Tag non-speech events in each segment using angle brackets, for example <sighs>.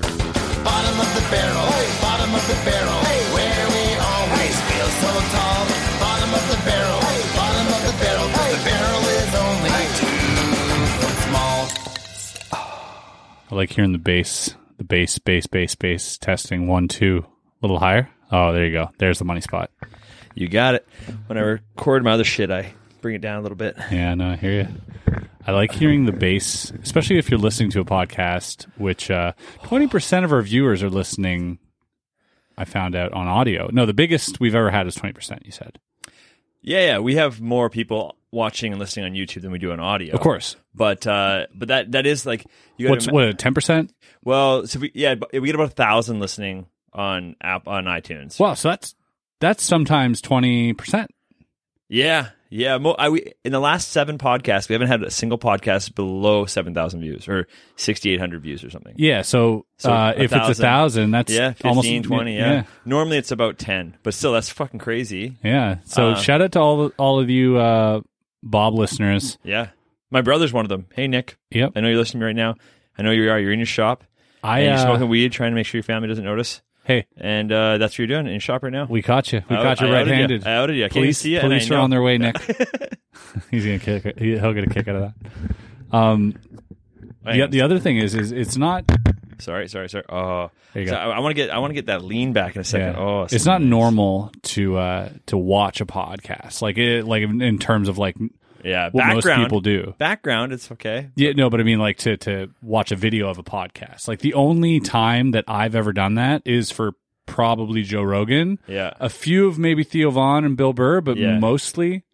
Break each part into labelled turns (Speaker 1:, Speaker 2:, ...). Speaker 1: Bottom of the barrel, bottom of the barrel, where we always feel so tall. Bottom of the barrel, bottom of the barrel, 'cause the barrel is only two foot small.
Speaker 2: I like hearing the bass, the bass, bass, bass, bass. Testing one, two, a little higher. Oh, there you go. There's the money spot.
Speaker 3: You got it. When I record my other shit, I bring it down a little bit.
Speaker 2: Yeah, no, I hear uh, you. I like hearing the bass, especially if you're listening to a podcast, which uh, 20% of our viewers are listening. I found out on audio. No, the biggest we've ever had is 20%, you said.
Speaker 3: Yeah, yeah. We have more people watching and listening on YouTube than we do on audio.
Speaker 2: Of course.
Speaker 3: But uh, but that that is like you gotta
Speaker 2: What's
Speaker 3: ima-
Speaker 2: what, 10%?
Speaker 3: well so we yeah but we get about a thousand listening on app on iTunes.
Speaker 2: Wow, so that's that's sometimes 20%.
Speaker 3: Yeah, yeah. Mo- I, we, in the last seven podcasts, we haven't had a single podcast below seven thousand views or sixty eight hundred views or something.
Speaker 2: Yeah, so,
Speaker 3: So
Speaker 2: uh,
Speaker 3: a
Speaker 2: if it's a
Speaker 3: thousand.
Speaker 2: thousand, that's
Speaker 3: Yeah, 15,
Speaker 2: almost
Speaker 3: 20, yeah. Normally it's about 10, but still, that's fucking crazy.
Speaker 2: Yeah. So
Speaker 3: Uh,
Speaker 2: shout out to all all of you uh, Bob listeners.
Speaker 3: Yeah. My brother's one of them. Hey, Nick,
Speaker 2: Yep.
Speaker 3: I know you're listening to me right now. I know you are. You're in your shop.
Speaker 2: I
Speaker 3: And you're
Speaker 2: uh,
Speaker 3: smoking weed, trying to make sure your family doesn't notice.
Speaker 2: hey,
Speaker 3: And uh, that's what you're doing in your shop right now.
Speaker 2: we caught you. We
Speaker 3: I-
Speaker 2: caught you
Speaker 3: Oh, I outed
Speaker 2: right-handed.
Speaker 3: ya. I outed you. Can you
Speaker 2: police
Speaker 3: see it? And
Speaker 2: police
Speaker 3: I
Speaker 2: are
Speaker 3: know.
Speaker 2: on their way,
Speaker 3: <laughs>
Speaker 2: Nick. He's gonna kick. it. He- He'll get a kick out of that. Um,
Speaker 3: Hang
Speaker 2: the,
Speaker 3: on.
Speaker 2: the other thing is, is it's not.
Speaker 3: Sorry, sorry, sorry. Oh,
Speaker 2: There you
Speaker 3: So
Speaker 2: go.
Speaker 3: I, I want to get I want to get that lean back in a second.
Speaker 2: yeah.
Speaker 3: Oh,
Speaker 2: it's not normal to uh, to watch a podcast like it like in in terms of like
Speaker 3: Yeah,
Speaker 2: what most
Speaker 3: background.
Speaker 2: people do.
Speaker 3: Background, it's okay.
Speaker 2: Yeah, no, but I mean, like to to watch a video of a podcast. Like the only time that I've ever done that is for probably Joe Rogan.
Speaker 3: Yeah.
Speaker 2: a few of maybe Theo Vaughn and Bill Burr, but
Speaker 3: Yeah.
Speaker 2: mostly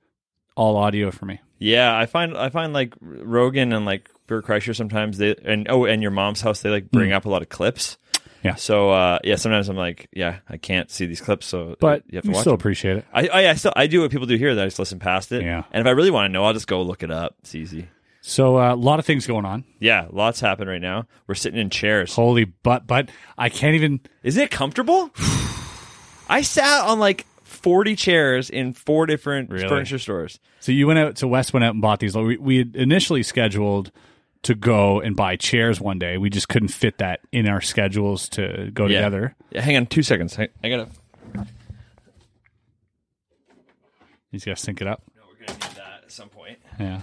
Speaker 2: all audio for me.
Speaker 3: Yeah, I find I find like Rogan and like Bert Kreischer sometimes they and oh and your mom's house they like bring up a lot of clips.
Speaker 2: Mm. Yeah.
Speaker 3: So uh, yeah, sometimes I'm like, yeah, I can't see these clips, so
Speaker 2: But
Speaker 3: you have to
Speaker 2: we
Speaker 3: watch
Speaker 2: still
Speaker 3: them.
Speaker 2: appreciate it.
Speaker 3: I, I I still I do what people do here that I just listen past it.
Speaker 2: Yeah.
Speaker 3: And if I really want to know, I'll just go look it up. It's easy.
Speaker 2: So uh, a lot of things going on.
Speaker 3: Yeah, lots happen right now. We're sitting in chairs.
Speaker 2: Holy butt, but I can't even.
Speaker 3: Isn't it comfortable? <sighs> I sat on like 40 chairs in four different
Speaker 2: Really?
Speaker 3: furniture stores.
Speaker 2: So you went out. So Wes went out and bought these. Like, We, we had initially scheduled to go and buy chairs one day. We just couldn't fit that in our schedules to go
Speaker 3: Yeah.
Speaker 2: together.
Speaker 3: Yeah, hang on two seconds. I, I gotta.
Speaker 2: He's got to sync it up.
Speaker 3: No, we're gonna need that at some point.
Speaker 2: Yeah,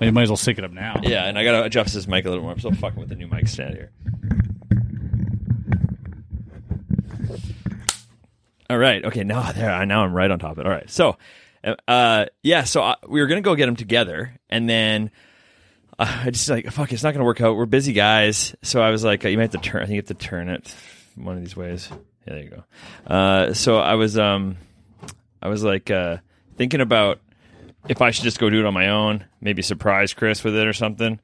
Speaker 2: you might as well sync it up now.
Speaker 3: Yeah, and I gotta adjust this mic a little more. I'm still fucking with the new mic stand here. All right. Okay. Now <laughs> there. I Now I'm right on top of it. All right. So, uh, yeah. So I, we were gonna go get them together, and then uh, I just like fuck. It's not gonna work out. We're busy guys. So I was like, uh, you might have to turn. I think you have to turn it one of these ways. Yeah. There you go. Uh, so I was um, I was like uh, thinking about if I should just go do it on my own, maybe surprise Chris with it or something.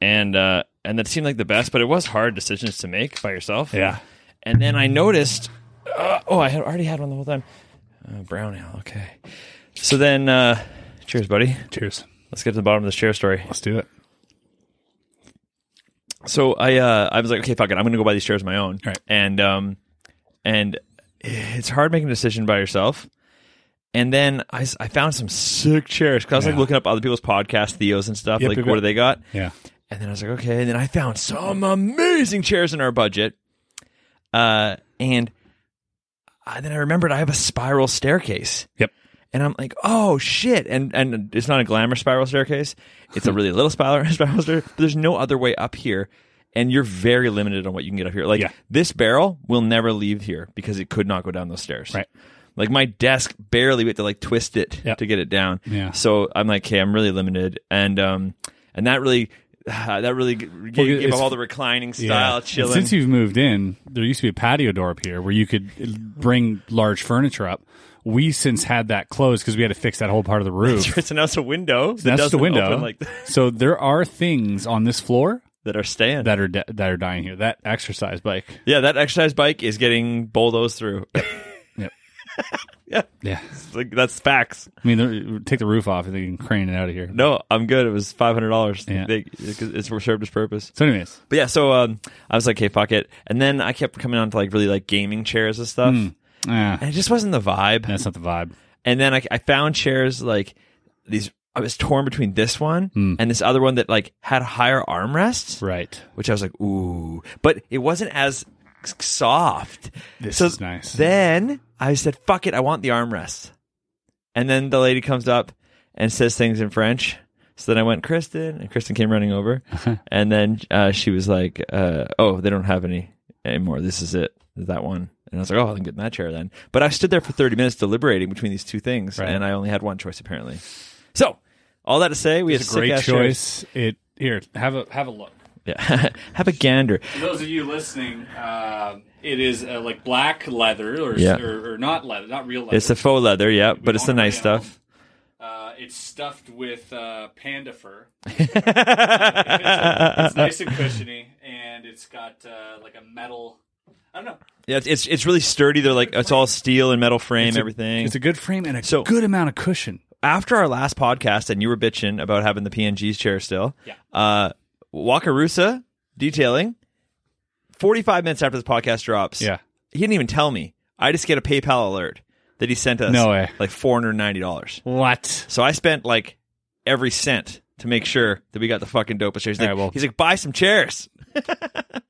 Speaker 3: And uh, and that seemed like the best, but it was hard decisions to make by yourself.
Speaker 2: Yeah.
Speaker 3: And then I noticed, uh, oh, I had already had one the whole time. Uh, brown ale, okay. So then, uh, cheers, buddy.
Speaker 2: Cheers.
Speaker 3: Let's get to the bottom of this chair story.
Speaker 2: Let's do it.
Speaker 3: So I uh, I was like, okay, fuck it, I'm gonna go buy these chairs on my own.
Speaker 2: Right.
Speaker 3: And um, and it's hard making a decision by yourself. And then I, s- I found some sick chairs because I was like
Speaker 2: Yeah.
Speaker 3: looking up other people's podcasts, Theos and stuff.
Speaker 2: Yep,
Speaker 3: like,
Speaker 2: yep,
Speaker 3: what
Speaker 2: yep.
Speaker 3: do they got?
Speaker 2: Yeah.
Speaker 3: And then I was like, okay. And then I found some amazing chairs in our budget. Uh, and I, then I remembered I have a spiral staircase.
Speaker 2: Yep.
Speaker 3: And I'm like, oh shit! And and it's not a glamour spiral staircase;
Speaker 2: <laughs>
Speaker 3: it's a really little spiral <laughs> spiral staircase. But there's no other way up here, and you're very limited on what you can get up here. Like
Speaker 2: Yeah.
Speaker 3: this barrel will never leave here because it could not go down those stairs.
Speaker 2: Right.
Speaker 3: Like my desk barely we had to like twist it
Speaker 2: Yep.
Speaker 3: to get it down.
Speaker 2: Yeah.
Speaker 3: So I'm like, okay, I'm really limited, and um, and that really, <sighs> that really g- gave, gave
Speaker 2: it's-
Speaker 3: up all the reclining style
Speaker 2: And
Speaker 3: chilling.
Speaker 2: Since you've moved in, there used to be a patio door up here where you could bring large furniture up. We since had that closed because we had to fix that whole part of the roof.
Speaker 3: <laughs> it's announced a window. that
Speaker 2: That's the
Speaker 3: doesn't
Speaker 2: window.
Speaker 3: open like <laughs>
Speaker 2: so there are things on this floor
Speaker 3: that are staying.
Speaker 2: that are de- that are dying here. That exercise bike.
Speaker 3: yeah, that exercise bike is getting bulldozed through.
Speaker 2: Yep.
Speaker 3: <laughs> yeah,
Speaker 2: Yeah.
Speaker 3: it's like that's facts.
Speaker 2: I mean, they're- take the roof off and they can crane it out of here.
Speaker 3: No, I'm good. It was five hundred dollars.
Speaker 2: Yeah.
Speaker 3: It's served its purpose.
Speaker 2: So, anyways,
Speaker 3: But yeah, so um, I was like, "Hey, fuck it," and then I kept coming on to like really like gaming chairs and stuff,
Speaker 2: ah,
Speaker 3: <laughs> and it just wasn't the vibe.
Speaker 2: that's not the vibe.
Speaker 3: And then I, I found chairs like these I was torn between this one
Speaker 2: Hmm.
Speaker 3: and this other one that like had higher armrests,
Speaker 2: Right.
Speaker 3: which I was like, ooh, but it wasn't as s- soft.
Speaker 2: This is nice.
Speaker 3: Then I said, fuck it, I want the armrest. And then the lady comes up and says things in French. So then I went, Kristen, and Kristen came running over.
Speaker 2: Uh-huh.
Speaker 3: <laughs> and then uh, she was like, uh, oh, they don't have any anymore. This is it, that one. And I was like, oh, I'm getting that chair then. But I stood there for 30 minutes deliberating between these two things,
Speaker 2: Right.
Speaker 3: and I only had one choice apparently. So, all that to say, we
Speaker 2: It's a
Speaker 3: had
Speaker 2: great
Speaker 3: sick-ass chairs.
Speaker 2: choice. It here have a have a look.
Speaker 3: Yeah. <laughs> have a gander.
Speaker 2: For those of you listening, uh, it is uh, like black leather or,
Speaker 3: Yeah.
Speaker 2: or or not leather, not real leather.
Speaker 3: It's the faux leather, yeah, but it's the
Speaker 2: don't have
Speaker 3: nice
Speaker 2: any of
Speaker 3: stuff.
Speaker 2: Uh, it's stuffed with uh, panda
Speaker 3: <laughs>
Speaker 2: fur. it's, it's nice and cushiony, and it's got uh, like a metal. I don't know.
Speaker 3: Yeah, it's- it's it's really sturdy. They're like it's all steel and metal frame, everything.
Speaker 2: It's a good frame and a
Speaker 3: So-
Speaker 2: good amount of cushion.
Speaker 3: After our last podcast, and you were bitching about having the PNG's chair still.
Speaker 2: Yeah.
Speaker 3: Uh, Wakarusa detailing. Forty five minutes after this podcast drops.
Speaker 2: Yeah.
Speaker 3: He didn't even tell me. I just get a PayPal alert that he sent us.
Speaker 2: No way.
Speaker 3: Like four hundred ninety dollars.
Speaker 2: What?
Speaker 3: So I spent like every cent to make sure that we got the fucking dopest chairs. He's
Speaker 2: All
Speaker 3: like,
Speaker 2: right, well-
Speaker 3: he's like, buy some chairs.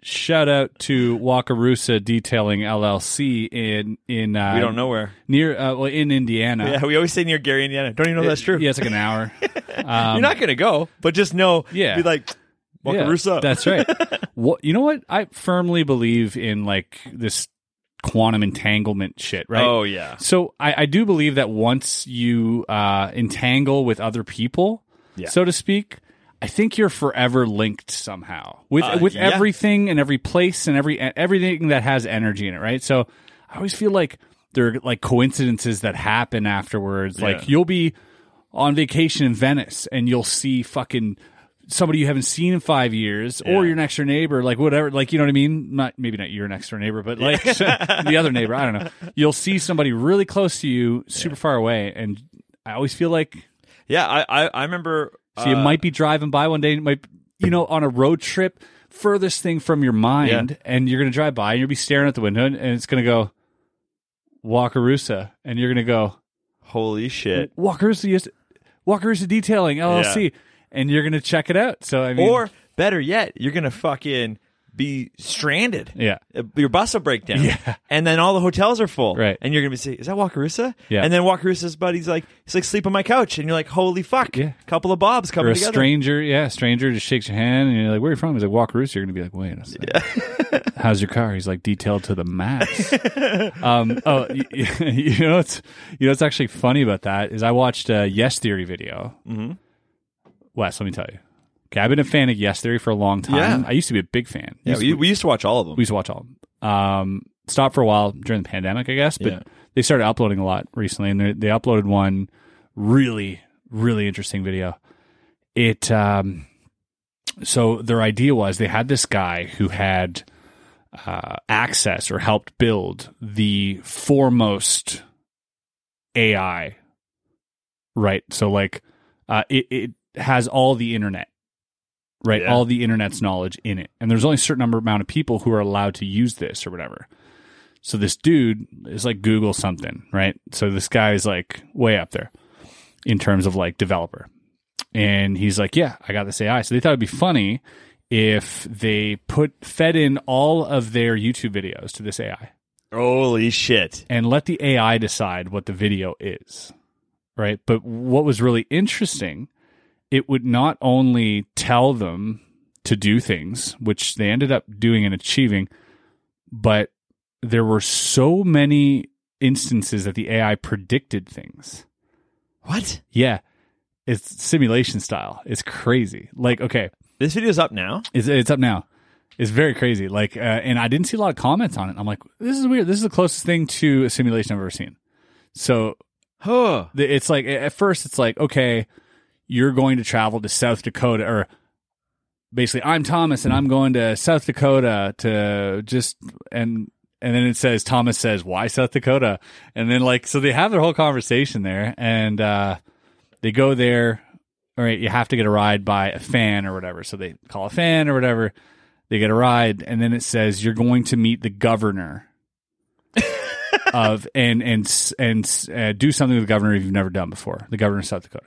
Speaker 2: Shout out to Wakarusa Detailing LLC in in uh,
Speaker 3: We don't know where.
Speaker 2: near uh, well in Indiana.
Speaker 3: Yeah, we always say near Gary, Indiana. Don't even know that's true.
Speaker 2: Yeah, it's like an
Speaker 3: <laughs>
Speaker 2: hour. Um,
Speaker 3: You're not gonna go, but just know.
Speaker 2: Yeah.
Speaker 3: Be like, Wakarusa.
Speaker 2: That's
Speaker 3: <laughs>
Speaker 2: right. what you know what? I firmly believe in like this quantum entanglement shit, right?
Speaker 3: Oh yeah,
Speaker 2: So I, I do believe that once you uh, entangle with other people, so to speak, I think you're forever linked somehow with
Speaker 3: Uh,
Speaker 2: with
Speaker 3: yeah.
Speaker 2: everything and every place and every everything that has energy in it, right? So I always feel like there are like coincidences that happen afterwards.
Speaker 3: Yeah.
Speaker 2: Like you'll be on vacation in Venice and you'll see fucking somebody you haven't seen in five years or
Speaker 3: Yeah.
Speaker 2: your next door neighbor, like whatever, like you know what I mean? Not maybe not your next door neighbor, but like <laughs> the other neighbor. I don't
Speaker 3: <laughs>
Speaker 2: know. You'll see somebody really close to you, super far away, and I always feel like
Speaker 3: yeah. I I, I remember.
Speaker 2: so you
Speaker 3: uh,
Speaker 2: might be driving by one day, and it might you know on a road trip, furthest thing from your mind,
Speaker 3: Yeah.
Speaker 2: and you're gonna drive by and you'll be staring at the window, and, and it's gonna go Wakarusa, and you're gonna go
Speaker 3: Holy shit!
Speaker 2: Wakarusa used Wakarusa Detailing LLC, and you're gonna check it out. So I mean,
Speaker 3: Or better yet, you're gonna fucking be stranded.
Speaker 2: yeah,
Speaker 3: Uh, Your bus will break down,
Speaker 2: Yeah.
Speaker 3: and then all the hotels are full,
Speaker 2: Right.
Speaker 3: And you're gonna be saying, "Is that Wakarusa?"
Speaker 2: Yeah.
Speaker 3: And then Wakarusa's buddy's like, "He's like sleep on my couch," and you're like, "Holy fuck!"
Speaker 2: Yeah.
Speaker 3: Couple of bobs
Speaker 2: or
Speaker 3: coming
Speaker 2: a
Speaker 3: together.
Speaker 2: stranger, yeah, a stranger just shakes your hand, and you're like, "Where are you from?" He's like, "Wakarusa." You're gonna be like, "Wait a second,
Speaker 3: <laughs>
Speaker 2: how's your car?" He's like, "Detailed to the max." <laughs> um, oh, y- <laughs> y- you know what's you know what's actually funny about that is I watched a Yes Theory video. Mm-hmm. Wes, let me tell you, okay, I've been a fan of Yes Theory for a long time.
Speaker 3: Yeah.
Speaker 2: I used to be a big fan.
Speaker 3: Yeah,
Speaker 2: Used to
Speaker 3: we, we used to watch all of them.
Speaker 2: we used to watch all of them. Um, stopped for a while during the pandemic, I guess, but
Speaker 3: Yeah.
Speaker 2: they started uploading a lot recently, and they, they uploaded one really, really interesting video. It um, so their idea was they had this guy who had uh, access or helped build the foremost AI, right? So like, uh, it it has all the internet right?
Speaker 3: Yeah.
Speaker 2: All the internet's knowledge in it. And there's only a certain number amount of people who are allowed to use this or whatever. So this dude is like Google something, right? So this guy is like way up there in terms of like developer. And he's like, Yeah, I got this AI. So they thought it'd be funny if they put fed in all of their YouTube videos to this AI
Speaker 3: Holy shit!
Speaker 2: and let the AI decide what the video is. Right. But what was really interesting, it would not only tell them to do things, which they ended up doing and achieving, but there were so many instances that the AI predicted things.
Speaker 3: What?
Speaker 2: Yeah. It's simulation style. It's crazy. Like, okay,
Speaker 3: This video's up now.
Speaker 2: it's, it's up now. It's very crazy. Like, uh, and I didn't see a lot of comments on it. I'm like, this is weird. This is the closest thing to a simulation I've ever seen. So
Speaker 3: Huh.
Speaker 2: the- it's like at first it's like okay you're going to travel to south dakota or basically i'm thomas and i'm going to south dakota to just and and then it says thomas says why south dakota and then like so they have their whole conversation there and uh they go there all right you have to get a ride by a fan or whatever so they call a fan or whatever they get a ride and then it says you're going to meet the governor of and and s- and s- uh, do something with the governor you've never done before. The governor of South Dakota.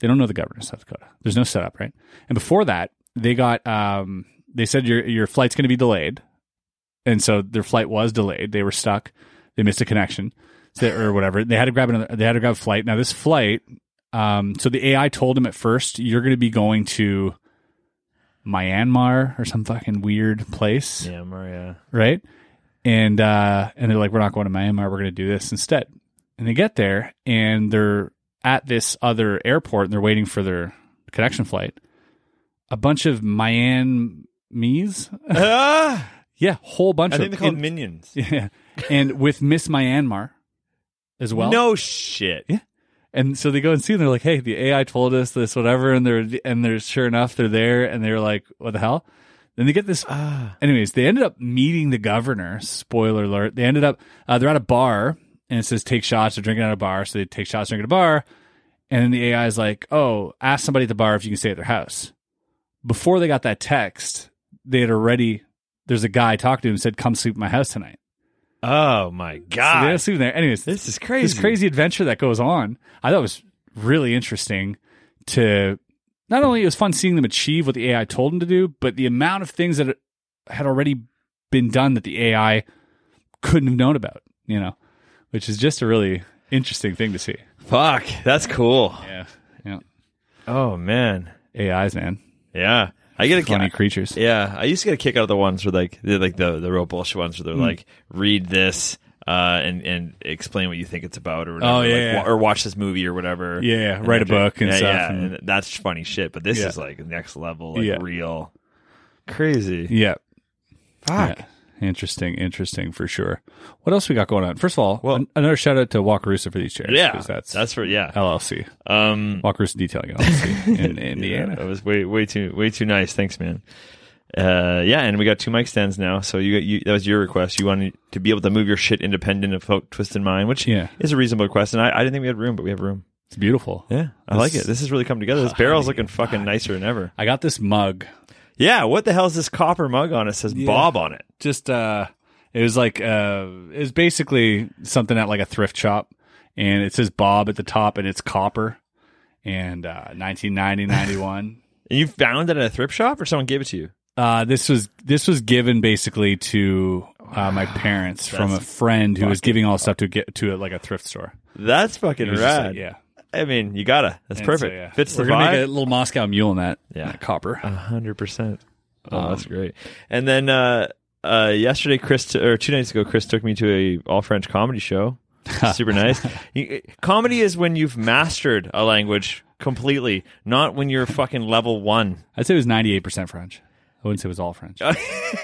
Speaker 2: They don't know the governor of South Dakota. There's no setup, right? And before that, they got um, they said your your flight's going to be delayed, and so their flight was delayed. They were stuck. They missed a connection, so or whatever. They had to grab another. They had to grab a flight. Now this flight, um, so the AI told them at first, you're going to be going to Myanmar or some fucking weird place
Speaker 3: Yeah,
Speaker 2: <laughs>
Speaker 3: Maria.
Speaker 2: right? And uh, and they're like, we're not going to Myanmar. We're going to do this instead. And they get there, and they're at this other airport, and they're waiting for their connection flight. A bunch of Myanmese,
Speaker 3: ah,
Speaker 2: yeah, whole bunch
Speaker 3: I
Speaker 2: of
Speaker 3: think they call
Speaker 2: and,
Speaker 3: them minions.
Speaker 2: <laughs> yeah, and with Miss Myanmar as well.
Speaker 3: no shit.
Speaker 2: Yeah. And so they go and see, and they're like, "Hey, the AI told us this, whatever." And they're and they're sure enough, they're there, and they're like, "What the hell?" Then they get this.
Speaker 3: Ah.
Speaker 2: Anyways, they ended up meeting the governor. Spoiler alert! They ended up uh, they're at a bar, and it says take shots. They're drinking at a bar, so they take shots, drink at a bar, and then the AI is like, "Oh, ask somebody at the bar if you can stay at their house." Before they got that text, they had already. There's a guy I talked to him said, "Come sleep at my house tonight."
Speaker 3: Oh my
Speaker 2: So they
Speaker 3: god.
Speaker 2: had to sleep there. Anyways,
Speaker 3: this is crazy.
Speaker 2: this crazy adventure that goes on. I thought it was really interesting to not only it was fun seeing them achieve what the AI told them to do, but the amount of things that had already been done that the AI couldn't have known about, you know, which is just a really interesting thing to see.
Speaker 3: Fuck. That's cool.
Speaker 2: Yeah. Yeah.
Speaker 3: Oh man.
Speaker 2: AIs, man.
Speaker 3: Yeah. I get a
Speaker 2: Funny
Speaker 3: kick.
Speaker 2: creatures.
Speaker 3: Yeah, I used to get a kick out of the ones where like they're like the the real bullshit ones where they're
Speaker 2: Hmm.
Speaker 3: like read this uh, and and explain what you think it's about or whatever,
Speaker 2: Oh, yeah,
Speaker 3: like,
Speaker 2: yeah.
Speaker 3: wa- or watch this movie or whatever.
Speaker 2: Yeah, yeah,
Speaker 3: And
Speaker 2: write a
Speaker 3: they're-
Speaker 2: book and
Speaker 3: yeah,
Speaker 2: stuff
Speaker 3: Yeah,
Speaker 2: and-
Speaker 3: and that's funny shit. But this
Speaker 2: Yeah.
Speaker 3: is like next level, like
Speaker 2: Yeah.
Speaker 3: real, crazy.
Speaker 2: Yeah.
Speaker 3: Fuck.
Speaker 2: Yeah. Interesting, interesting for sure. What else we got going on? First of all,
Speaker 3: Well-
Speaker 2: an- another shout out to Wakarusa for these chairs.
Speaker 3: Yeah,
Speaker 2: 'cause that's,
Speaker 3: that's that's for yeah.
Speaker 2: LLC.
Speaker 3: Um,
Speaker 2: Wakarusa Detailing LLC
Speaker 3: <laughs>
Speaker 2: in, in Indiana.
Speaker 3: that was way way too way too nice. Thanks, man. Uh, yeah, and we got two mic stands now. So you, you that was your request. You wanted to be able to move your shit independent of folk twisted mind, which
Speaker 2: Yeah.
Speaker 3: is a reasonable request. And I, I didn't think we had room, but we have room.
Speaker 2: It's beautiful.
Speaker 3: Yeah, I like it. This has really come <laughs> together. This barrel's looking fucking nicer than ever.
Speaker 2: I got this mug.
Speaker 3: Yeah, what the hell is this copper mug on? It says Bob on it.
Speaker 2: Just uh it was like uh it was basically something at like a thrift shop and it says Bob at the top and it's copper and uh
Speaker 3: <laughs>
Speaker 2: 1990 91.
Speaker 3: And you found it at a thrift shop, or someone gave it to you?
Speaker 2: Uh, this was this was given basically to uh, my parents from a friend who was giving all stuff to get to a, like a thrift store.
Speaker 3: That's fucking
Speaker 2: It was just
Speaker 3: rad.
Speaker 2: like, yeah,
Speaker 3: I mean, you gotta. That's
Speaker 2: And so,
Speaker 3: perfect.
Speaker 2: yeah.
Speaker 3: Fits the
Speaker 2: We're gonna make a
Speaker 3: vibe.
Speaker 2: little Moscow mule in that,
Speaker 3: Yeah. Uh,
Speaker 2: yeah. that copper.
Speaker 3: A hundred percent. Oh, that's great. And then uh, uh, yesterday, Chris t- or two nights ago, Chris took me to a all French comedy show. <laughs> Super nice. You- comedy is when you've mastered a language completely, not when you're fucking level one. <laughs>
Speaker 2: I'd say it was ninety eight percent French. I wouldn't say it was all French.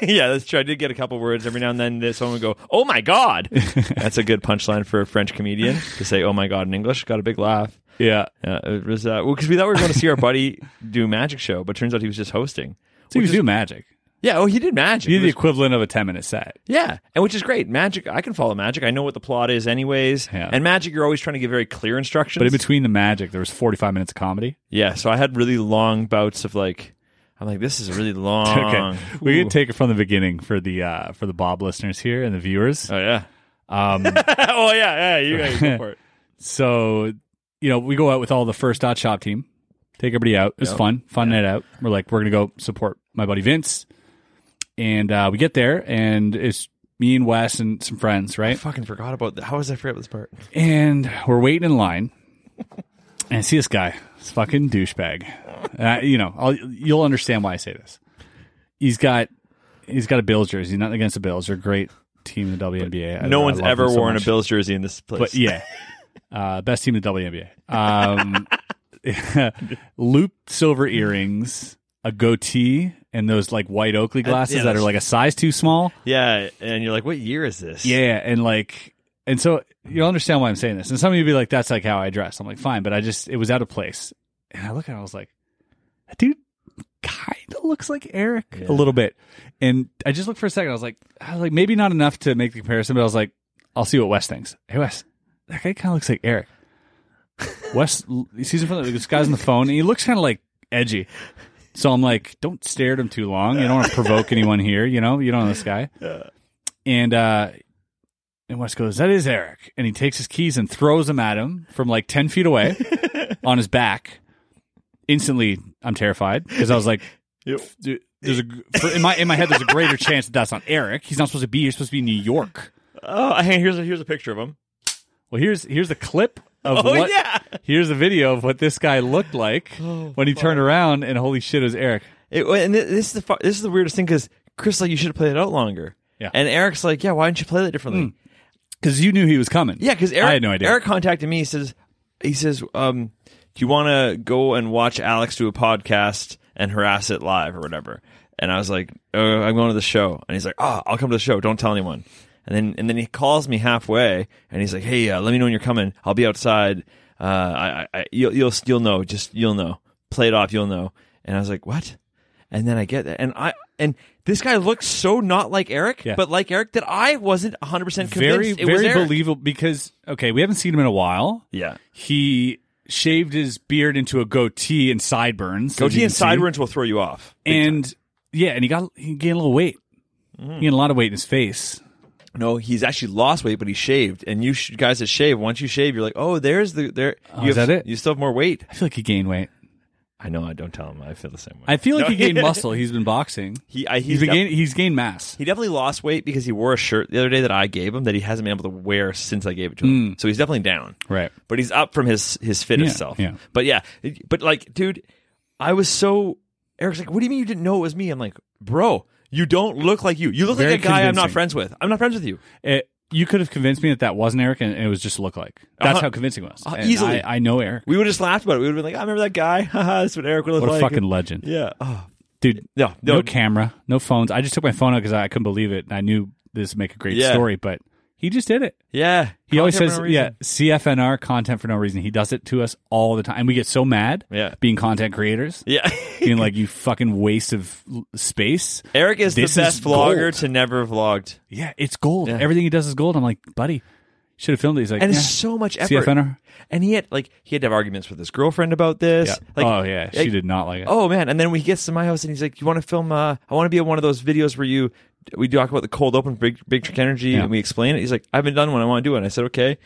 Speaker 3: yeah, that's true. I did get a couple words every now and then. That someone would go, "Oh my <laughs> god!" that's a good punchline for a French comedian to say "Oh my god" in English. Got a big laugh.
Speaker 2: yeah,
Speaker 3: Yeah, it was uh, well because we thought we were going to see our buddy do a magic show, but turns out he was just hosting.
Speaker 2: so you do magic.
Speaker 3: Yeah, oh, he did magic.
Speaker 2: You
Speaker 3: It
Speaker 2: do the
Speaker 3: was-
Speaker 2: equivalent of a ten minute set.
Speaker 3: yeah, and which is great. Magic, I can follow magic. I know what the plot is, anyways.
Speaker 2: Yeah.
Speaker 3: And magic, you're always trying to give very clear instructions.
Speaker 2: But in between the magic, there was 45 minutes of comedy.
Speaker 3: yeah, so I had really long bouts of like, I'm like, this is
Speaker 2: <laughs>
Speaker 3: really long.
Speaker 2: Okay, we
Speaker 3: Uh, Ooh.
Speaker 2: could take it from the beginning for the uh, for the Bob listeners here and the viewers.
Speaker 3: Oh yeah. <laughs>
Speaker 2: Um,
Speaker 3: oh yeah, yeah. You gotta
Speaker 2: <laughs>
Speaker 3: go for it.
Speaker 2: so you know, we go out with all the first dot shop team, take everybody out. It was fun, fun night out. We're like, we're gonna go support my buddy Vince, and uh, we get there, and it's me and Wes and some friends,
Speaker 3: I
Speaker 2: right?
Speaker 3: fucking forgot about that. How was I forget this part?
Speaker 2: and we're waiting in line and I see this guy this fucking douchebag And I- you know I'll, you'll understand why i say this he's got he's got a bills jersey He's not against the bills they're a great team in the wnba I-
Speaker 3: <laughs> no
Speaker 2: I
Speaker 3: one's
Speaker 2: love
Speaker 3: ever
Speaker 2: them so
Speaker 3: worn
Speaker 2: much.
Speaker 3: a Bills jersey in this place.
Speaker 2: but yeah uh, best team in the wnba um, <laughs> looped silver earrings a goatee and those like white oakley glasses
Speaker 3: yeah,
Speaker 2: that are
Speaker 3: those-
Speaker 2: like a size too small
Speaker 3: yeah, and you're like, what year is this?
Speaker 2: yeah, and like, and so you'll understand why I'm saying this. And some of you be like, "That's like how I dress." I'm like, "Fine," but I just it was out of place. And I look at, it, I was like, "That dude kind of looks like Eric a little bit." And I just looked for a second. I was like, I was like, maybe not enough to make the comparison, but I was like, I'll see what Wes thinks. Hey, Wes, that guy kind of looks like Eric. Wes l- he sees in front of this guy's on the phone, and he looks kind of like edgy. So I'm like, don't stare at him too long. You don't want to provoke anyone here. You know, you don't know this guy. And uh, and Wes goes, "That is
Speaker 3: <laughs>
Speaker 2: Eric." And he takes his keys and throws them at him from like ten feet away on his back. instantly I'm terrified because I was
Speaker 3: <laughs>
Speaker 2: like, dude, there's a gr- for, in my in my head there's a greater chance that that's not Eric. He's not supposed to be. here. He's supposed to be in New York.
Speaker 3: Oh, <laughs> hey, here's a, here's a picture of him.
Speaker 2: Well, here's here's a clip of
Speaker 3: Oh,
Speaker 2: what.
Speaker 3: yeah. Oh,
Speaker 2: Here's a video of what this guy looked like when he turned around, and holy shit, it was Eric.
Speaker 3: It, and thi- this is the fu- this is the weirdest thing because Chris like you should have played it out longer.
Speaker 2: Yeah.
Speaker 3: And Eric's like, yeah, why didn't you play that differently?
Speaker 2: Because you knew he was coming.
Speaker 3: Yeah, because Eric
Speaker 2: I had no idea.
Speaker 3: Eric contacted me. He says he says, um, do you want to go and watch Alex do a podcast and harass it live or whatever? And I was like, uh, I'm going to the show. And he's like, ah, I'll come to the show. Don't tell anyone. And then and then he calls me halfway and he's like, hey, uh, let me know when you're coming. I'll be outside. Uh, I, I, I you'll, you'll you'll know. Just you'll know. Play it off. You'll know. And I was like, what? And then I get that. And I and this guy looked so not like Eric,
Speaker 2: Yeah.
Speaker 3: but like Eric that I wasn't 100 percent
Speaker 2: very
Speaker 3: convinced it was
Speaker 2: very
Speaker 3: Eric.
Speaker 2: believable. Because okay, we haven't seen him in a while.
Speaker 3: Yeah.
Speaker 2: He shaved his beard into a goatee and sideburns. as you
Speaker 3: Goatee
Speaker 2: can
Speaker 3: and
Speaker 2: see.
Speaker 3: sideburns will throw you off.
Speaker 2: and yeah, and he got he gained a little weight.
Speaker 3: Mm.
Speaker 2: He gained a lot of weight in his face.
Speaker 3: No, he's actually lost weight, but he shaved. And you sh- guys that shave, once you shave, you're like, oh, there's the there. you
Speaker 2: Oh, is
Speaker 3: have-
Speaker 2: that it?
Speaker 3: You still have more weight.
Speaker 2: I feel like he gained weight.
Speaker 3: I know. I don't tell him. I feel the same way.
Speaker 2: I feel like
Speaker 3: No,
Speaker 2: he
Speaker 3: <laughs>
Speaker 2: gained muscle. He's been boxing.
Speaker 3: He, I,
Speaker 2: He's
Speaker 3: he's
Speaker 2: been
Speaker 3: def-
Speaker 2: gain, he's gained mass.
Speaker 3: he definitely lost weight because he wore a shirt the other day that I gave him that he hasn't been able to wear since I gave it to him. So he's definitely down.
Speaker 2: Hmm. Right.
Speaker 3: But he's up from his his fittest
Speaker 2: Yeah,
Speaker 3: self.
Speaker 2: yeah.
Speaker 3: But yeah, it- but like, dude, I was so Eric's like, what do you mean you didn't know it was me? I'm like, bro, you don't look like you. You look
Speaker 2: Very
Speaker 3: like a guy I'm not
Speaker 2: convincing.
Speaker 3: friends with. I'm not friends with you.
Speaker 2: It- Eh, you could have convinced me that that wasn't Eric, and it was just a lookalike. That's
Speaker 3: Uh-huh.
Speaker 2: how convincing it was.
Speaker 3: Uh,
Speaker 2: And
Speaker 3: easily.
Speaker 2: I, I know Eric.
Speaker 3: We would have just laughed about it. We would have been like, I remember that guy. <laughs> Haha, that's what Eric would have
Speaker 2: What a
Speaker 3: like.
Speaker 2: fucking legend, <laughs>
Speaker 3: Yeah. Oh,
Speaker 2: dude.
Speaker 3: no,
Speaker 2: No,
Speaker 3: no.
Speaker 2: camera, no phones. I just took my phone out because I couldn't believe it, and I knew this would make a great
Speaker 3: Yeah.
Speaker 2: story. But he just did it.
Speaker 3: Yeah.
Speaker 2: He always
Speaker 3: Content
Speaker 2: says,
Speaker 3: for no
Speaker 2: "Yeah,
Speaker 3: reason.
Speaker 2: CFNR content for no reason." He does it to us all the time, and we get so mad.
Speaker 3: Yeah.
Speaker 2: being content
Speaker 3: <laughs>
Speaker 2: creators,
Speaker 3: Yeah.
Speaker 2: being like you fucking waste of l- space.
Speaker 3: Eric is
Speaker 2: This is
Speaker 3: the best vlogger
Speaker 2: gold.
Speaker 3: to never have vlogged.
Speaker 2: Yeah, it's gold. Everything he does is gold. I'm like, buddy, should have filmed it. He's like,
Speaker 3: And
Speaker 2: yeah.
Speaker 3: it's so much effort.
Speaker 2: CFNR.
Speaker 3: And he had like he had to have arguments with his girlfriend about this.
Speaker 2: Yeah.
Speaker 3: <laughs> Like,
Speaker 2: oh yeah, she
Speaker 3: like,
Speaker 2: did not like it.
Speaker 3: Oh man. And then when he gets to my house and he's like, You want to film uh I want to be in one of those videos where you we talk about the cold open big big trick energy
Speaker 2: Yeah.
Speaker 3: and we explain it. He's like, I haven't done one, I want to do it. And I said, Okay.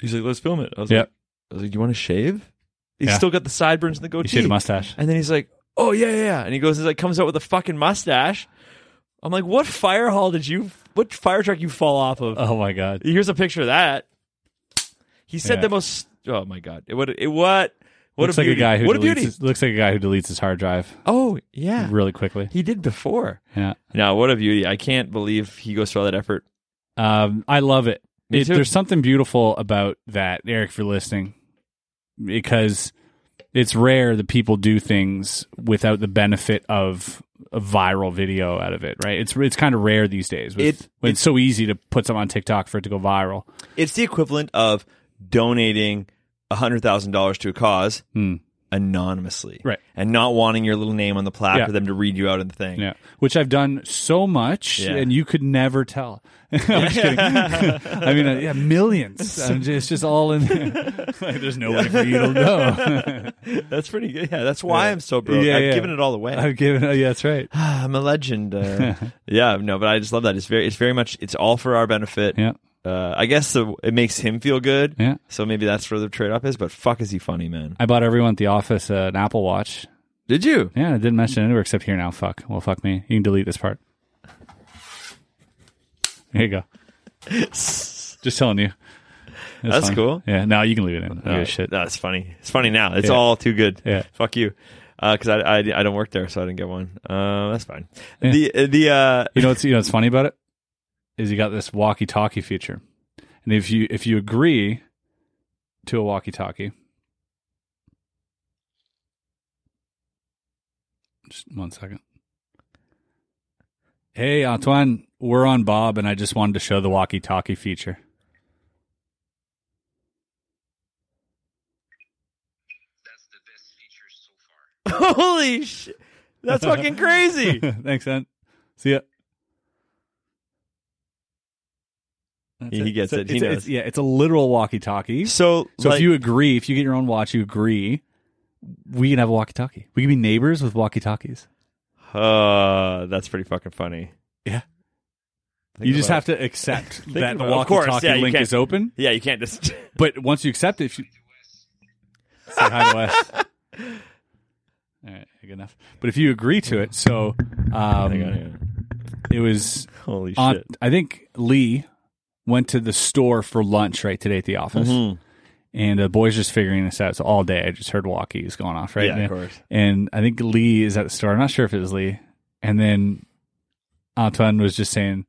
Speaker 3: He's like, Let's film it. I was
Speaker 2: Yeah.
Speaker 3: like I was like, Do you want to shave? He's
Speaker 2: Yeah.
Speaker 3: still got the sideburns and the
Speaker 2: he
Speaker 3: goatee.
Speaker 2: shaved a mustache.
Speaker 3: And then he's like, "Oh yeah, yeah, yeah," and he goes, and like comes out with a fucking mustache. I'm like, "What fire hall did you? What fire truck you fall off of?"
Speaker 2: Oh my god.
Speaker 3: Here's a picture of that. He said
Speaker 2: Yeah.
Speaker 3: the most. Oh my god! It, what? It, what? What
Speaker 2: looks
Speaker 3: a
Speaker 2: like
Speaker 3: beauty!
Speaker 2: a guy who
Speaker 3: what a
Speaker 2: deletes
Speaker 3: beauty!
Speaker 2: His, looks like a guy who deletes his hard drive
Speaker 3: oh yeah,
Speaker 2: really quickly.
Speaker 3: he did before.
Speaker 2: Yeah.
Speaker 3: No, what a beauty! I can't believe he goes through all that effort.
Speaker 2: Um, I love it.
Speaker 3: Me
Speaker 2: It-
Speaker 3: too.
Speaker 2: There's something beautiful about that, Eric, if you're listening, because it's rare that people do things without the benefit of a viral video out of it, right? It's it's kind of rare these days. With,
Speaker 3: It-
Speaker 2: when it's so easy to put something on TikTok for it to go viral.
Speaker 3: It's the equivalent of donating hundred thousand dollars to a cause. Anonymously,
Speaker 2: Right.
Speaker 3: and not wanting your little name on the plaque
Speaker 2: Yeah.
Speaker 3: for them to read you out in the thing.
Speaker 2: Yeah, which I've done so much,
Speaker 3: Yeah.
Speaker 2: and you could never tell. <laughs> I'm just kidding. I mean, uh, yeah, <laughs> millions. I'm just, it's just all in there. <laughs> like, there's no way for you <laughs> to know.
Speaker 3: That's pretty good. Yeah, that's why I'm so broke.
Speaker 2: Yeah,
Speaker 3: I've
Speaker 2: yeah.
Speaker 3: given it all away.
Speaker 2: I've given. uh, Yeah, that's right.
Speaker 3: <sighs> I'm a legend. <laughs> Uh, yeah, no, but I just love that. It's very, it's very much, it's all for our benefit.
Speaker 2: Yeah.
Speaker 3: Uh, I guess the, it makes him feel good.
Speaker 2: Yeah.
Speaker 3: So maybe that's where the trade off is. But fuck, is he funny, man?
Speaker 2: I bought everyone at the office uh, an Apple Watch.
Speaker 3: Did you?
Speaker 2: Yeah, I didn't mention it anywhere except here now. Fuck. Well, fuck me. You can delete this part. There you
Speaker 3: <laughs>
Speaker 2: go. Just telling you. It's
Speaker 3: That's
Speaker 2: fine.
Speaker 3: cool.
Speaker 2: Yeah. No, you can leave it in.
Speaker 3: No,
Speaker 2: Yeah, shit.
Speaker 3: No, it's funny. It's funny now. It's
Speaker 2: Uh, Yeah.
Speaker 3: all too good.
Speaker 2: Yeah.
Speaker 3: Fuck you. Because I, I, I don't work there, so I didn't get one. Uh, that's fine. The The the uh, <laughs>
Speaker 2: You know what's you know what's funny about it is you got this walkie-talkie feature, and if you if you agree to a walkie-talkie, just one second. Hey Antoine, we're on Bob, and I just wanted to show the walkie-talkie feature. <laughs>
Speaker 3: holy shit, that's
Speaker 2: <laughs>
Speaker 3: fucking crazy.
Speaker 2: Thanks, Ant. See ya. That's
Speaker 3: He gets
Speaker 2: It's a-
Speaker 3: it. He
Speaker 2: it's a-
Speaker 3: knows.
Speaker 2: it's- yeah, it's a literal walkie-talkie.
Speaker 3: So
Speaker 2: So
Speaker 3: like,
Speaker 2: if you agree, if you get your own watch, you agree, we can have a walkie-talkie. We can be neighbors with walkie-talkies.
Speaker 3: uh, that's pretty fucking funny.
Speaker 2: Yeah.
Speaker 3: Think
Speaker 2: you just
Speaker 3: about it.
Speaker 2: have to
Speaker 3: <laughs>
Speaker 2: accept that the
Speaker 3: about it. Of course,
Speaker 2: walkie-talkie
Speaker 3: yeah, you
Speaker 2: link
Speaker 3: can't-
Speaker 2: is open.
Speaker 3: Yeah, you can't just.
Speaker 2: But once you accept it, if you say hi to us. All right, good enough. But if you agree to it, so
Speaker 3: <laughs> Hang on,
Speaker 2: um,
Speaker 3: hang on.
Speaker 2: it was.
Speaker 3: Holy
Speaker 2: on-
Speaker 3: shit.
Speaker 2: Uh, I think Lee went to the store for lunch right today at the office,
Speaker 3: Mm-hmm.
Speaker 2: and the boys just figuring this out. So all day, I just heard walkies going off. Right,
Speaker 3: Yeah, of
Speaker 2: And-
Speaker 3: course.
Speaker 2: And I think Lee is at the store. I'm not sure if it was Lee. And then Antoine was just saying,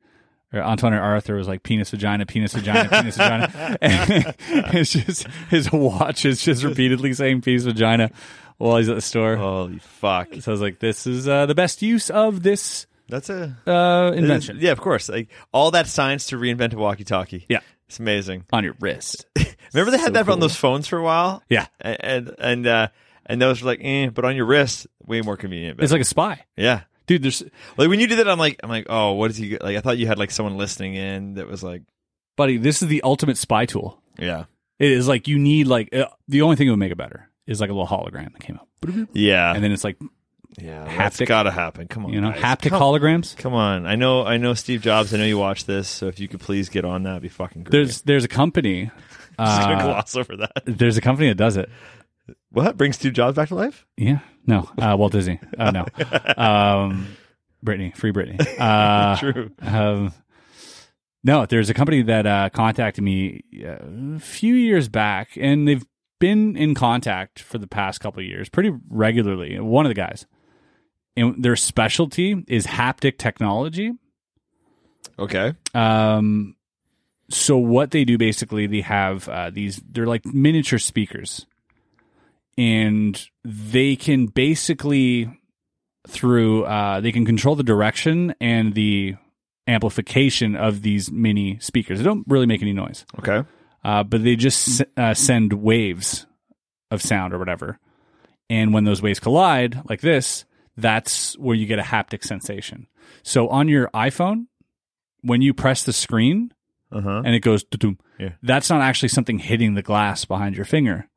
Speaker 2: or Antoine or Arthur was like penis vagina, penis vagina, penis
Speaker 3: <laughs>
Speaker 2: vagina. <laughs> And it's just his watch is just repeatedly saying penis vagina while he's at the store.
Speaker 3: Holy fuck.
Speaker 2: So I was like, this is uh, the best use of this
Speaker 3: That's a
Speaker 2: uh, invention.
Speaker 3: Yeah, of course. Like all that science to reinvent a walkie-talkie.
Speaker 2: Yeah.
Speaker 3: it's amazing.
Speaker 2: On your wrist.
Speaker 3: Remember they had
Speaker 2: So
Speaker 3: that on
Speaker 2: cool.
Speaker 3: those phones for a while.
Speaker 2: Yeah.
Speaker 3: A- and and uh, and those were like, eh, but on your wrist, way more convenient. But
Speaker 2: It's like a spy.
Speaker 3: yeah,
Speaker 2: Dude, there's
Speaker 3: like when you do that, I'm like, I'm like, oh, what is he? Like I thought you had like someone listening in that was like,
Speaker 2: buddy, this is the ultimate spy tool.
Speaker 3: yeah,
Speaker 2: It is like you need like uh, the only thing that would make it better is like a little hologram that came up.
Speaker 3: yeah,
Speaker 2: And then it's like,
Speaker 3: yeah. That's
Speaker 2: haptic-
Speaker 3: gotta happen. Come on,
Speaker 2: you know,
Speaker 3: guys.
Speaker 2: haptic
Speaker 3: Come-
Speaker 2: holograms.
Speaker 3: Come on, I know, I know, Steve Jobs. I know you watch this, so if you could please get on that, would be fucking great.
Speaker 2: There's there's a company.
Speaker 3: <laughs>
Speaker 2: <laughs>
Speaker 3: just gonna
Speaker 2: Uh,
Speaker 3: gloss over that.
Speaker 2: there's a company that does it.
Speaker 3: What brings Steve Jobs back to life?
Speaker 2: Yeah. No. Uh, Walt Disney. Uh, <laughs> no. Um, Brittany. Free Brittany. Uh,
Speaker 3: True.
Speaker 2: Um, no, there's a company that uh, contacted me uh, a few years back, and they've been in contact for the past couple of years pretty regularly. One of the guys, and their specialty is haptic technology.
Speaker 3: Okay.
Speaker 2: Um, so what they do basically, they have uh, these. They're like miniature speakers, and they can basically through uh, they can control the direction and the amplification of these mini speakers. They don't really make any noise,
Speaker 3: Okay.
Speaker 2: uh, but they just s- uh, send waves of sound or whatever. And when those waves collide, like this, that's where you get a haptic sensation. So on your iPhone, when you press the screen
Speaker 3: Uh huh.
Speaker 2: and it goes, "Tutum,"
Speaker 3: Yeah.
Speaker 2: that's not actually something hitting the glass behind your finger.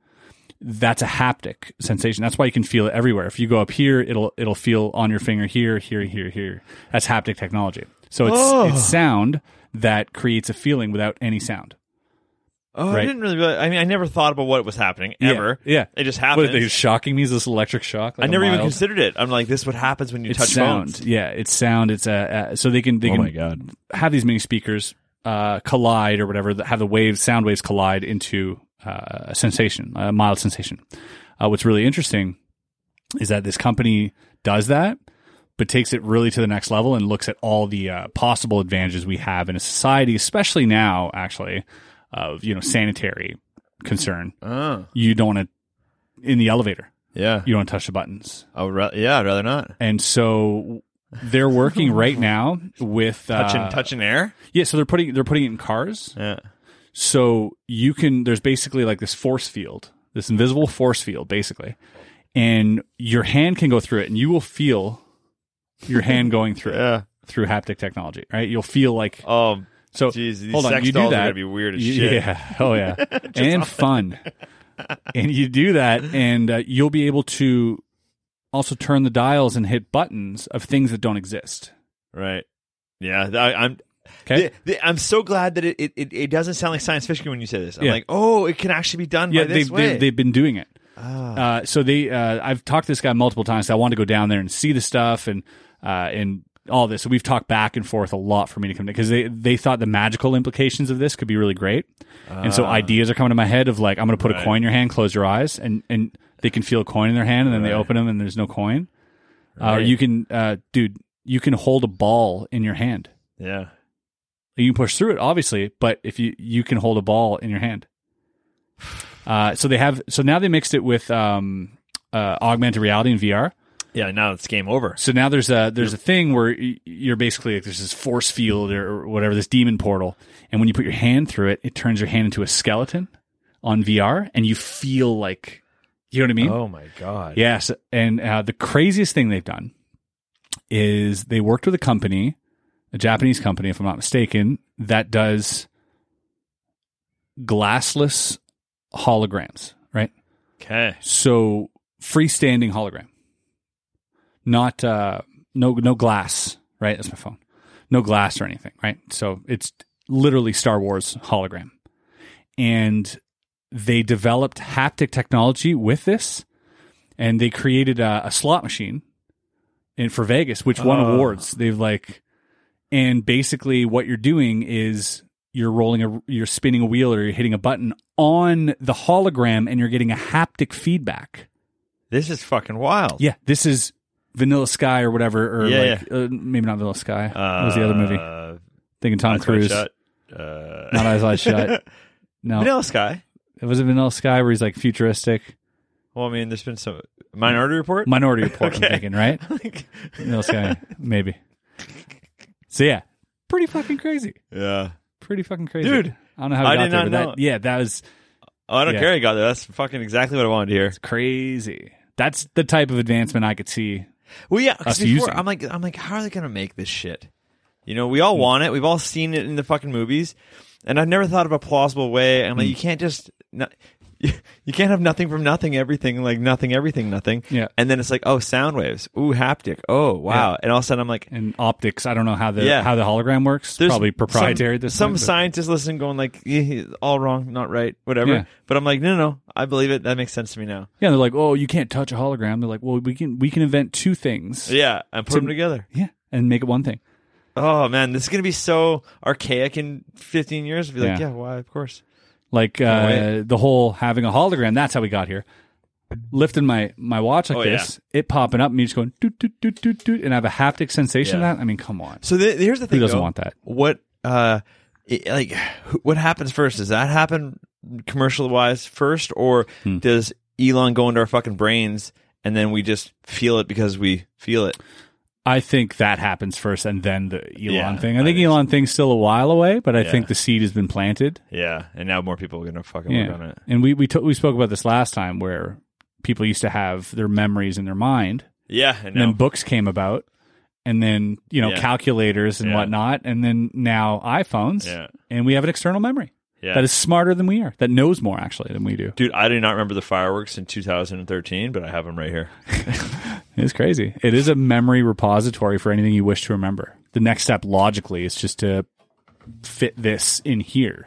Speaker 2: That's a haptic sensation. That's why you can feel it everywhere. If you go up here, it'll it'll feel on your finger here, here, here, here. That's haptic technology. So it's
Speaker 3: Oh.
Speaker 2: it's sound that creates a feeling without any sound.
Speaker 3: Oh, I
Speaker 2: Right.
Speaker 3: didn't really. Realize, I mean, I never thought about what was happening ever.
Speaker 2: Yeah. yeah.
Speaker 3: it just
Speaker 2: What are
Speaker 3: happened.
Speaker 2: they shocking me? Is this electric shock?
Speaker 3: I
Speaker 2: Like a
Speaker 3: never even
Speaker 2: mild-
Speaker 3: considered it. I'm like, this is what happens when you
Speaker 2: it's
Speaker 3: touch
Speaker 2: sound.
Speaker 3: phones. Oh
Speaker 2: Yeah, it's sound. It's uh, uh, so they can they can
Speaker 3: god!
Speaker 2: have these mini speakers uh, collide or whatever, that have the waves, sound waves collide into uh, a sensation, a mild sensation. Uh, what's really interesting is that this company does that, but takes it really to the next level and looks at all the uh, possible advantages we have in a society, especially now, actually, of you know sanitary concern.
Speaker 3: Oh,
Speaker 2: You don't want to in the elevator.
Speaker 3: yeah.
Speaker 2: You don't want to touch the buttons,
Speaker 3: I would ra- yeah, I'd rather not
Speaker 2: and so. They're working
Speaker 3: <laughs>
Speaker 2: right now with uh,
Speaker 3: touching touching air.
Speaker 2: Yeah, so they're putting they're putting it in cars.
Speaker 3: Yeah.
Speaker 2: So you can there's basically like this force field, this invisible force field basically. And your hand can go through it and you will feel your
Speaker 3: <laughs>
Speaker 2: hand going through it
Speaker 3: Yeah.
Speaker 2: through haptic technology, right? You'll feel like
Speaker 3: Oh,
Speaker 2: so
Speaker 3: jeez. These
Speaker 2: hold on,
Speaker 3: sex
Speaker 2: you do
Speaker 3: dolls are
Speaker 2: that.
Speaker 3: gonna be weird as
Speaker 2: Y-
Speaker 3: shit.
Speaker 2: Yeah. Oh
Speaker 3: <laughs>
Speaker 2: yeah. and fun. and you do that and uh, you'll be able to also turn the dials and hit buttons of things that don't exist.
Speaker 3: right. Yeah, th- I, I'm.
Speaker 2: Okay?
Speaker 3: the- the- I'm so glad that it, it, it, it doesn't sound like science fiction when you say this. I'm
Speaker 2: Yeah.
Speaker 3: like, oh, it can actually be done
Speaker 2: yeah,
Speaker 3: by this
Speaker 2: they've,
Speaker 3: way. Ah.
Speaker 2: they've, they've been doing it. Uh, so they, uh, I've talked to this guy multiple times. I want to go down there and see the stuff and uh, and all this. So we've talked back and forth a lot for me to come because they they thought the magical implications of this could be really great, and
Speaker 3: Ah.
Speaker 2: so ideas are coming to my head of like I'm going to put a coin in your hand, close your eyes, and and they can feel a coin in their hand, and then they open them and there's no coin. Uh, or
Speaker 3: Right.
Speaker 2: you can, uh, dude, you can hold a ball in your hand.
Speaker 3: yeah.
Speaker 2: You can push through it, obviously, but if you you can hold a ball in your hand. Uh, so they have so now they mixed it with um, uh, augmented reality and VR.
Speaker 3: Yeah. Now it's game over.
Speaker 2: So now there's a there's a thing where y- you're basically like there's this force field or whatever this demon portal, and when you put your hand through it, it turns your hand into a skeleton on VR, and you feel like you know what I mean.
Speaker 3: Oh my god.
Speaker 2: Yes, and uh, the craziest thing they've done is they worked with a company, a Japanese company, if I'm not mistaken, that does glassless holograms, right?
Speaker 3: Okay.
Speaker 2: So freestanding hologram, not uh, no no glass, right? That's my phone, no glass or anything, right? So it's literally Star Wars hologram, and they developed haptic technology with this and they created a, a slot machine in for Vegas, which won awards. They've like, and basically what you're doing is you're rolling a, you're spinning a wheel or you're hitting a button on the hologram, and you're getting a haptic feedback.
Speaker 3: This is fucking wild.
Speaker 2: Yeah, this is Vanilla Sky or whatever, or
Speaker 3: Yeah,
Speaker 2: like Uh, maybe not Vanilla Sky. what was the other movie?
Speaker 3: Uh,
Speaker 2: Thinking Tom
Speaker 3: Eyes Wide
Speaker 2: Cruise.
Speaker 3: Shut. Uh, <laughs>
Speaker 2: Not Eyes Wide Shut. No,
Speaker 3: Vanilla Sky.
Speaker 2: it was a Vanilla Sky where he's like futuristic.
Speaker 3: Well, I mean, there's been some Minority Report.
Speaker 2: Minority Report. I'm
Speaker 3: Okay.
Speaker 2: thinking, right?
Speaker 3: <laughs>
Speaker 2: Vanilla Sky, maybe. So yeah, pretty fucking crazy.
Speaker 3: yeah.
Speaker 2: Pretty fucking crazy,
Speaker 3: Dude,
Speaker 2: I don't know how we
Speaker 3: I
Speaker 2: got
Speaker 3: did
Speaker 2: there,
Speaker 3: not
Speaker 2: but that-
Speaker 3: know.
Speaker 2: yeah, that was
Speaker 3: Oh, I don't
Speaker 2: Yeah.
Speaker 3: care. I got there. That's fucking exactly what I wanted to hear.
Speaker 2: crazy. That's the type of advancement I could see.
Speaker 3: Well, yeah. 'cause
Speaker 2: Us
Speaker 3: before,
Speaker 2: using.
Speaker 3: I'm like, I'm like, how are they gonna make this shit? You know, we all want it. We've all seen it in the fucking movies, and I've never thought of a plausible way. I'm like, you can't just. Not, <laughs> you, you can't have nothing from nothing, everything, like nothing, everything, nothing.
Speaker 2: Yeah.
Speaker 3: And then it's like, oh, sound waves. Ooh, haptic. Oh, wow.
Speaker 2: Yeah.
Speaker 3: And all of a sudden I'm like,
Speaker 2: And optics, I don't know how the
Speaker 3: Yeah.
Speaker 2: how the hologram works.
Speaker 3: there's
Speaker 2: Probably proprietary
Speaker 3: Some,
Speaker 2: at this
Speaker 3: some
Speaker 2: point, but-
Speaker 3: scientists listen, going like, "Eh, eh, all wrong, not right, whatever.
Speaker 2: Yeah.
Speaker 3: But I'm like, no, no, no, I believe it. That makes sense to me now.
Speaker 2: Yeah, they're like, oh, you can't touch a hologram. They're like, well, we can we can invent two things.
Speaker 3: Yeah, and put
Speaker 2: So-
Speaker 3: them together.
Speaker 2: Yeah, and make it one thing.
Speaker 3: Oh man, this is gonna be so archaic in 15 years. Be like,
Speaker 2: Yeah.
Speaker 3: yeah, why? Of course.
Speaker 2: Like
Speaker 3: Oh, wait.
Speaker 2: uh, the whole having a hologram. That's how we got here. Lifting my my watch like
Speaker 3: Oh, yeah.
Speaker 2: this, it popping up, me just going doot doot doot doot doot, and I have a haptic sensation
Speaker 3: Yeah.
Speaker 2: of that. I mean, come on.
Speaker 3: So th- here's the thing.
Speaker 2: doesn't
Speaker 3: though.
Speaker 2: want that?
Speaker 3: What, uh, it- like, wh- what happens first? Does that happen commercial wise first, or
Speaker 2: Hmm.
Speaker 3: does Elon go into our fucking brains and then we just feel it because we feel it?
Speaker 2: I think that happens first, and then the Elon
Speaker 3: Yeah,
Speaker 2: thing. I
Speaker 3: I
Speaker 2: think
Speaker 3: think so.
Speaker 2: Elon thing's still a while away, but I
Speaker 3: Yeah.
Speaker 2: think the seed has been planted.
Speaker 3: Yeah, and now more people are gonna fucking
Speaker 2: Yeah,
Speaker 3: work on it.
Speaker 2: and we we to- we spoke about this last time where people used to have their memories in their mind,
Speaker 3: Yeah, and
Speaker 2: and
Speaker 3: now
Speaker 2: then books came about and then you know
Speaker 3: Yeah.
Speaker 2: calculators and
Speaker 3: Yeah.
Speaker 2: whatnot and then now iphones
Speaker 3: Yeah.
Speaker 2: and we have an external memory
Speaker 3: yeah.
Speaker 2: that is smarter than we are that knows more actually than we do
Speaker 3: Dude, I do not remember the fireworks in 2013, but I have them right here.
Speaker 2: it's crazy it is a memory repository for anything you wish to remember the next step logically is just to fit this in here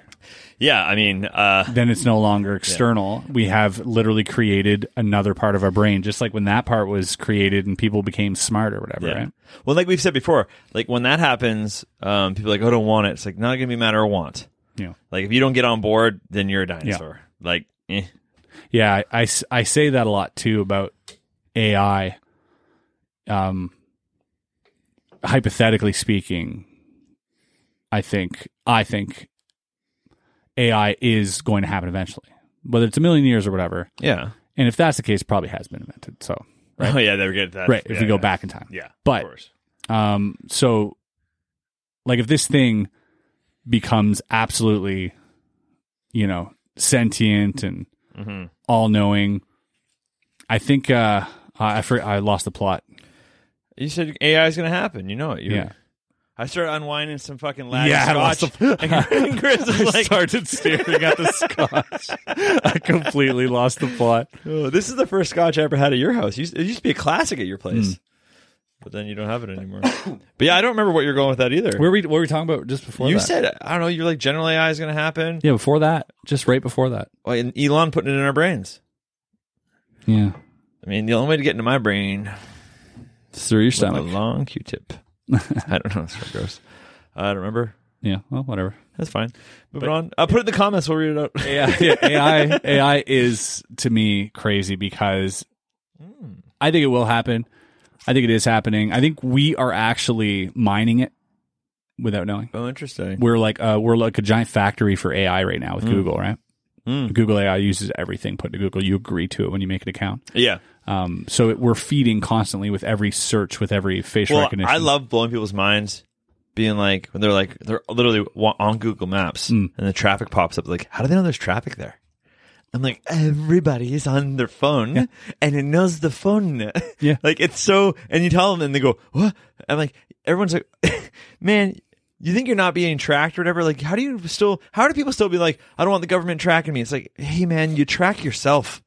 Speaker 3: Yeah, I mean, uh,
Speaker 2: then it's no longer external we have literally created another part of our brain just like when that part was created and people became smart or whatever
Speaker 3: yeah.
Speaker 2: right
Speaker 3: Well, like we've said before, like when that happens, um, people are like, oh, I don't want it. It's like, not going to be a matter of want.
Speaker 2: you know
Speaker 3: Like, if you don't get on board, then you're a dinosaur. Like, eh.
Speaker 2: Yeah, I- I, s- I say that a lot too about AI. Um, hypothetically speaking, I think I think AI is going to happen eventually, whether it's a million years or whatever.
Speaker 3: yeah.
Speaker 2: And if that's the case, it probably has been invented. So
Speaker 3: <laughs> Oh, yeah, they were good. That's,
Speaker 2: right, if
Speaker 3: yeah,
Speaker 2: we go
Speaker 3: yeah.
Speaker 2: back in time,
Speaker 3: Yeah. of
Speaker 2: But-
Speaker 3: course.
Speaker 2: um, so like if this thing becomes absolutely, you know, sentient and
Speaker 3: Mhm.
Speaker 2: all knowing. I think uh, I I, for, I lost the plot.
Speaker 3: You said AI is going to happen. You know it. You-
Speaker 2: <laughs> Yeah.
Speaker 3: I started unwinding some fucking Latin
Speaker 2: Yeah, I lost
Speaker 3: scotch.
Speaker 2: the-
Speaker 3: <laughs> and
Speaker 2: <laughs>
Speaker 3: Chris is like,
Speaker 2: started staring at <laughs> the scotch. I completely lost the plot.
Speaker 3: oh, this is the first scotch I ever had at your house. It used, it used to be a classic at your place.
Speaker 2: Hmm.
Speaker 3: But then you don't have it anymore. <coughs> but yeah, I don't remember what you're going with that either.
Speaker 2: Where we what were we talking about just before
Speaker 3: you
Speaker 2: that?
Speaker 3: said I don't know. You're like general AI is going to happen.
Speaker 2: yeah, before that, just right before that.
Speaker 3: Well, and Elon putting it in our brains.
Speaker 2: Yeah,
Speaker 3: I mean, the only way to get into my brain
Speaker 2: it's through your
Speaker 3: with a
Speaker 2: stomach.
Speaker 3: long Q-tip. I don't know. It's so gross. I don't remember.
Speaker 2: Yeah, well, whatever.
Speaker 3: That's fine. Moving on. I'll put it in the comments. We'll read it out.
Speaker 2: AI, yeah, AI, AI is to me crazy because
Speaker 3: Hmm.
Speaker 2: I think it will happen. I think it is happening. I think we are actually mining it without knowing.
Speaker 3: Oh, interesting.
Speaker 2: we're like uh, we're like a giant factory for AI right now with
Speaker 3: Hmm.
Speaker 2: Google, right?
Speaker 3: Mm.
Speaker 2: Google AI uses everything put to Google. You agree to it when you make an account.
Speaker 3: Yeah.
Speaker 2: Um, so it, we're feeding constantly with every search, with every facial
Speaker 3: Well,
Speaker 2: recognition.
Speaker 3: I love blowing people's minds. Being like when they're like they're literally wa- on Google Maps
Speaker 2: Mm.
Speaker 3: and the traffic pops up. Like, how do they know there's traffic there? I'm like, everybody is on their phone and it knows the phone. <laughs>
Speaker 2: Yeah.
Speaker 3: Like it's so, and you tell them and they go, what? I'm like, everyone's like, <laughs> man, you think you're not being tracked or whatever? Like, how do you still, how do people still be like, I don't want the government tracking me? It's like, hey man, you track yourself.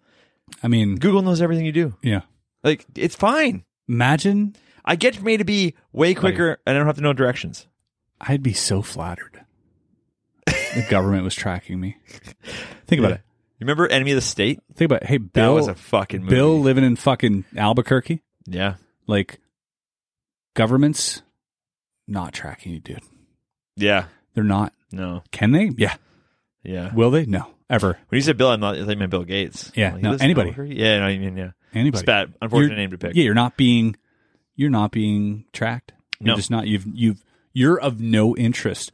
Speaker 2: I mean,
Speaker 3: Google knows everything you do.
Speaker 2: yeah.
Speaker 3: Like, it's fine.
Speaker 2: Imagine
Speaker 3: I get me to be way quicker and I don't have to know directions.
Speaker 2: I'd be so flattered. the government was tracking me. Think about it.
Speaker 3: You remember Enemy of the State?
Speaker 2: Think about it. hey
Speaker 3: That
Speaker 2: Bill
Speaker 3: was a fucking movie.
Speaker 2: Bill living in fucking Albuquerque,
Speaker 3: Yeah.
Speaker 2: like governments not tracking you, dude.
Speaker 3: Yeah.
Speaker 2: They're not.
Speaker 3: No.
Speaker 2: Can they? Yeah.
Speaker 3: Yeah.
Speaker 2: Will they? No. Ever.
Speaker 3: When you said Bill, I'm not. I thought you meant Bill Gates.
Speaker 2: Yeah,
Speaker 3: I'm he
Speaker 2: no,
Speaker 3: lives in
Speaker 2: anybody.
Speaker 3: Albuquerque? Yeah. No, I mean, yeah.
Speaker 2: Anybody?
Speaker 3: It's bad. Unfortunate
Speaker 2: You're-
Speaker 3: name to pick.
Speaker 2: Yeah, you're not being you're not being tracked. You're
Speaker 3: No.
Speaker 2: just not you've you've you're of no interest.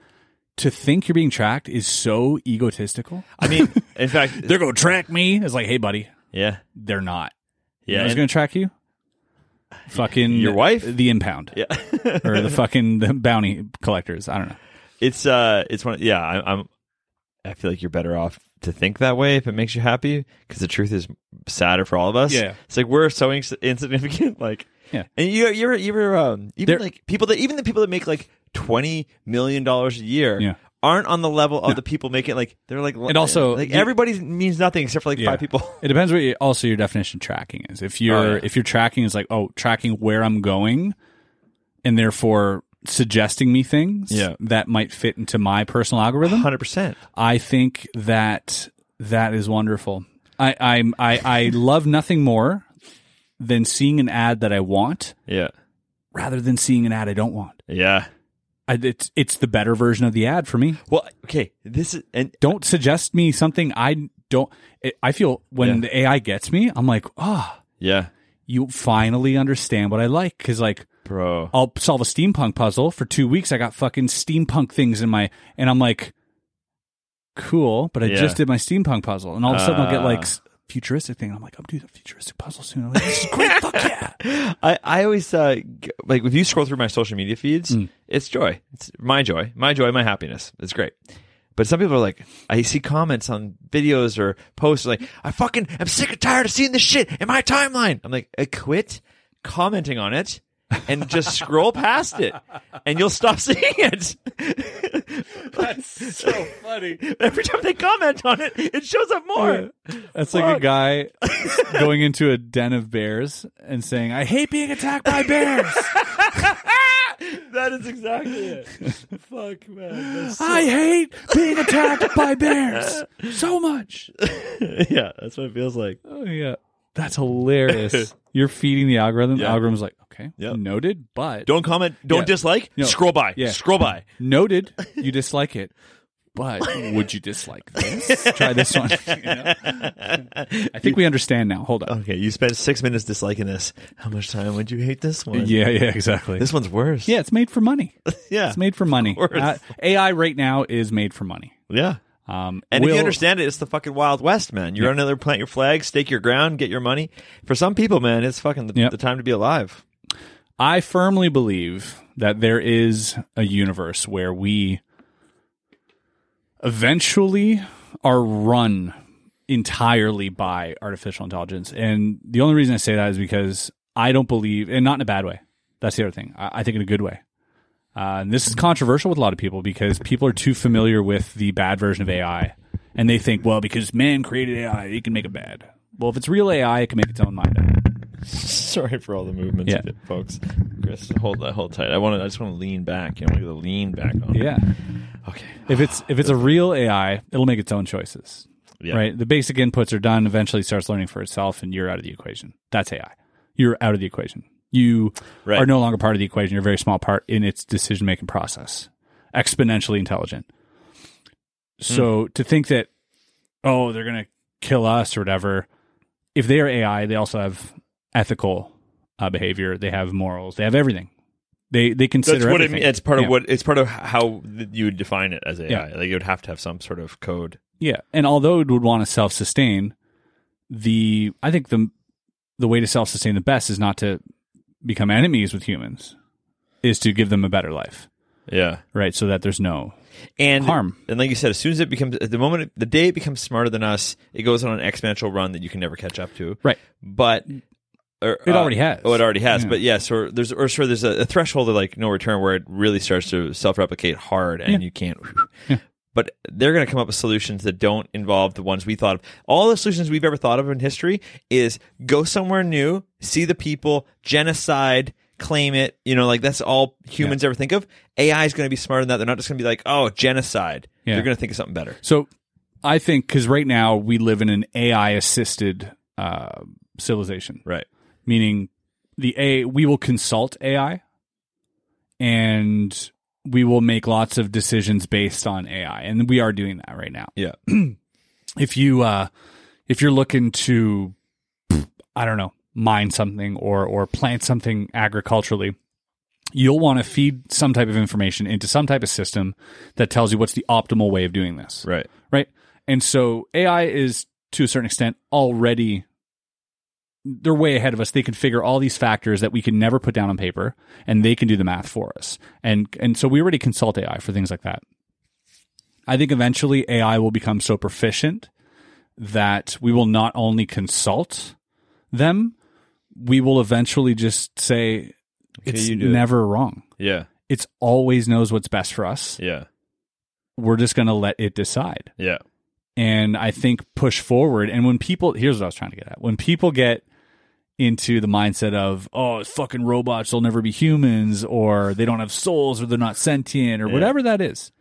Speaker 2: To think you're being tracked is so egotistical.
Speaker 3: I mean, in fact,
Speaker 2: <laughs> They're gonna track me. It's like, hey buddy,
Speaker 3: yeah,
Speaker 2: they're not.
Speaker 3: yeah.
Speaker 2: Yeah, who's
Speaker 3: and-
Speaker 2: gonna track you? Fucking
Speaker 3: Your wife?
Speaker 2: the impound,
Speaker 3: yeah.
Speaker 2: <laughs> or the fucking the bounty collectors. I don't know.
Speaker 3: it's uh, it's one. Yeah, I, I'm. I feel like you're better off to think that way if it makes you happy, because the truth is sadder for all of us.
Speaker 2: Yeah.
Speaker 3: it's like we're so ins- insignificant. <laughs> Like,
Speaker 2: Yeah.
Speaker 3: and you, you're, you're, um, even
Speaker 2: They're-
Speaker 3: like people that, even the people that make like twenty million dollars a year.
Speaker 2: Yeah.
Speaker 3: Aren't on the level of the people making like they're like
Speaker 2: And also,
Speaker 3: like
Speaker 2: you-
Speaker 3: everybody means nothing except for like
Speaker 2: Yeah. <gasps>
Speaker 3: five people. Oh,
Speaker 2: It depends what you, also your definition of tracking is. If you're
Speaker 3: yeah.
Speaker 2: if you're tracking is like oh tracking where I'm going, and therefore suggesting me things
Speaker 3: Yeah.
Speaker 2: that might fit into my personal algorithm.
Speaker 3: Hundred percent.
Speaker 2: I think that that is wonderful. I I'm, I I love nothing more than seeing an ad that I want
Speaker 3: Yeah,
Speaker 2: rather than seeing an ad I don't want.
Speaker 3: yeah.
Speaker 2: I, it's it's the better version of the ad for me.
Speaker 3: Well, okay. This is and
Speaker 2: Don't suggest me something I don't. It, I feel when
Speaker 3: Yeah.
Speaker 2: the AI gets me, I'm like, ah.
Speaker 3: yeah,
Speaker 2: you finally understand what I like. Cause like
Speaker 3: bro.
Speaker 2: I'll solve a steampunk puzzle for two weeks. I got fucking steampunk things in my, and I'm like, cool, but I
Speaker 3: Yeah.
Speaker 2: just did my steampunk puzzle. And all of a sudden I'll get like
Speaker 3: Ah.
Speaker 2: s- futuristic thing. I'm like, I'm doing a futuristic puzzle soon. I'm like, this is great. <laughs> Fuck yeah.
Speaker 3: <laughs> I, I always uh, g- like if you scroll through my social media feeds, it's joy. It's my joy, my joy, my happiness. It's great. But some people are like, I see comments on videos or posts like, I fucking am sick and tired of seeing this shit in my timeline. I'm like, I quit commenting on it and just <laughs> scroll past it, and you'll stop <laughs> seeing it.
Speaker 2: That's so funny.
Speaker 3: <laughs> Every time they comment on it, it shows up more.
Speaker 2: That's like a guy going into a den of bears and saying, I hate being attacked by bears.
Speaker 3: That is exactly it. Fuck man. <laughs>
Speaker 2: I hate being attacked by bears so much.
Speaker 3: yeah, that's what it feels like.
Speaker 2: Oh yeah, that's <laughs> hilarious. You're feeding the algorithm. The
Speaker 3: Yeah.
Speaker 2: algorithm's like, okay,
Speaker 3: Yep.
Speaker 2: noted, but
Speaker 3: Don't comment. Don't
Speaker 2: Yeah.
Speaker 3: dislike.
Speaker 2: No.
Speaker 3: Scroll by.
Speaker 2: Yeah.
Speaker 3: Scroll by.
Speaker 2: noted. You dislike it, but would you dislike this? Try this one. <laughs> you know? I think we understand now. Hold on.
Speaker 3: Okay, you spent six minutes disliking this. How much time would you hate this
Speaker 2: <laughs>
Speaker 3: one?
Speaker 2: Yeah, yeah, exactly.
Speaker 3: This one's worse.
Speaker 2: yeah, it's made for money.
Speaker 3: yeah,
Speaker 2: It's made for money.
Speaker 3: course.
Speaker 2: Uh, AI right now is made for money.
Speaker 3: yeah.
Speaker 2: Um,
Speaker 3: And if
Speaker 2: will-
Speaker 3: you understand it, it's the fucking Wild West, man. You're on another plant your flag, stake your ground, get your money. For some people, man, it's fucking the,
Speaker 2: Yep.
Speaker 3: the time to
Speaker 2: <laughs>
Speaker 3: be alive.
Speaker 2: I firmly believe that there is a universe where we eventually are run entirely by artificial intelligence. And the only reason I say that is because I don't believe, and not in a bad way. That's the other thing. I, I think in a good way. Uh, and this is controversial with a lot of people because people are too familiar with the bad version of AI. And they think, well, because man created AI, it can make it bad. Well, if it's real AI, it can make its own mind up.
Speaker 3: Sorry for all the
Speaker 2: <laughs>
Speaker 3: movements,
Speaker 2: Yeah.
Speaker 3: of it, folks. Chris, hold that, hold tight. I want to. I just want to lean back. You know, to lean back on.
Speaker 2: Yeah.
Speaker 3: Okay.
Speaker 2: if it's if it's a real AI, it'll make its own choices.
Speaker 3: Yeah.
Speaker 2: Right? The basic inputs are done, eventually starts learning for itself and you're out of the equation. That's AI. You're out of the equation. You
Speaker 3: Right.
Speaker 2: are no longer part of the equation. You're a very small part in its decision making process. Exponentially intelligent.
Speaker 3: Hmm.
Speaker 2: So to think that oh, they're going to kill us or whatever, if they are AI, they also have ethical uh, behavior, they have morals, they have everything. They they consider
Speaker 3: That's what it
Speaker 2: everything.
Speaker 3: means. It's part of
Speaker 2: Yeah.
Speaker 3: what. It's part of how th- you would define it as AI.
Speaker 2: Yeah.
Speaker 3: Like you would have to have some sort of code.
Speaker 2: Yeah, and although it would want to self sustain, the I think the the way to self sustain the best is not to become enemies with humans, is to give them a better life,
Speaker 3: Yeah.
Speaker 2: right? So that there's no
Speaker 3: and
Speaker 2: Harm.
Speaker 3: And like you said, as soon as it becomes, at the moment, it- the day it becomes smarter than us, it goes on an exponential run that you can never catch up to.
Speaker 2: right.
Speaker 3: But or,
Speaker 2: It already has.
Speaker 3: Oh, it already has.
Speaker 2: Yeah.
Speaker 3: But yeah, so there's or sure there's a, a threshold of like no return where it really starts to self-replicate hard, and
Speaker 2: Yeah.
Speaker 3: you can't. But they're going to come up with solutions that don't involve the ones we thought of. All the solutions we've ever thought of in history is go somewhere new, see the people, genocide, claim it. You know, like that's all humans ever think of. AI is going to be smarter than that. They're not just going to be like, oh, genocide.
Speaker 2: Yeah.
Speaker 3: They're going to think of something better.
Speaker 2: So I think because right now we live in an AI assisted uh, civilization,
Speaker 3: Right.
Speaker 2: meaning the A we will consult AI and we will make lots of decisions based on AI, and we are doing that right now.
Speaker 3: Yeah.
Speaker 2: If you uh, if you're looking to, I don't know, mine something or or plant something agriculturally. You'll want to feed some type of information into some type of system that tells you what's the optimal way of doing this
Speaker 3: Right.
Speaker 2: right? And so AI is to a certain extent already they're way ahead of us. They can figure all these factors that we can never put down on paper, and they can do the math for us. And and so we already consult AI for things like that. I think eventually AI will become so proficient that we will not only consult them, we will eventually just say it's
Speaker 3: you do it."
Speaker 2: never wrong.
Speaker 3: Yeah.
Speaker 2: It's always knows what's best for us.
Speaker 3: Yeah.
Speaker 2: We're just going to let it decide
Speaker 3: Yeah.
Speaker 2: and I think push forward. And when people, here's what I was trying to get at: when people get into the mindset of "oh, it's fucking robots, they'll never be humans," or "they don't have souls," or "they're not sentient," or whatever that is,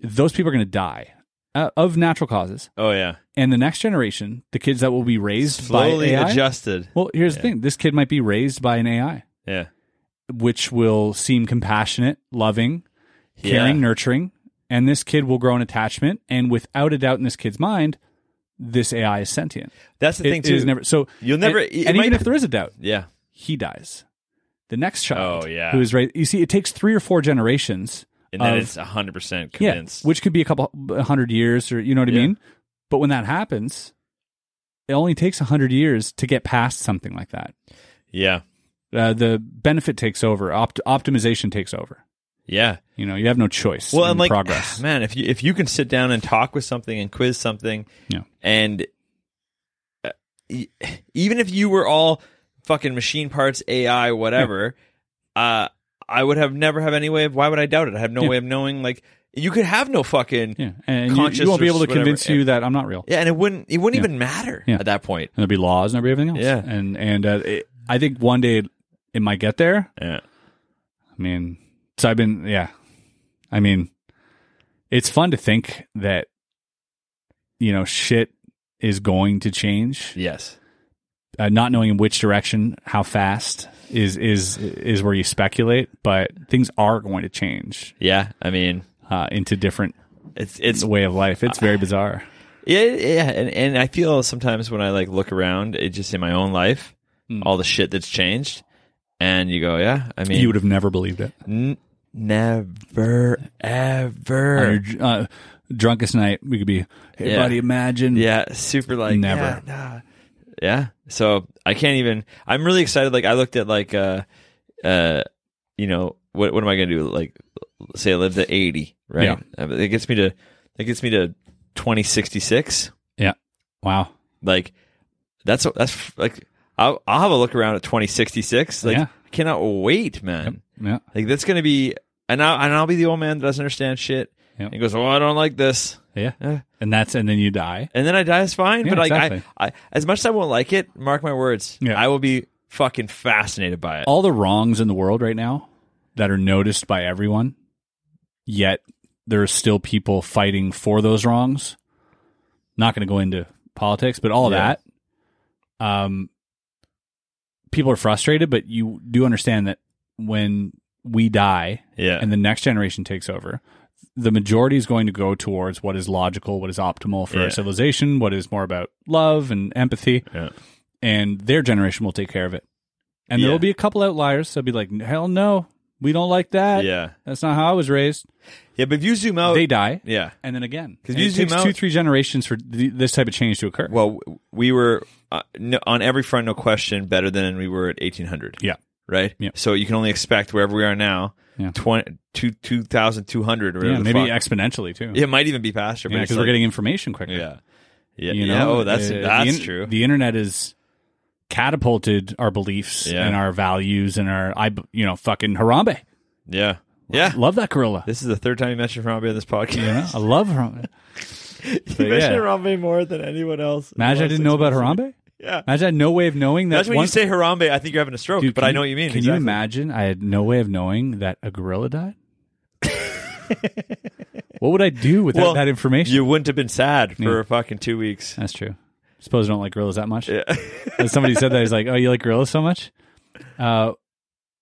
Speaker 2: those people are going to die uh, of natural causes.
Speaker 3: Oh yeah.
Speaker 2: And the next generation, the kids that will be raised
Speaker 3: Slowly
Speaker 2: by AI,
Speaker 3: adjusted.
Speaker 2: well, here's the thing: this kid might be raised by an AI,
Speaker 3: Yeah.
Speaker 2: which will seem compassionate, loving, caring,
Speaker 3: Yeah.
Speaker 2: nurturing, and this kid will grow an attachment. And without a doubt, in this kid's mind, this AI is sentient.
Speaker 3: That's the
Speaker 2: It-
Speaker 3: thing
Speaker 2: it
Speaker 3: too.
Speaker 2: is never so.
Speaker 3: You'll never-
Speaker 2: And,
Speaker 3: it
Speaker 2: and
Speaker 3: might-
Speaker 2: even if there is a doubt,
Speaker 3: yeah.
Speaker 2: he dies. The next child,
Speaker 3: Oh, yeah.
Speaker 2: who is right. You see, it takes three or four generations.
Speaker 3: And then
Speaker 2: of-
Speaker 3: it's hundred percent
Speaker 2: yeah,
Speaker 3: convinced.
Speaker 2: which could be a couple a hundred years, or you know what I
Speaker 3: Yeah.
Speaker 2: mean. But when that happens, it only takes a hundred years to get past something like that.
Speaker 3: Yeah.
Speaker 2: Uh, the benefit takes over. Opt- optimization takes over.
Speaker 3: Yeah.
Speaker 2: You know, you have no choice.
Speaker 3: Well,
Speaker 2: in
Speaker 3: and like
Speaker 2: progress.
Speaker 3: <sighs> man, if you if you can sit down and talk with something and quiz something,
Speaker 2: Yeah.
Speaker 3: and uh, e- <sighs> even if you were all fucking machine parts, AI, whatever, uh, I would have never have any way of. Why would I doubt it? I have no
Speaker 2: Yeah.
Speaker 3: way of knowing. Like you could have no fucking
Speaker 2: Yeah, and you,
Speaker 3: conscious
Speaker 2: you won't be
Speaker 3: or
Speaker 2: able to
Speaker 3: whatever.
Speaker 2: convince
Speaker 3: Yeah.
Speaker 2: you that I'm not real.
Speaker 3: Yeah, and it wouldn't it wouldn't
Speaker 2: Yeah.
Speaker 3: even matter
Speaker 2: Yeah.
Speaker 3: at that point.
Speaker 2: And there'll be laws and there'll be everything else.
Speaker 3: Yeah.
Speaker 2: and and uh, it, I think one day it, it might get there.
Speaker 3: Yeah.
Speaker 2: I mean, so I've been yeah. I mean, it's fun to think that you know shit is going to change.
Speaker 3: Yes.
Speaker 2: Uh, not knowing in which direction, how fast is is is where you speculate, but things are going to change
Speaker 3: Yeah. I mean,
Speaker 2: uh, into different
Speaker 3: it's it's
Speaker 2: way of life. It's
Speaker 3: Uh,
Speaker 2: very bizarre.
Speaker 3: Yeah, yeah, and, and I feel sometimes when I like look around, it just in my own life, all the shit that's changed, and you go, yeah, I mean,
Speaker 2: You would have never believed it.
Speaker 3: n- never ever,
Speaker 2: on your uh, drunkest night, we could be, hey,
Speaker 3: Yeah.
Speaker 2: buddy, imagine.
Speaker 3: yeah, super like
Speaker 2: Never.
Speaker 3: yeah, nah. yeah. So I can't even. I'm really excited. Like I looked at like uh, uh, you know, what what am I gonna do? Like, say I lived at 80,
Speaker 2: Yeah.
Speaker 3: right? Yeah. It gets me to, it gets me to 2066.
Speaker 2: Yeah. Wow.
Speaker 3: Like that's that's like I'll, I'll have a look around at 2066. Like
Speaker 2: Yeah.
Speaker 3: I cannot wait, man.
Speaker 2: Yeah.
Speaker 3: Like that's gonna be and I and I'll be the old man that doesn't understand shit.
Speaker 2: Yep.
Speaker 3: And goes, oh, I don't like this.
Speaker 2: Yeah.
Speaker 3: Eh.
Speaker 2: And that's, and then you die.
Speaker 3: And then I die is fine.
Speaker 2: Yeah,
Speaker 3: but like
Speaker 2: exactly.
Speaker 3: I, I, as much as I won't like it, mark my words,
Speaker 2: Yeah.
Speaker 3: I will be fucking fascinated by it.
Speaker 2: All the wrongs in the world right now that are noticed by everyone, yet there are still people fighting for those wrongs. Not going to go into politics, but all
Speaker 3: Yeah.
Speaker 2: that. Um, people are frustrated, but you do understand that when we die,
Speaker 3: yeah.
Speaker 2: <laughs> and the next generation takes over, the majority is going to go towards what is logical, what is optimal for
Speaker 3: Yeah.
Speaker 2: our civilization, what is more about love and empathy,
Speaker 3: Yeah.
Speaker 2: and their generation will take care of it. And there
Speaker 3: Yeah.
Speaker 2: will be a couple outliers that'll be like, hell no, we don't like that.
Speaker 3: yeah.
Speaker 2: That's not how I was raised.
Speaker 3: Yeah. But if you zoom out,
Speaker 2: They die,
Speaker 3: yeah.
Speaker 2: and then again,
Speaker 3: 'Cause
Speaker 2: And it
Speaker 3: usually
Speaker 2: takes
Speaker 3: Mao-
Speaker 2: two, three generations for th- this type of change to occur.
Speaker 3: Well, w- we were uh, no, on every front, no question, better than we were at 1800.
Speaker 2: yeah,
Speaker 3: right?
Speaker 2: Yeah.
Speaker 3: So you can only expect wherever we are now,
Speaker 2: Yeah.
Speaker 3: 20, two- 2,200 or whatever.
Speaker 2: yeah,
Speaker 3: the
Speaker 2: maybe
Speaker 3: fuck.
Speaker 2: exponentially too.
Speaker 3: it might even be faster, but
Speaker 2: because
Speaker 3: it's
Speaker 2: we're
Speaker 3: like-
Speaker 2: getting information quicker.
Speaker 3: yeah, yeah,
Speaker 2: You know,
Speaker 3: yeah. Oh, that's
Speaker 2: Uh, the
Speaker 3: that's
Speaker 2: in-
Speaker 3: true.
Speaker 2: The internet has catapulted our beliefs
Speaker 3: Yeah.
Speaker 2: and our values and our I, b- you know, fucking Harambe.
Speaker 3: yeah, yeah.
Speaker 2: Love that gorilla.
Speaker 3: This is the third time you mentioned Harambe on this podcast.
Speaker 2: You
Speaker 3: <laughs>
Speaker 2: know, I love Harambe.
Speaker 3: you
Speaker 2: yeah.
Speaker 3: mentioned Harambe more than anyone else.
Speaker 2: Imagine I
Speaker 3: Last
Speaker 2: didn't
Speaker 3: six
Speaker 2: know about
Speaker 3: months.
Speaker 2: Harambe.
Speaker 3: Yeah.
Speaker 2: Imagine I had no way of knowing that.
Speaker 3: That's when
Speaker 2: one,
Speaker 3: you say Harambe. I think you're having a stroke,
Speaker 2: Dude,
Speaker 3: but
Speaker 2: can
Speaker 3: I know what you mean.
Speaker 2: Can
Speaker 3: exactly. <laughs>
Speaker 2: you imagine? I had no way of knowing that a gorilla died. What would I do without
Speaker 3: Well,
Speaker 2: that information?
Speaker 3: You wouldn't have been sad for
Speaker 2: Yeah.
Speaker 3: fucking two weeks.
Speaker 2: That's true. Suppose I don't like gorillas that much. And somebody said that he's like, "Oh, you like gorillas so much? Uh,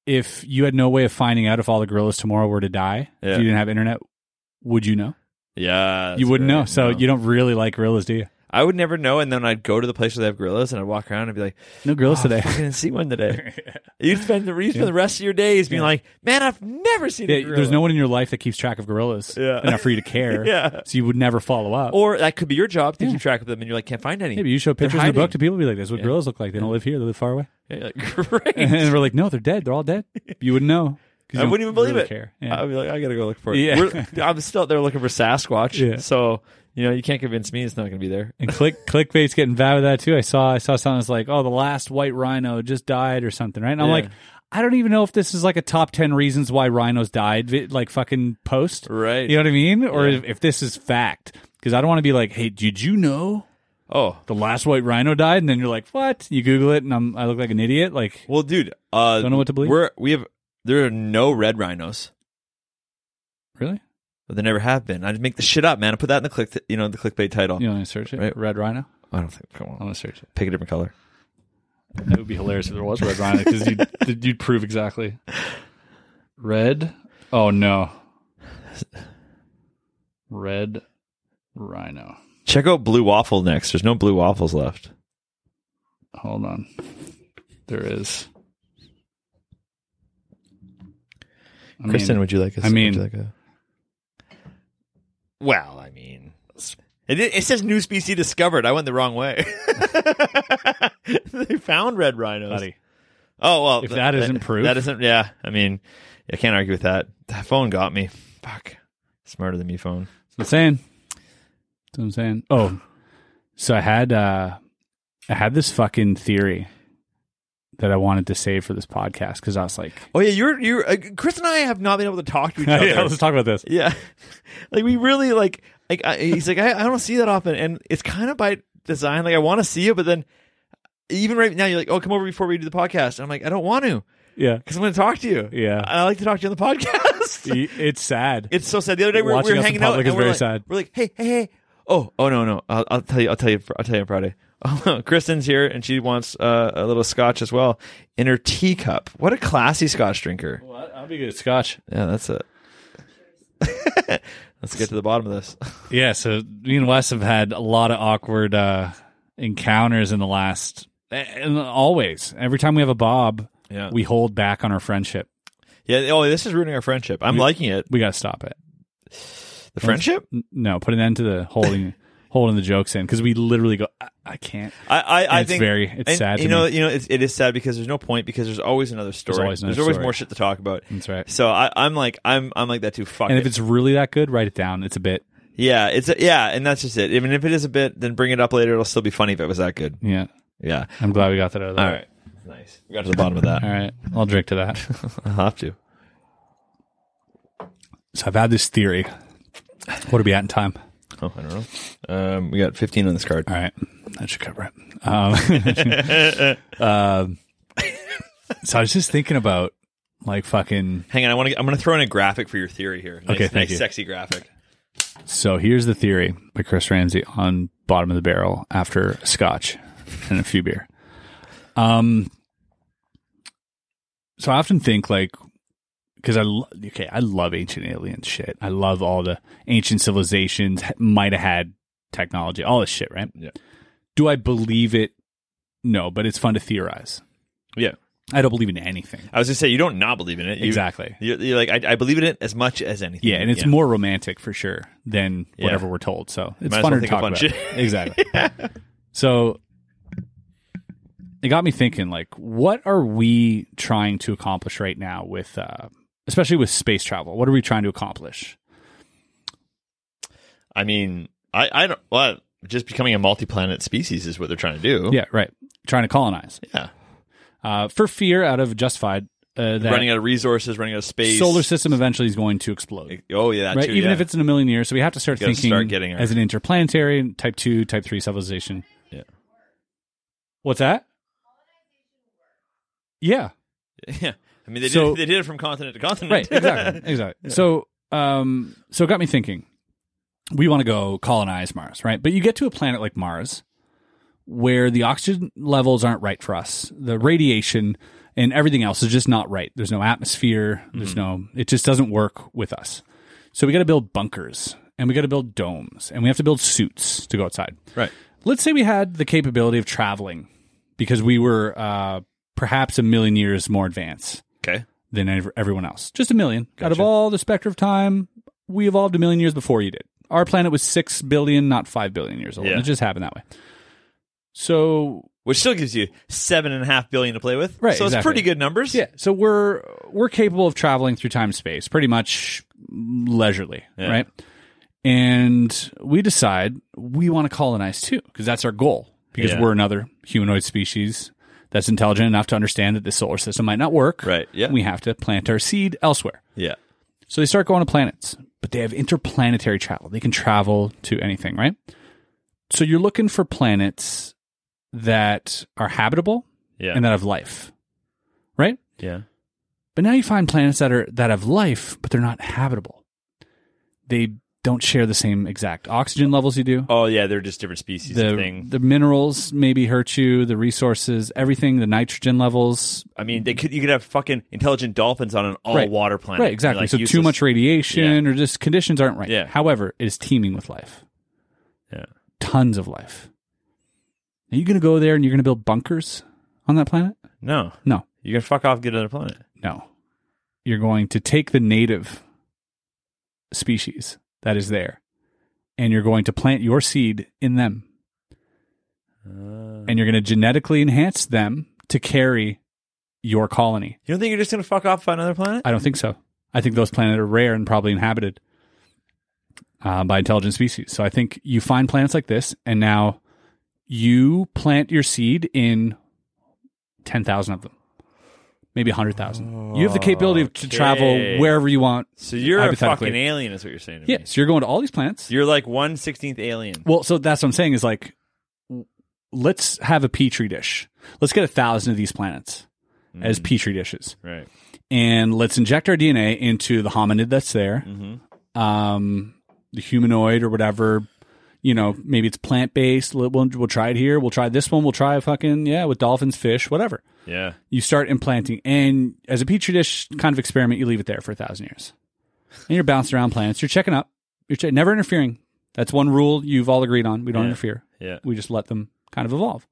Speaker 2: if you had no way of finding out if all the gorillas tomorrow were to die,
Speaker 3: Yeah.
Speaker 2: if you didn't have internet, would you know?
Speaker 3: Yeah, that's
Speaker 2: you wouldn't
Speaker 3: right.
Speaker 2: know. So
Speaker 3: No.
Speaker 2: you don't really like gorillas, do you?
Speaker 3: I would never know, and then I'd go to the place where they have gorillas, and I'd walk around and be like,
Speaker 2: No gorillas
Speaker 3: "I
Speaker 2: today.
Speaker 3: fucking didn't see one <laughs> today." You'd spend the you spend
Speaker 2: Yeah.
Speaker 3: the rest of your days being
Speaker 2: Yeah.
Speaker 3: like, "Man, I've never seen
Speaker 2: <laughs>
Speaker 3: a
Speaker 2: Yeah,
Speaker 3: gorilla."
Speaker 2: there's no one in your life that keeps track of gorillas
Speaker 3: Yeah.
Speaker 2: enough for you to care.
Speaker 3: <laughs> Yeah.
Speaker 2: So you would never follow up.
Speaker 3: or that could be your job to
Speaker 2: Yeah.
Speaker 3: keep track of them, and you're like, "Can't find any."
Speaker 2: Maybe you show
Speaker 3: They're
Speaker 2: pictures in the book
Speaker 3: hiding.
Speaker 2: to people, be like, "That's what gorillas look like. They don't live here. They live far away." <laughs>
Speaker 3: Yeah, <laughs> you're like, <laughs>
Speaker 2: And
Speaker 3: Great.
Speaker 2: we're like, "No, they're dead. They're all
Speaker 3: <laughs>
Speaker 2: dead." You wouldn't know. 'cause you
Speaker 3: I
Speaker 2: don't
Speaker 3: wouldn't even believe
Speaker 2: really
Speaker 3: it.
Speaker 2: Care. Yeah.
Speaker 3: I'd be like, I gotta go look for it.
Speaker 2: Yeah.
Speaker 3: We're- I'm still out there looking for Sasquatch.
Speaker 2: Yeah.
Speaker 3: So you know, you can't convince me it's not gonna be there.
Speaker 2: And click clickbait's getting bad with that too. I saw I saw something that's like, oh, the last white rhino just died or something, right? And I'm
Speaker 3: Yeah.
Speaker 2: like, I don't even know if this is like a top ten reasons why rhinos died, vi- like fucking post,
Speaker 3: Right.
Speaker 2: You know what I mean? Or
Speaker 3: Yeah.
Speaker 2: if, if this is fact, because I don't want to be like, hey, did you know
Speaker 3: Oh,
Speaker 2: the last white rhino died? And then you're like, what? You Google it, and I'm I look like an idiot. Like,
Speaker 3: well, dude. Uh,
Speaker 2: Don't know what to believe.
Speaker 3: We're we have there are no red rhinos.
Speaker 2: really?
Speaker 3: But there never have been. I just make the shit up, man. I put that in the click, you know, the clickbait title.
Speaker 2: You want to search it?
Speaker 3: Right.
Speaker 2: Red rhino.
Speaker 3: I don't think. Come
Speaker 2: I
Speaker 3: on,
Speaker 2: want to search it.
Speaker 3: pick a different color.
Speaker 2: That would be hilarious if there was red rhino because <laughs> you'd, you'd prove exactly. Red. Oh no. Red rhino.
Speaker 3: Check out blue waffle next. There's no blue waffles left.
Speaker 2: Hold on. There is. I mean,
Speaker 3: Kristen, would you like? A,
Speaker 2: I mean-
Speaker 3: would you like a... well, I mean, it, it says new species discovered. I went the wrong way. <laughs> they found red rhinos.
Speaker 2: buddy,
Speaker 3: Oh well,
Speaker 2: If that isn't proof.
Speaker 3: that isn't. Yeah, I mean, I can't argue with that. That phone got me. Fuck, smarter than me phone.
Speaker 2: that's what I'm saying. That's what I'm saying. Oh, so I had uh, I had this fucking theory that I wanted to save for this podcast because I was like, <laughs>
Speaker 3: Oh yeah, you're you're. Uh, Chris and I have not been able to talk <laughs> to each other.
Speaker 2: talk about this.
Speaker 3: Yeah, <laughs> like we really like like I, he's like I, I don't see that often, and it's kind of by design. Like I want to see it, but then even right now you're like, oh, come over before we do the podcast. And I'm like, I don't want to
Speaker 2: <laughs> Yeah,
Speaker 3: because I'm going to talk to you.
Speaker 2: Yeah.
Speaker 3: I like to talk to you on the podcast.
Speaker 2: it's sad.
Speaker 3: <laughs> it's so sad. The other day we were, we
Speaker 2: Watching us
Speaker 3: were
Speaker 2: in
Speaker 3: hanging out.
Speaker 2: public
Speaker 3: and
Speaker 2: is
Speaker 3: we're
Speaker 2: very
Speaker 3: like,
Speaker 2: sad.
Speaker 3: We're like, hey, hey, hey. Oh, oh no, no. I'll, I'll tell you. I'll tell you. I'll tell you on Friday. <laughs> Oh, Kristen's here, and she wants uh, a little scotch as well in her teacup. What a classy scotch drinker!
Speaker 2: Well, that'll be good. Scotch.
Speaker 3: Yeah, that's it. <laughs> Let's get to the bottom of this. <laughs>
Speaker 2: Yeah, so me and Wes have had a lot of awkward uh, encounters in the last, and always. Every time we have a Bob,
Speaker 3: Yeah.
Speaker 2: we hold back on our friendship.
Speaker 3: Yeah. Oh, this is ruining our friendship. I'm liking it.
Speaker 2: We got to stop it.
Speaker 3: The friendship.
Speaker 2: N- No, put an end to the holding <laughs> holding the jokes in because we literally go, I, I can't.
Speaker 3: I, I, I
Speaker 2: It's
Speaker 3: think
Speaker 2: very- it's
Speaker 3: and
Speaker 2: sad
Speaker 3: You
Speaker 2: to
Speaker 3: know, you know, it's, it is sad because there's no point because there's always another story. There's
Speaker 2: always another story.
Speaker 3: more shit to talk about.
Speaker 2: That's right.
Speaker 3: So I, I'm like, I'm, I'm like that too. Fuck
Speaker 2: And
Speaker 3: it.
Speaker 2: if it's really that good, write it down. It's a bit.
Speaker 3: yeah, it's a, yeah, and that's just it. Even if it is a bit, then bring it up later. It'll still be funny if it was that good.
Speaker 2: Yeah,
Speaker 3: Yeah.
Speaker 2: I'm glad we got that out of the
Speaker 3: All
Speaker 2: way.
Speaker 3: right. Nice. We got to the bottom of that.
Speaker 2: All right, I'll drink to that. <laughs>
Speaker 3: I'll have to.
Speaker 2: so I've had this theory. What are we at in time?
Speaker 3: Oh, I don't know. Um, we got 15 on this card.
Speaker 2: All right, that should cover it. Um, um, <laughs> so I was just thinking about like fucking.
Speaker 3: Hang on, I want to. I'm going to throw in a graphic for your theory here. Nice,
Speaker 2: Okay, thank
Speaker 3: nice
Speaker 2: you.
Speaker 3: sexy graphic.
Speaker 2: So here's the theory by Chris Ramsey on bottom of the barrel after scotch and a few beer. Um, so I often think like because I lo- okay I love ancient alien shit. I love all the ancient civilizations ha- might have had technology, all this shit, right?
Speaker 3: Yeah.
Speaker 2: Do I believe it? No, but it's fun to theorize.
Speaker 3: Yeah,
Speaker 2: I don't believe in anything.
Speaker 3: I was going to say you don't not believe in it. You,
Speaker 2: Exactly.
Speaker 3: You're, you're like I, I believe in it as much as anything.
Speaker 2: Yeah, and it's more romantic for sure than
Speaker 3: Yeah.
Speaker 2: whatever we're told. So it's
Speaker 3: Might as
Speaker 2: funner
Speaker 3: well
Speaker 2: to
Speaker 3: think
Speaker 2: talk
Speaker 3: of fun
Speaker 2: about.
Speaker 3: shit. <laughs>
Speaker 2: exactly. So it got me thinking, like, what are we trying to accomplish right now with, uh, especially with space travel? What are we trying to accomplish?
Speaker 3: I mean, I I don't. Well, just becoming a multi-planet species is what they're trying to do.
Speaker 2: Yeah, right. Trying to colonize
Speaker 3: yeah.
Speaker 2: uh, for fear out of justified uh, that
Speaker 3: Running out of resources, running out of space.
Speaker 2: solar system eventually is going to explode.
Speaker 3: Oh yeah, that
Speaker 2: Right,
Speaker 3: too,
Speaker 2: even
Speaker 3: yeah.
Speaker 2: if it's in a million years, so we have to start
Speaker 3: Gotta
Speaker 2: thinking
Speaker 3: start getting our-
Speaker 2: as an interplanetary, type two, type three civilization.
Speaker 3: Yeah.
Speaker 2: What's that? Yeah.
Speaker 3: <laughs> yeah. I mean, they did,
Speaker 2: So-
Speaker 3: <laughs> they did it from continent to continent.
Speaker 2: Right. Exactly. exactly. So, um, so it got me thinking. we want to go colonize Mars, right? But you get to a planet like Mars where the oxygen levels aren't right for us. The radiation and everything else is just not right. There's no atmosphere. There's no, it just doesn't work with us. So we got to build bunkers and we got to build domes and we have to build suits to go outside.
Speaker 3: Right.
Speaker 2: Let's say we had the capability of traveling because we were uh, perhaps a million years more advanced
Speaker 3: Okay.
Speaker 2: than ev- everyone else. Just a million. Out of all the spectra of time, we evolved a million years before you did. Our planet was 6 billion, not 5 billion years old.
Speaker 3: Yeah.
Speaker 2: It just happened that way. So,
Speaker 3: Which still gives you seven and a half billion to play with.
Speaker 2: Right,
Speaker 3: So it's
Speaker 2: exactly.
Speaker 3: pretty good numbers.
Speaker 2: yeah, so we're we're capable of traveling through time and space pretty much leisurely,
Speaker 3: Yeah.
Speaker 2: right? And we decide we want to colonize too because that's our goal because
Speaker 3: Yeah.
Speaker 2: we're another humanoid species that's intelligent enough to understand that the solar system might not work.
Speaker 3: Right, yeah.
Speaker 2: We have to plant our seed elsewhere.
Speaker 3: Yeah.
Speaker 2: So they start going to planets, but they have interplanetary travel. They can travel to anything, right? So you're looking for planets that are habitable
Speaker 3: Yeah.
Speaker 2: and uh, that have life, right?
Speaker 3: yeah.
Speaker 2: But now you find planets that are that have life, but they're not habitable. They don't share the same exact oxygen levels you do.
Speaker 3: Oh yeah, they're just different species of
Speaker 2: The,
Speaker 3: thing.
Speaker 2: the minerals maybe hurt you, the resources, everything, the nitrogen levels.
Speaker 3: I mean, they could you could have fucking intelligent dolphins on an all
Speaker 2: Right.
Speaker 3: water planet.
Speaker 2: Right, exactly.
Speaker 3: Like,
Speaker 2: so too
Speaker 3: useless.
Speaker 2: much radiation or just conditions aren't right.
Speaker 3: Yeah.
Speaker 2: However, it is teeming with life.
Speaker 3: Yeah.
Speaker 2: Tons of life. Are you going to go there and you're going to build bunkers on that planet?
Speaker 3: No,
Speaker 2: No.
Speaker 3: you can fuck off, get another planet.
Speaker 2: No. You're going to take the native species that is there and you're going to plant your seed in them. and you're going to genetically enhance them to carry your colony.
Speaker 3: You don't think you're just gonna fuck off on another planet?
Speaker 2: I don't think so. I think those planets are rare and probably inhabited uh, by intelligent species. So I think you find planets like this, and now you plant your seed in 10,000 of them, maybe 100,000. You have the capability of to
Speaker 3: Okay.
Speaker 2: travel wherever you want.
Speaker 3: So you're a
Speaker 2: Hypothetically.
Speaker 3: fucking alien, is what you're saying to
Speaker 2: Yeah,
Speaker 3: me.
Speaker 2: so you're going to all these planets.
Speaker 3: You're like one sixteenth alien.
Speaker 2: Well, so that's what I'm saying is like, w- let's have a petri dish. Let's get a thousand of these planets as petri dishes.
Speaker 3: Right.
Speaker 2: and let's inject our DNA into the hominid that's there, um, the humanoid or whatever. You know, maybe it's plant based. We'll, we'll try it here. We'll try this one. We'll try fucking yeah with dolphins, fish, whatever.
Speaker 3: Yeah.
Speaker 2: You start implanting, and as a petri dish kind of experiment, you leave it there for a thousand years, and you're bouncing around planets. You're checking up. You're che- never interfering. That's one rule you've all agreed on. We don't interfere.
Speaker 3: Yeah.
Speaker 2: We just let them kind of evolve.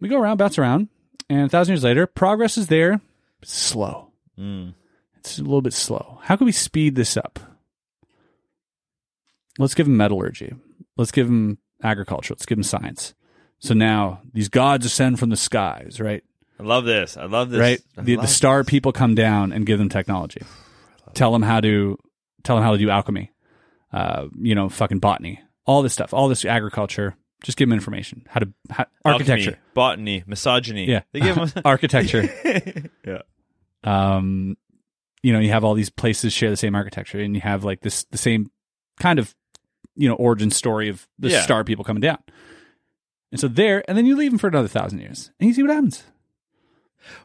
Speaker 2: We go around, bounce around, and a thousand years later, progress is there. but Slow.
Speaker 3: Mm.
Speaker 2: It's a little bit slow. How can we speed this up? Let's give them metallurgy. Let's give them agriculture. Let's give them science. So now these gods ascend from the skies, right?
Speaker 3: I love this. I love this.
Speaker 2: right.
Speaker 3: I
Speaker 2: The, the
Speaker 3: love
Speaker 2: star people come down and give them technology. Tell them how to tell them how to do alchemy. Uh, you know, fucking botany. All this stuff. All this agriculture. Just give them information. How to how, architecture.
Speaker 3: Alchemy, botany, misogyny.
Speaker 2: Yeah. <laughs>
Speaker 3: They give 'em-
Speaker 2: architecture.
Speaker 3: <laughs> Yeah.
Speaker 2: Um, you know, you have all these places share the same architecture, and you have like this the same kind of you know origin story of the
Speaker 3: Yeah.
Speaker 2: star people coming down. And so there, and then you leave them for another thousand years, and you see what happens.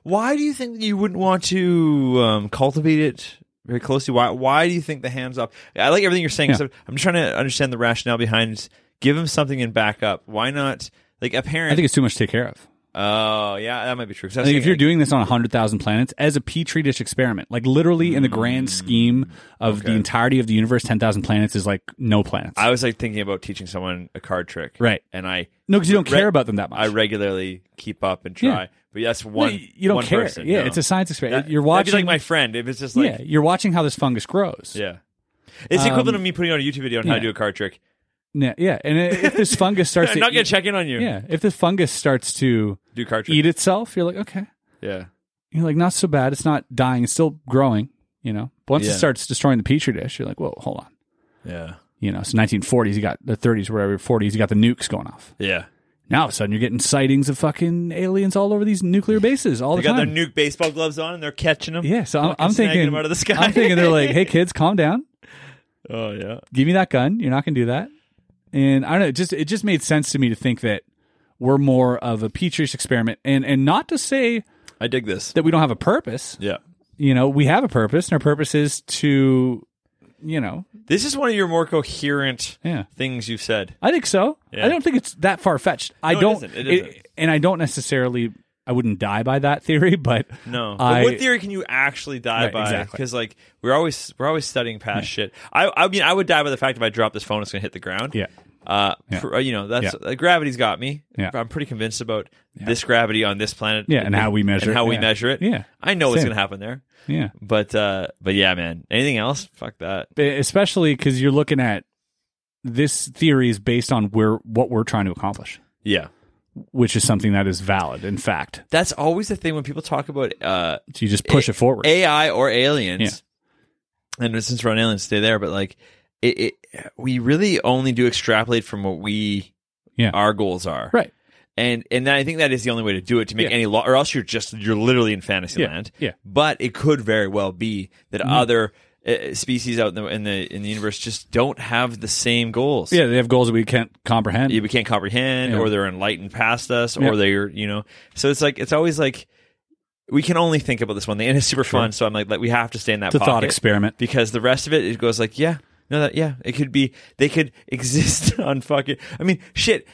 Speaker 3: Why do you think you wouldn't want to um, cultivate it very closely? Why? Why do you think the hands off? I like everything you're saying.
Speaker 2: Yeah.
Speaker 3: except I'm just trying to understand the rationale behind give them something and back up. Why not? Like a parent.
Speaker 2: I think it's too much to take care of.
Speaker 3: oh yeah, that might be true. 'Cause
Speaker 2: I
Speaker 3: I was
Speaker 2: think if
Speaker 3: thinking,
Speaker 2: you're
Speaker 3: like,
Speaker 2: doing this on hundred thousand planets as a petri dish experiment, like literally in the
Speaker 3: Mm.
Speaker 2: grand scheme of the entirety of the universe, ten thousand planets is like no planets.
Speaker 3: I was like thinking about teaching someone a card trick,
Speaker 2: Right.
Speaker 3: And I
Speaker 2: no, because you don't
Speaker 3: re-
Speaker 2: care about them that much.
Speaker 3: I regularly keep up and try,
Speaker 2: Yeah.
Speaker 3: but that's
Speaker 2: No,
Speaker 3: one.
Speaker 2: you- you don't
Speaker 3: one
Speaker 2: care.
Speaker 3: person,
Speaker 2: yeah,
Speaker 3: no.
Speaker 2: it's a science experiment.
Speaker 3: That-
Speaker 2: you're
Speaker 3: that'd be
Speaker 2: watching
Speaker 3: like my friend. If it's just like
Speaker 2: yeah, you're watching how this fungus grows.
Speaker 3: Yeah. It's the equivalent of me putting on a YouTube video on how to
Speaker 2: Um, yeah.
Speaker 3: do a card trick.
Speaker 2: Yeah, yeah. And i- if this fungus
Speaker 3: <laughs>
Speaker 2: starts,
Speaker 3: I'm
Speaker 2: to
Speaker 3: not going
Speaker 2: eat-
Speaker 3: to check in on you.
Speaker 2: Yeah, if this fungus starts to
Speaker 3: Do card trick.
Speaker 2: eat itself, you're like, okay,
Speaker 3: Yeah.
Speaker 2: you're like, not so bad. It's not dying. It's still growing. You know, but once
Speaker 3: Yeah.
Speaker 2: it starts destroying the petri dish, you're like, whoa, hold on.
Speaker 3: Yeah.
Speaker 2: You know, so 1940s, you got the 30s, whatever, 40s, you got the nukes going off.
Speaker 3: Yeah.
Speaker 2: Now all of a sudden, you're getting sightings of fucking aliens all over these nuclear bases all
Speaker 3: They
Speaker 2: the
Speaker 3: got
Speaker 2: time.
Speaker 3: their nuke baseball gloves on and they're catching them.
Speaker 2: yeah, so I'm, I'm
Speaker 3: snagging
Speaker 2: thinking,
Speaker 3: them out of the sky.
Speaker 2: I'm thinking they're
Speaker 3: <laughs>
Speaker 2: like, hey kids, calm down.
Speaker 3: Oh yeah.
Speaker 2: give me that gun. You're not going to do that. And I don't know. It just it just made sense to me to think that we're more of a petri dish experiment, and and not to say
Speaker 3: I dig this.
Speaker 2: that we don't have a purpose.
Speaker 3: Yeah.
Speaker 2: You know, we have a purpose, and our purpose is to you know,
Speaker 3: This is one of your more coherent
Speaker 2: Yeah.
Speaker 3: things you've said.
Speaker 2: I think so.
Speaker 3: Yeah.
Speaker 2: I don't think it's that far fetched. I
Speaker 3: No, it
Speaker 2: don't,
Speaker 3: isn't. It isn't.
Speaker 2: and I don't necessarily. I wouldn't die by that theory, <laughs> but
Speaker 3: No.
Speaker 2: I,
Speaker 3: but what theory can you actually die
Speaker 2: Right,
Speaker 3: by?
Speaker 2: exactly.
Speaker 3: Because like we're always we're always studying past shit. I I mean I would die by the fact if I drop this phone, it's gonna hit the ground.
Speaker 2: Yeah.
Speaker 3: Uh,
Speaker 2: Yeah.
Speaker 3: pr- you know that's
Speaker 2: Yeah.
Speaker 3: uh, gravity's got me.
Speaker 2: Yeah.
Speaker 3: I'm pretty convinced about this gravity on this planet.
Speaker 2: Yeah, and how we measure
Speaker 3: and
Speaker 2: it.
Speaker 3: how we
Speaker 2: Yeah.
Speaker 3: measure it.
Speaker 2: Yeah.
Speaker 3: I know what's
Speaker 2: Same.
Speaker 3: gonna happen there.
Speaker 2: yeah,
Speaker 3: But uh, but yeah, man. Anything else? Fuck that.
Speaker 2: especially because you're looking at this theory is based on where what we're trying to accomplish,
Speaker 3: Yeah.
Speaker 2: which is something that is valid in fact.
Speaker 3: That's always the thing when people talk about uh,
Speaker 2: So you just push it, forward.
Speaker 3: AI or aliens. And since we're on aliens, stay there. But like, it, it we really only do extrapolate from what we
Speaker 2: Yeah.
Speaker 3: our goals are,
Speaker 2: right.
Speaker 3: And and I think that is the only way to do it to make
Speaker 2: Yeah.
Speaker 3: any law, or else you're just you're literally in fantasy
Speaker 2: Yeah.
Speaker 3: land.
Speaker 2: Yeah. Mm-hmm.
Speaker 3: But it could very well be that other uh, species out in the, in the in the universe just don't have the same goals.
Speaker 2: Yeah, they have goals that we can't comprehend.
Speaker 3: Yeah, we can't comprehend,
Speaker 2: Yeah.
Speaker 3: or they're enlightened past us,
Speaker 2: Yeah.
Speaker 3: or they're you know. So it's like it's always like we can only think about this one thing, and it's super fun. So I'm like, like we have to stay in that
Speaker 2: it's a thought
Speaker 3: pocket
Speaker 2: experiment.
Speaker 3: because the rest of it it goes like, yeah, no, that yeah, it could be they could <laughs> exist on fucking. I mean, shit,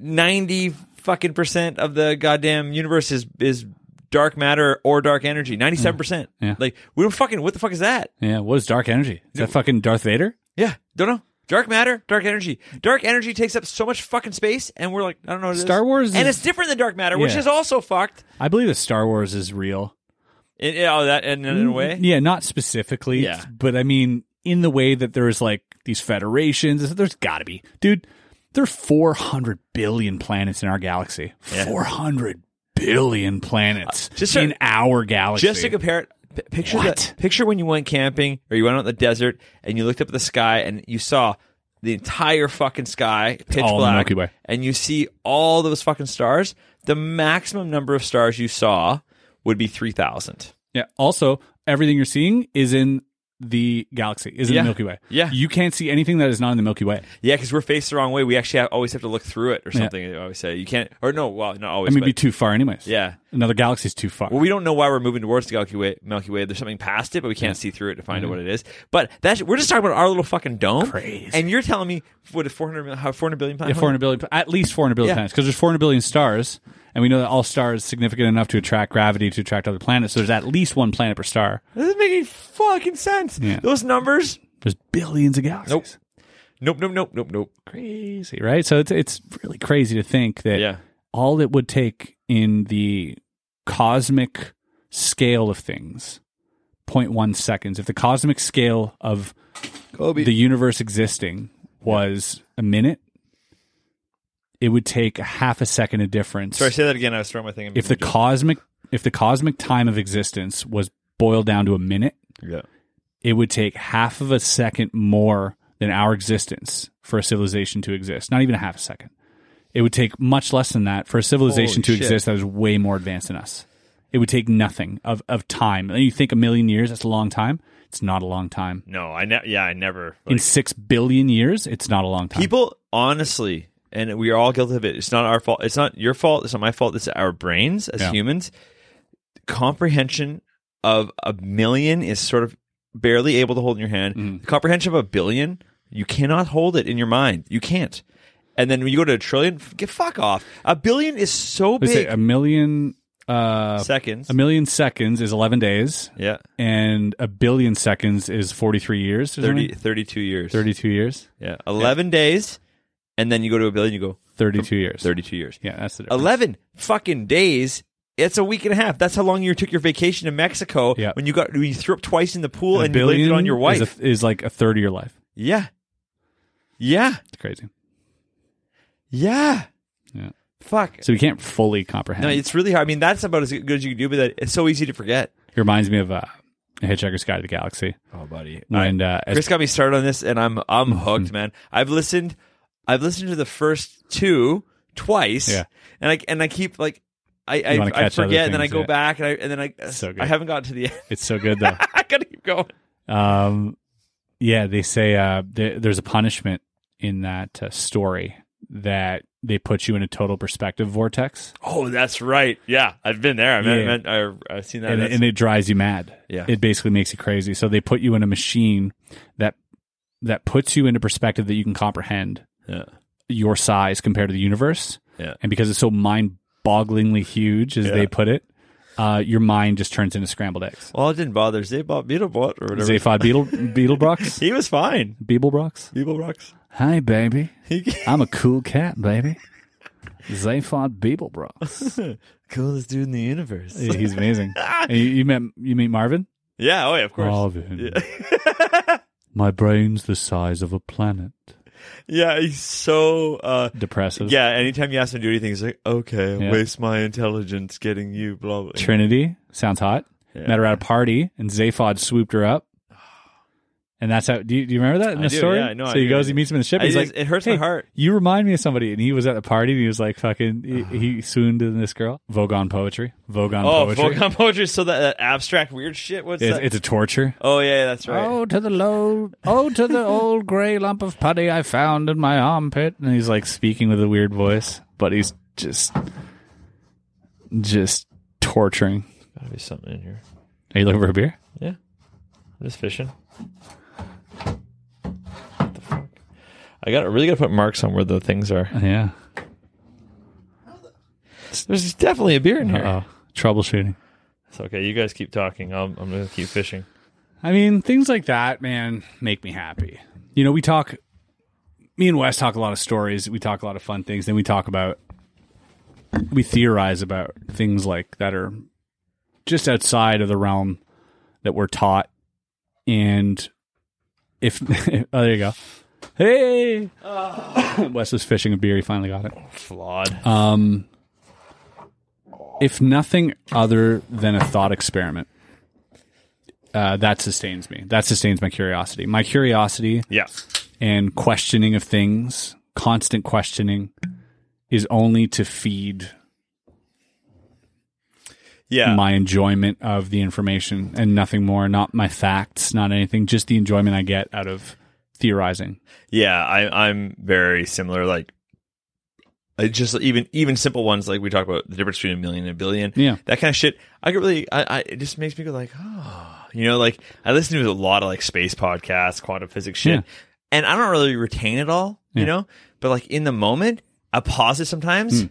Speaker 3: ninety fucking percent of the goddamn universe is is dark matter or dark energy. Ninety seven percent.
Speaker 2: Yeah.
Speaker 3: Like we don't fucking what the fuck is that?
Speaker 2: Yeah, what is dark energy? Is that fucking Darth Vader?
Speaker 3: Yeah, don't know. Dark matter, dark energy. Dark energy takes up so much fucking space, and we're like, I don't know. What it is.
Speaker 2: Star Wars
Speaker 3: and
Speaker 2: is-
Speaker 3: it's different than dark matter, which
Speaker 2: Yeah.
Speaker 3: is also fucked.
Speaker 2: I believe that Star Wars is real.
Speaker 3: In, in- oh, that in,
Speaker 2: Mm-hmm.
Speaker 3: in a way,
Speaker 2: Yeah, not specifically,
Speaker 3: Yeah.
Speaker 2: but I mean, in the way that there's like these federations, there's got to be. Dude, there are 400 billion planets in our galaxy. 400 billion planets
Speaker 3: Uh, Just
Speaker 2: in
Speaker 3: to-
Speaker 2: our galaxy.
Speaker 3: Just to compare it, p- picture
Speaker 2: What?
Speaker 3: the, picture when you went camping or you went out in the desert and you looked up at the sky and you saw the entire fucking sky, pitch
Speaker 2: all the
Speaker 3: black,
Speaker 2: Milky Way.
Speaker 3: and you see all those fucking stars. The maximum number of stars you saw would be three thousand.
Speaker 2: yeah. Also, everything you're seeing is in the galaxy, is in
Speaker 3: Yeah.
Speaker 2: the Milky Way.
Speaker 3: Yeah.
Speaker 2: You can't see anything that is not in the Milky Way.
Speaker 3: Yeah, because we're faced the wrong way. We actually have, always have to look through it or something. I always say you can't, or no, well, not
Speaker 2: I
Speaker 3: always.
Speaker 2: mean,
Speaker 3: but-
Speaker 2: it'd be too far, anyways.
Speaker 3: Yeah.
Speaker 2: Another galaxy's too far.
Speaker 3: Well, we don't know why we're moving towards the Milky Way. Milky Way. There's something past it, but we can't see through it to find out what it is. But that's we're just talking about our little fucking dome.
Speaker 2: Crazy.
Speaker 3: And you're telling me what a 400 mil- how 400 billion
Speaker 2: Yeah,
Speaker 3: planet?
Speaker 2: 400 billion, at least 400 billion
Speaker 3: Yeah.
Speaker 2: planets, because there's 400 billion stars, and we know that all stars significant enough to attract gravity to attract other planets. So there's at least one planet per star.
Speaker 3: This is making fucking sense.
Speaker 2: Yeah.
Speaker 3: Those numbers.
Speaker 2: There's billions of galaxies.
Speaker 3: Nope. Nope. Nope. Nope. Nope. Nope.
Speaker 2: Crazy, right? So it's it's really crazy to think that
Speaker 3: Yeah.
Speaker 2: all it would take in the cosmic scale of things, 0.1 seconds. If the cosmic scale of
Speaker 3: Kobe.
Speaker 2: the universe existing was a minute, it would take a half a second of difference.
Speaker 3: Sorry, say that again. I was throwing my thing. in
Speaker 2: if the
Speaker 3: just-
Speaker 2: cosmic if the cosmic time of existence was boiled down to a minute,
Speaker 3: yeah.
Speaker 2: it would take half of a second more than our existence for a civilization to exist. Not even a half a second. It would take much less than that for a civilization
Speaker 3: Holy
Speaker 2: to
Speaker 3: shit.
Speaker 2: exist that is way more advanced than us. It would take nothing of, of time. And you think a million years, that's a long time. It's not a long time.
Speaker 3: No, I ne- yeah, I never.
Speaker 2: In six billion years, it's not a long time.
Speaker 3: People honestly, and we are all guilty of it. It's not our fault. It's not your fault. It's not my fault. It's our brains as
Speaker 2: Yeah.
Speaker 3: humans. Comprehension of a million is sort of barely able to hold in your hand.
Speaker 2: Mm-hmm.
Speaker 3: The comprehension of a billion, you cannot hold it in your mind. You can't. And then when you go to a trillion, f- get fuck off. A billion is so
Speaker 2: Let's say
Speaker 3: big.
Speaker 2: a million uh,
Speaker 3: seconds.
Speaker 2: a million seconds is eleven days.
Speaker 3: yeah.
Speaker 2: and a billion seconds is 43 years. isn't
Speaker 3: 30,
Speaker 2: it?
Speaker 3: 32 years.
Speaker 2: 32 years.
Speaker 3: Yeah. 11 days. And then you go to a billion, you go
Speaker 2: 32 years.
Speaker 3: 32 years.
Speaker 2: Yeah, that's the difference.
Speaker 3: 11 fucking days. It's a week and a half. That's how long you took your vacation to Mexico
Speaker 2: Yeah.
Speaker 3: when you got when you threw up twice in the pool
Speaker 2: A
Speaker 3: and you blamed it on your
Speaker 2: billion
Speaker 3: wife.
Speaker 2: Is, a, is like a third of your life.
Speaker 3: yeah. Yeah.
Speaker 2: It's crazy.
Speaker 3: Yeah.
Speaker 2: Yeah.
Speaker 3: Fuck.
Speaker 2: So we can't fully comprehend.
Speaker 3: no, it's really hard. I mean, that's about as good as you can do, but that, it's so easy to forget.
Speaker 2: it reminds me of uh, Hitchhiker's Guide to the Galaxy.
Speaker 3: Oh, buddy.
Speaker 2: And uh, as-
Speaker 3: Chris got me started on this and I'm I'm
Speaker 2: Mm-hmm.
Speaker 3: hooked, man. I've listened I've listened to the first two twice.
Speaker 2: Yeah.
Speaker 3: And I and I keep like I I,
Speaker 2: wanna
Speaker 3: I
Speaker 2: catch other
Speaker 3: forget and then I
Speaker 2: things,
Speaker 3: go
Speaker 2: yeah.
Speaker 3: back and I and then I
Speaker 2: So good.
Speaker 3: I haven't gotten to the <laughs> end.
Speaker 2: it's so good though.
Speaker 3: I gotta keep going.
Speaker 2: Um, yeah, they say uh, there, there's a punishment in that uh, story that they put you in a total perspective vortex,
Speaker 3: Oh, that's right. Yeah, I've been there. I've,
Speaker 2: Yeah.
Speaker 3: I've, I've, I've seen that.
Speaker 2: and,
Speaker 3: That's-
Speaker 2: and it drives you mad.
Speaker 3: Yeah.
Speaker 2: it basically makes you crazy. So they put you in a machine that that puts you into perspective that you can comprehend
Speaker 3: Yeah.
Speaker 2: your size compared to the universe.
Speaker 3: Yeah.
Speaker 2: And because it's so mind bogglingly huge, as
Speaker 3: Yeah.
Speaker 2: they put it, uh, your mind just turns into scrambled eggs.
Speaker 3: Well, it didn't bother Zabot Beetlebot or whatever.
Speaker 2: Zaphod Beetle,
Speaker 3: <laughs>
Speaker 2: Beetlebrox?
Speaker 3: He was fine.
Speaker 2: Beeblebrox?
Speaker 3: Beetlebrox.
Speaker 2: Hi, baby.
Speaker 3: <laughs> He
Speaker 2: I'm a cool cat, baby. Zaphod
Speaker 3: <laughs>
Speaker 2: Beeblebrox.
Speaker 3: coolest dude in the universe.
Speaker 2: Yeah, He's amazing. And you, you met you meet Marvin?
Speaker 3: Yeah. Oh yeah. Of course.
Speaker 2: Marvin. <laughs> My brain's the size of a planet.
Speaker 3: Yeah. He's so. uh
Speaker 2: Depressive.
Speaker 3: Yeah. Anytime you ask him to do anything, he's like, "Okay,
Speaker 2: Yeah.
Speaker 3: waste my intelligence getting you." Blah blah.
Speaker 2: Trinity sounds hot.
Speaker 3: Yeah.
Speaker 2: Met her at a party, and Zaphod swooped her
Speaker 3: <sighs>
Speaker 2: up. And that's how. Do you, do you remember that in
Speaker 3: I
Speaker 2: the
Speaker 3: do,
Speaker 2: story?
Speaker 3: yeah, I know,
Speaker 2: so
Speaker 3: I
Speaker 2: he
Speaker 3: do.
Speaker 2: goes, he meets him in the ship.
Speaker 3: I
Speaker 2: He's
Speaker 3: just-
Speaker 2: like,
Speaker 3: it hurts my
Speaker 2: "Hey,
Speaker 3: heart."
Speaker 2: You remind me of somebody. And he was at a party, and he was like, fucking, he,
Speaker 3: <sighs>
Speaker 2: he swooned in this girl. Vogon poetry. Vogon
Speaker 3: Oh,
Speaker 2: poetry.
Speaker 3: Volcom poetry. So that, that abstract weird shit. What's <laughs>
Speaker 2: It's,
Speaker 3: that?
Speaker 2: it's a torture.
Speaker 3: oh yeah, that's right.
Speaker 2: Oh, to the low, oh, to the old gray lump of putty I found in my armpit. And he's like speaking with a weird voice, but he's just, just torturing.
Speaker 3: Gotta be something in here.
Speaker 2: Are you looking for a beer?
Speaker 3: Yeah, I'm just fishing. What the fuck? I got really gotta put marks on where the things are.
Speaker 2: Yeah.
Speaker 3: There's definitely a beer in here.
Speaker 2: Uh oh. Troubleshooting.
Speaker 3: It's okay. You guys keep talking. I'm, I'm gonna keep fishing.
Speaker 2: I mean, things like that, man, make me happy. You know, we talk, me and Wes talk a lot of stories. We talk a lot of fun things. Then we talk about, we theorize about things like that are just outside of the realm that we're taught. And if, <laughs> oh, there you go. Hey! <coughs> Wes was fishing a beer. He finally got it.
Speaker 3: Flawed.
Speaker 2: Um, if nothing other than a thought experiment, uh, that sustains me. That sustains my curiosity. My curiosity
Speaker 3: yeah.
Speaker 2: and questioning of things, constant questioning, is only to feed
Speaker 3: Yeah.
Speaker 2: my enjoyment of the information and nothing more. Not my facts, not anything. Just the enjoyment I get out of theorizing.
Speaker 3: yeah. I, I'm very similar. Like, I just even even simple ones like we talk about the difference between a million and a billion.
Speaker 2: Yeah.
Speaker 3: That kind of shit. I get really. I, I it just makes me go like, oh, you know, like I listen to a lot of like space podcasts, quantum physics shit,
Speaker 2: Yeah.
Speaker 3: and I don't really retain it all. You know, but like in the moment, I pause it
Speaker 2: Hmm.
Speaker 3: sometimes.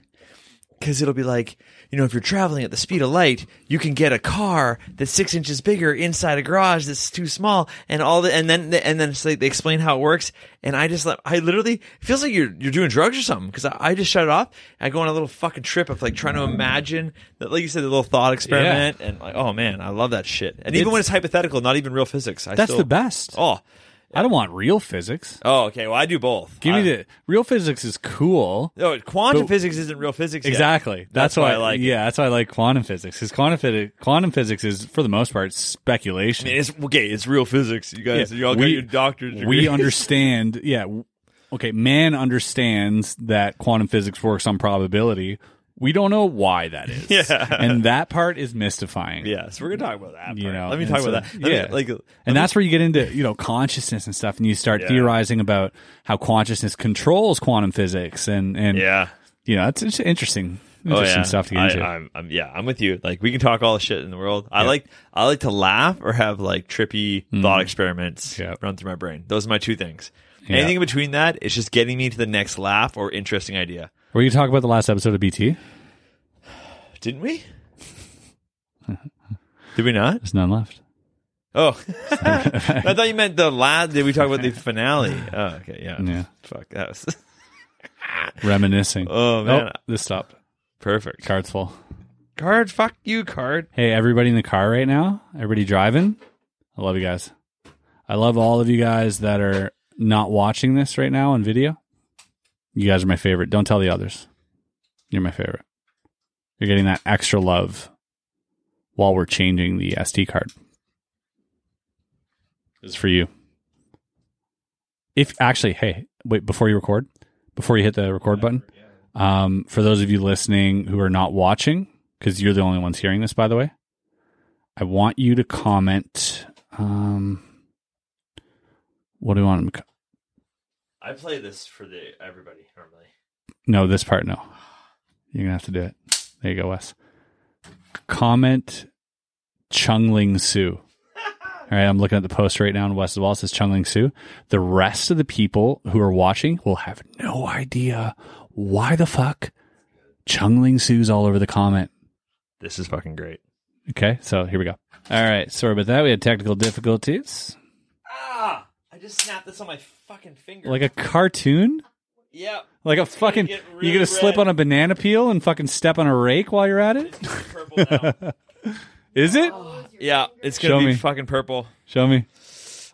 Speaker 3: because it'll be like you know if you're traveling at the speed of light you can get a car that's six inches bigger inside a garage that's too small and all the and then and then it's like they explain how it works and i just let i literally it feels like you're you're doing drugs or something because I, I just shut it off and i go on a little fucking trip of like trying to imagine that like you said the little thought experiment and like oh man i love that shit and even when it's hypothetical not even real physics I
Speaker 2: That's
Speaker 3: still,
Speaker 2: the best.
Speaker 3: oh
Speaker 2: I don't want real physics.
Speaker 3: oh okay well i do both
Speaker 2: Give me
Speaker 3: I-
Speaker 2: the real physics is cool.
Speaker 3: oh quantum
Speaker 2: But-
Speaker 3: physics isn't real physics yet.
Speaker 2: Exactly.
Speaker 3: That's
Speaker 2: That's,
Speaker 3: why
Speaker 2: why,
Speaker 3: I like it.
Speaker 2: Yeah, that's why I like quantum physics. Because quantum, physics, quantum physics is, for the most part, speculation.
Speaker 3: I mean, it's okay. It's real physics, you guys.
Speaker 2: Yeah,
Speaker 3: you all got
Speaker 2: we-
Speaker 3: your doctorate degrees.
Speaker 2: we
Speaker 3: <laughs>
Speaker 2: understand. Yeah. w- Okay. Man understands that quantum physics works on probability. We don't know why that is.
Speaker 3: Yeah.
Speaker 2: And that part is mystifying.
Speaker 3: Yeah, so we're gonna talk about that.
Speaker 2: You
Speaker 3: part.
Speaker 2: know,
Speaker 3: let me
Speaker 2: and
Speaker 3: talk
Speaker 2: so-
Speaker 3: about that. Let me-
Speaker 2: yeah.
Speaker 3: like,
Speaker 2: And that's where you get into, you know, consciousness and stuff, and you start theorizing about how consciousness controls quantum physics, and and
Speaker 3: yeah,
Speaker 2: you know, it's, it's interesting, interesting
Speaker 3: oh yeah,
Speaker 2: stuff to get
Speaker 3: I,
Speaker 2: into.
Speaker 3: I'm, I'm, yeah, I'm with you. Like, we can talk all the shit in the world. I like, I like to laugh or have like trippy thought experiments
Speaker 2: Mm-hmm. Yeah.
Speaker 3: run through my brain. Those are my two things.
Speaker 2: Yeah.
Speaker 3: Anything in between that is just getting me to the next laugh or interesting idea.
Speaker 2: Were you talking about the last episode of BT? <laughs>
Speaker 3: Didn't we? Did we not?
Speaker 2: There's none left.
Speaker 3: Oh, <laughs> I thought you meant the last. Did we talk about
Speaker 2: <laughs>
Speaker 3: the finale? Oh, okay, yeah,
Speaker 2: Yeah.
Speaker 3: Fuck, that was <laughs>
Speaker 2: Reminiscing.
Speaker 3: Oh, man.
Speaker 2: this stopped.
Speaker 3: perfect.
Speaker 2: Cards full.
Speaker 3: Card, fuck you, card.
Speaker 2: Hey, everybody in the car right now. Everybody driving. I love you guys. I love all of you guys that are not watching this right now on video. You guys are my favorite. Don't tell the others. You're my favorite. You're getting that extra love while we're changing the SD card. This is for you. If actually, hey, wait, before you record, before you hit the record button, um, for those of you listening who are not watching, because you're the only ones hearing this, by the way, I want you to comment. Um, what do you want? 'em to co-
Speaker 3: I play this for the everybody normally.
Speaker 2: No, this part, no. You're gonna have to do it. There you go, Wes. Comment Chungling Sue. All right, I'm looking at the post right now on West of the Wall. It says Chungling Su. The rest of the people who are watching will have no idea why the fuck Chungling Su's all over the comment.
Speaker 3: This is fucking great.
Speaker 2: Okay, so here we go. All right, sorry about that. We had technical difficulties.
Speaker 3: Ah! I just snapped this on my fucking finger.
Speaker 2: Like a cartoon?
Speaker 3: <laughs> yep.
Speaker 2: Like a fucking.
Speaker 3: get really
Speaker 2: you gonna slip
Speaker 3: red.
Speaker 2: on a banana peel and fucking step on a rake while you're at it?
Speaker 3: Purple <laughs> now.
Speaker 2: Is it?
Speaker 3: yeah, it's
Speaker 2: Show
Speaker 3: gonna be
Speaker 2: me.
Speaker 3: fucking purple.
Speaker 2: Show me.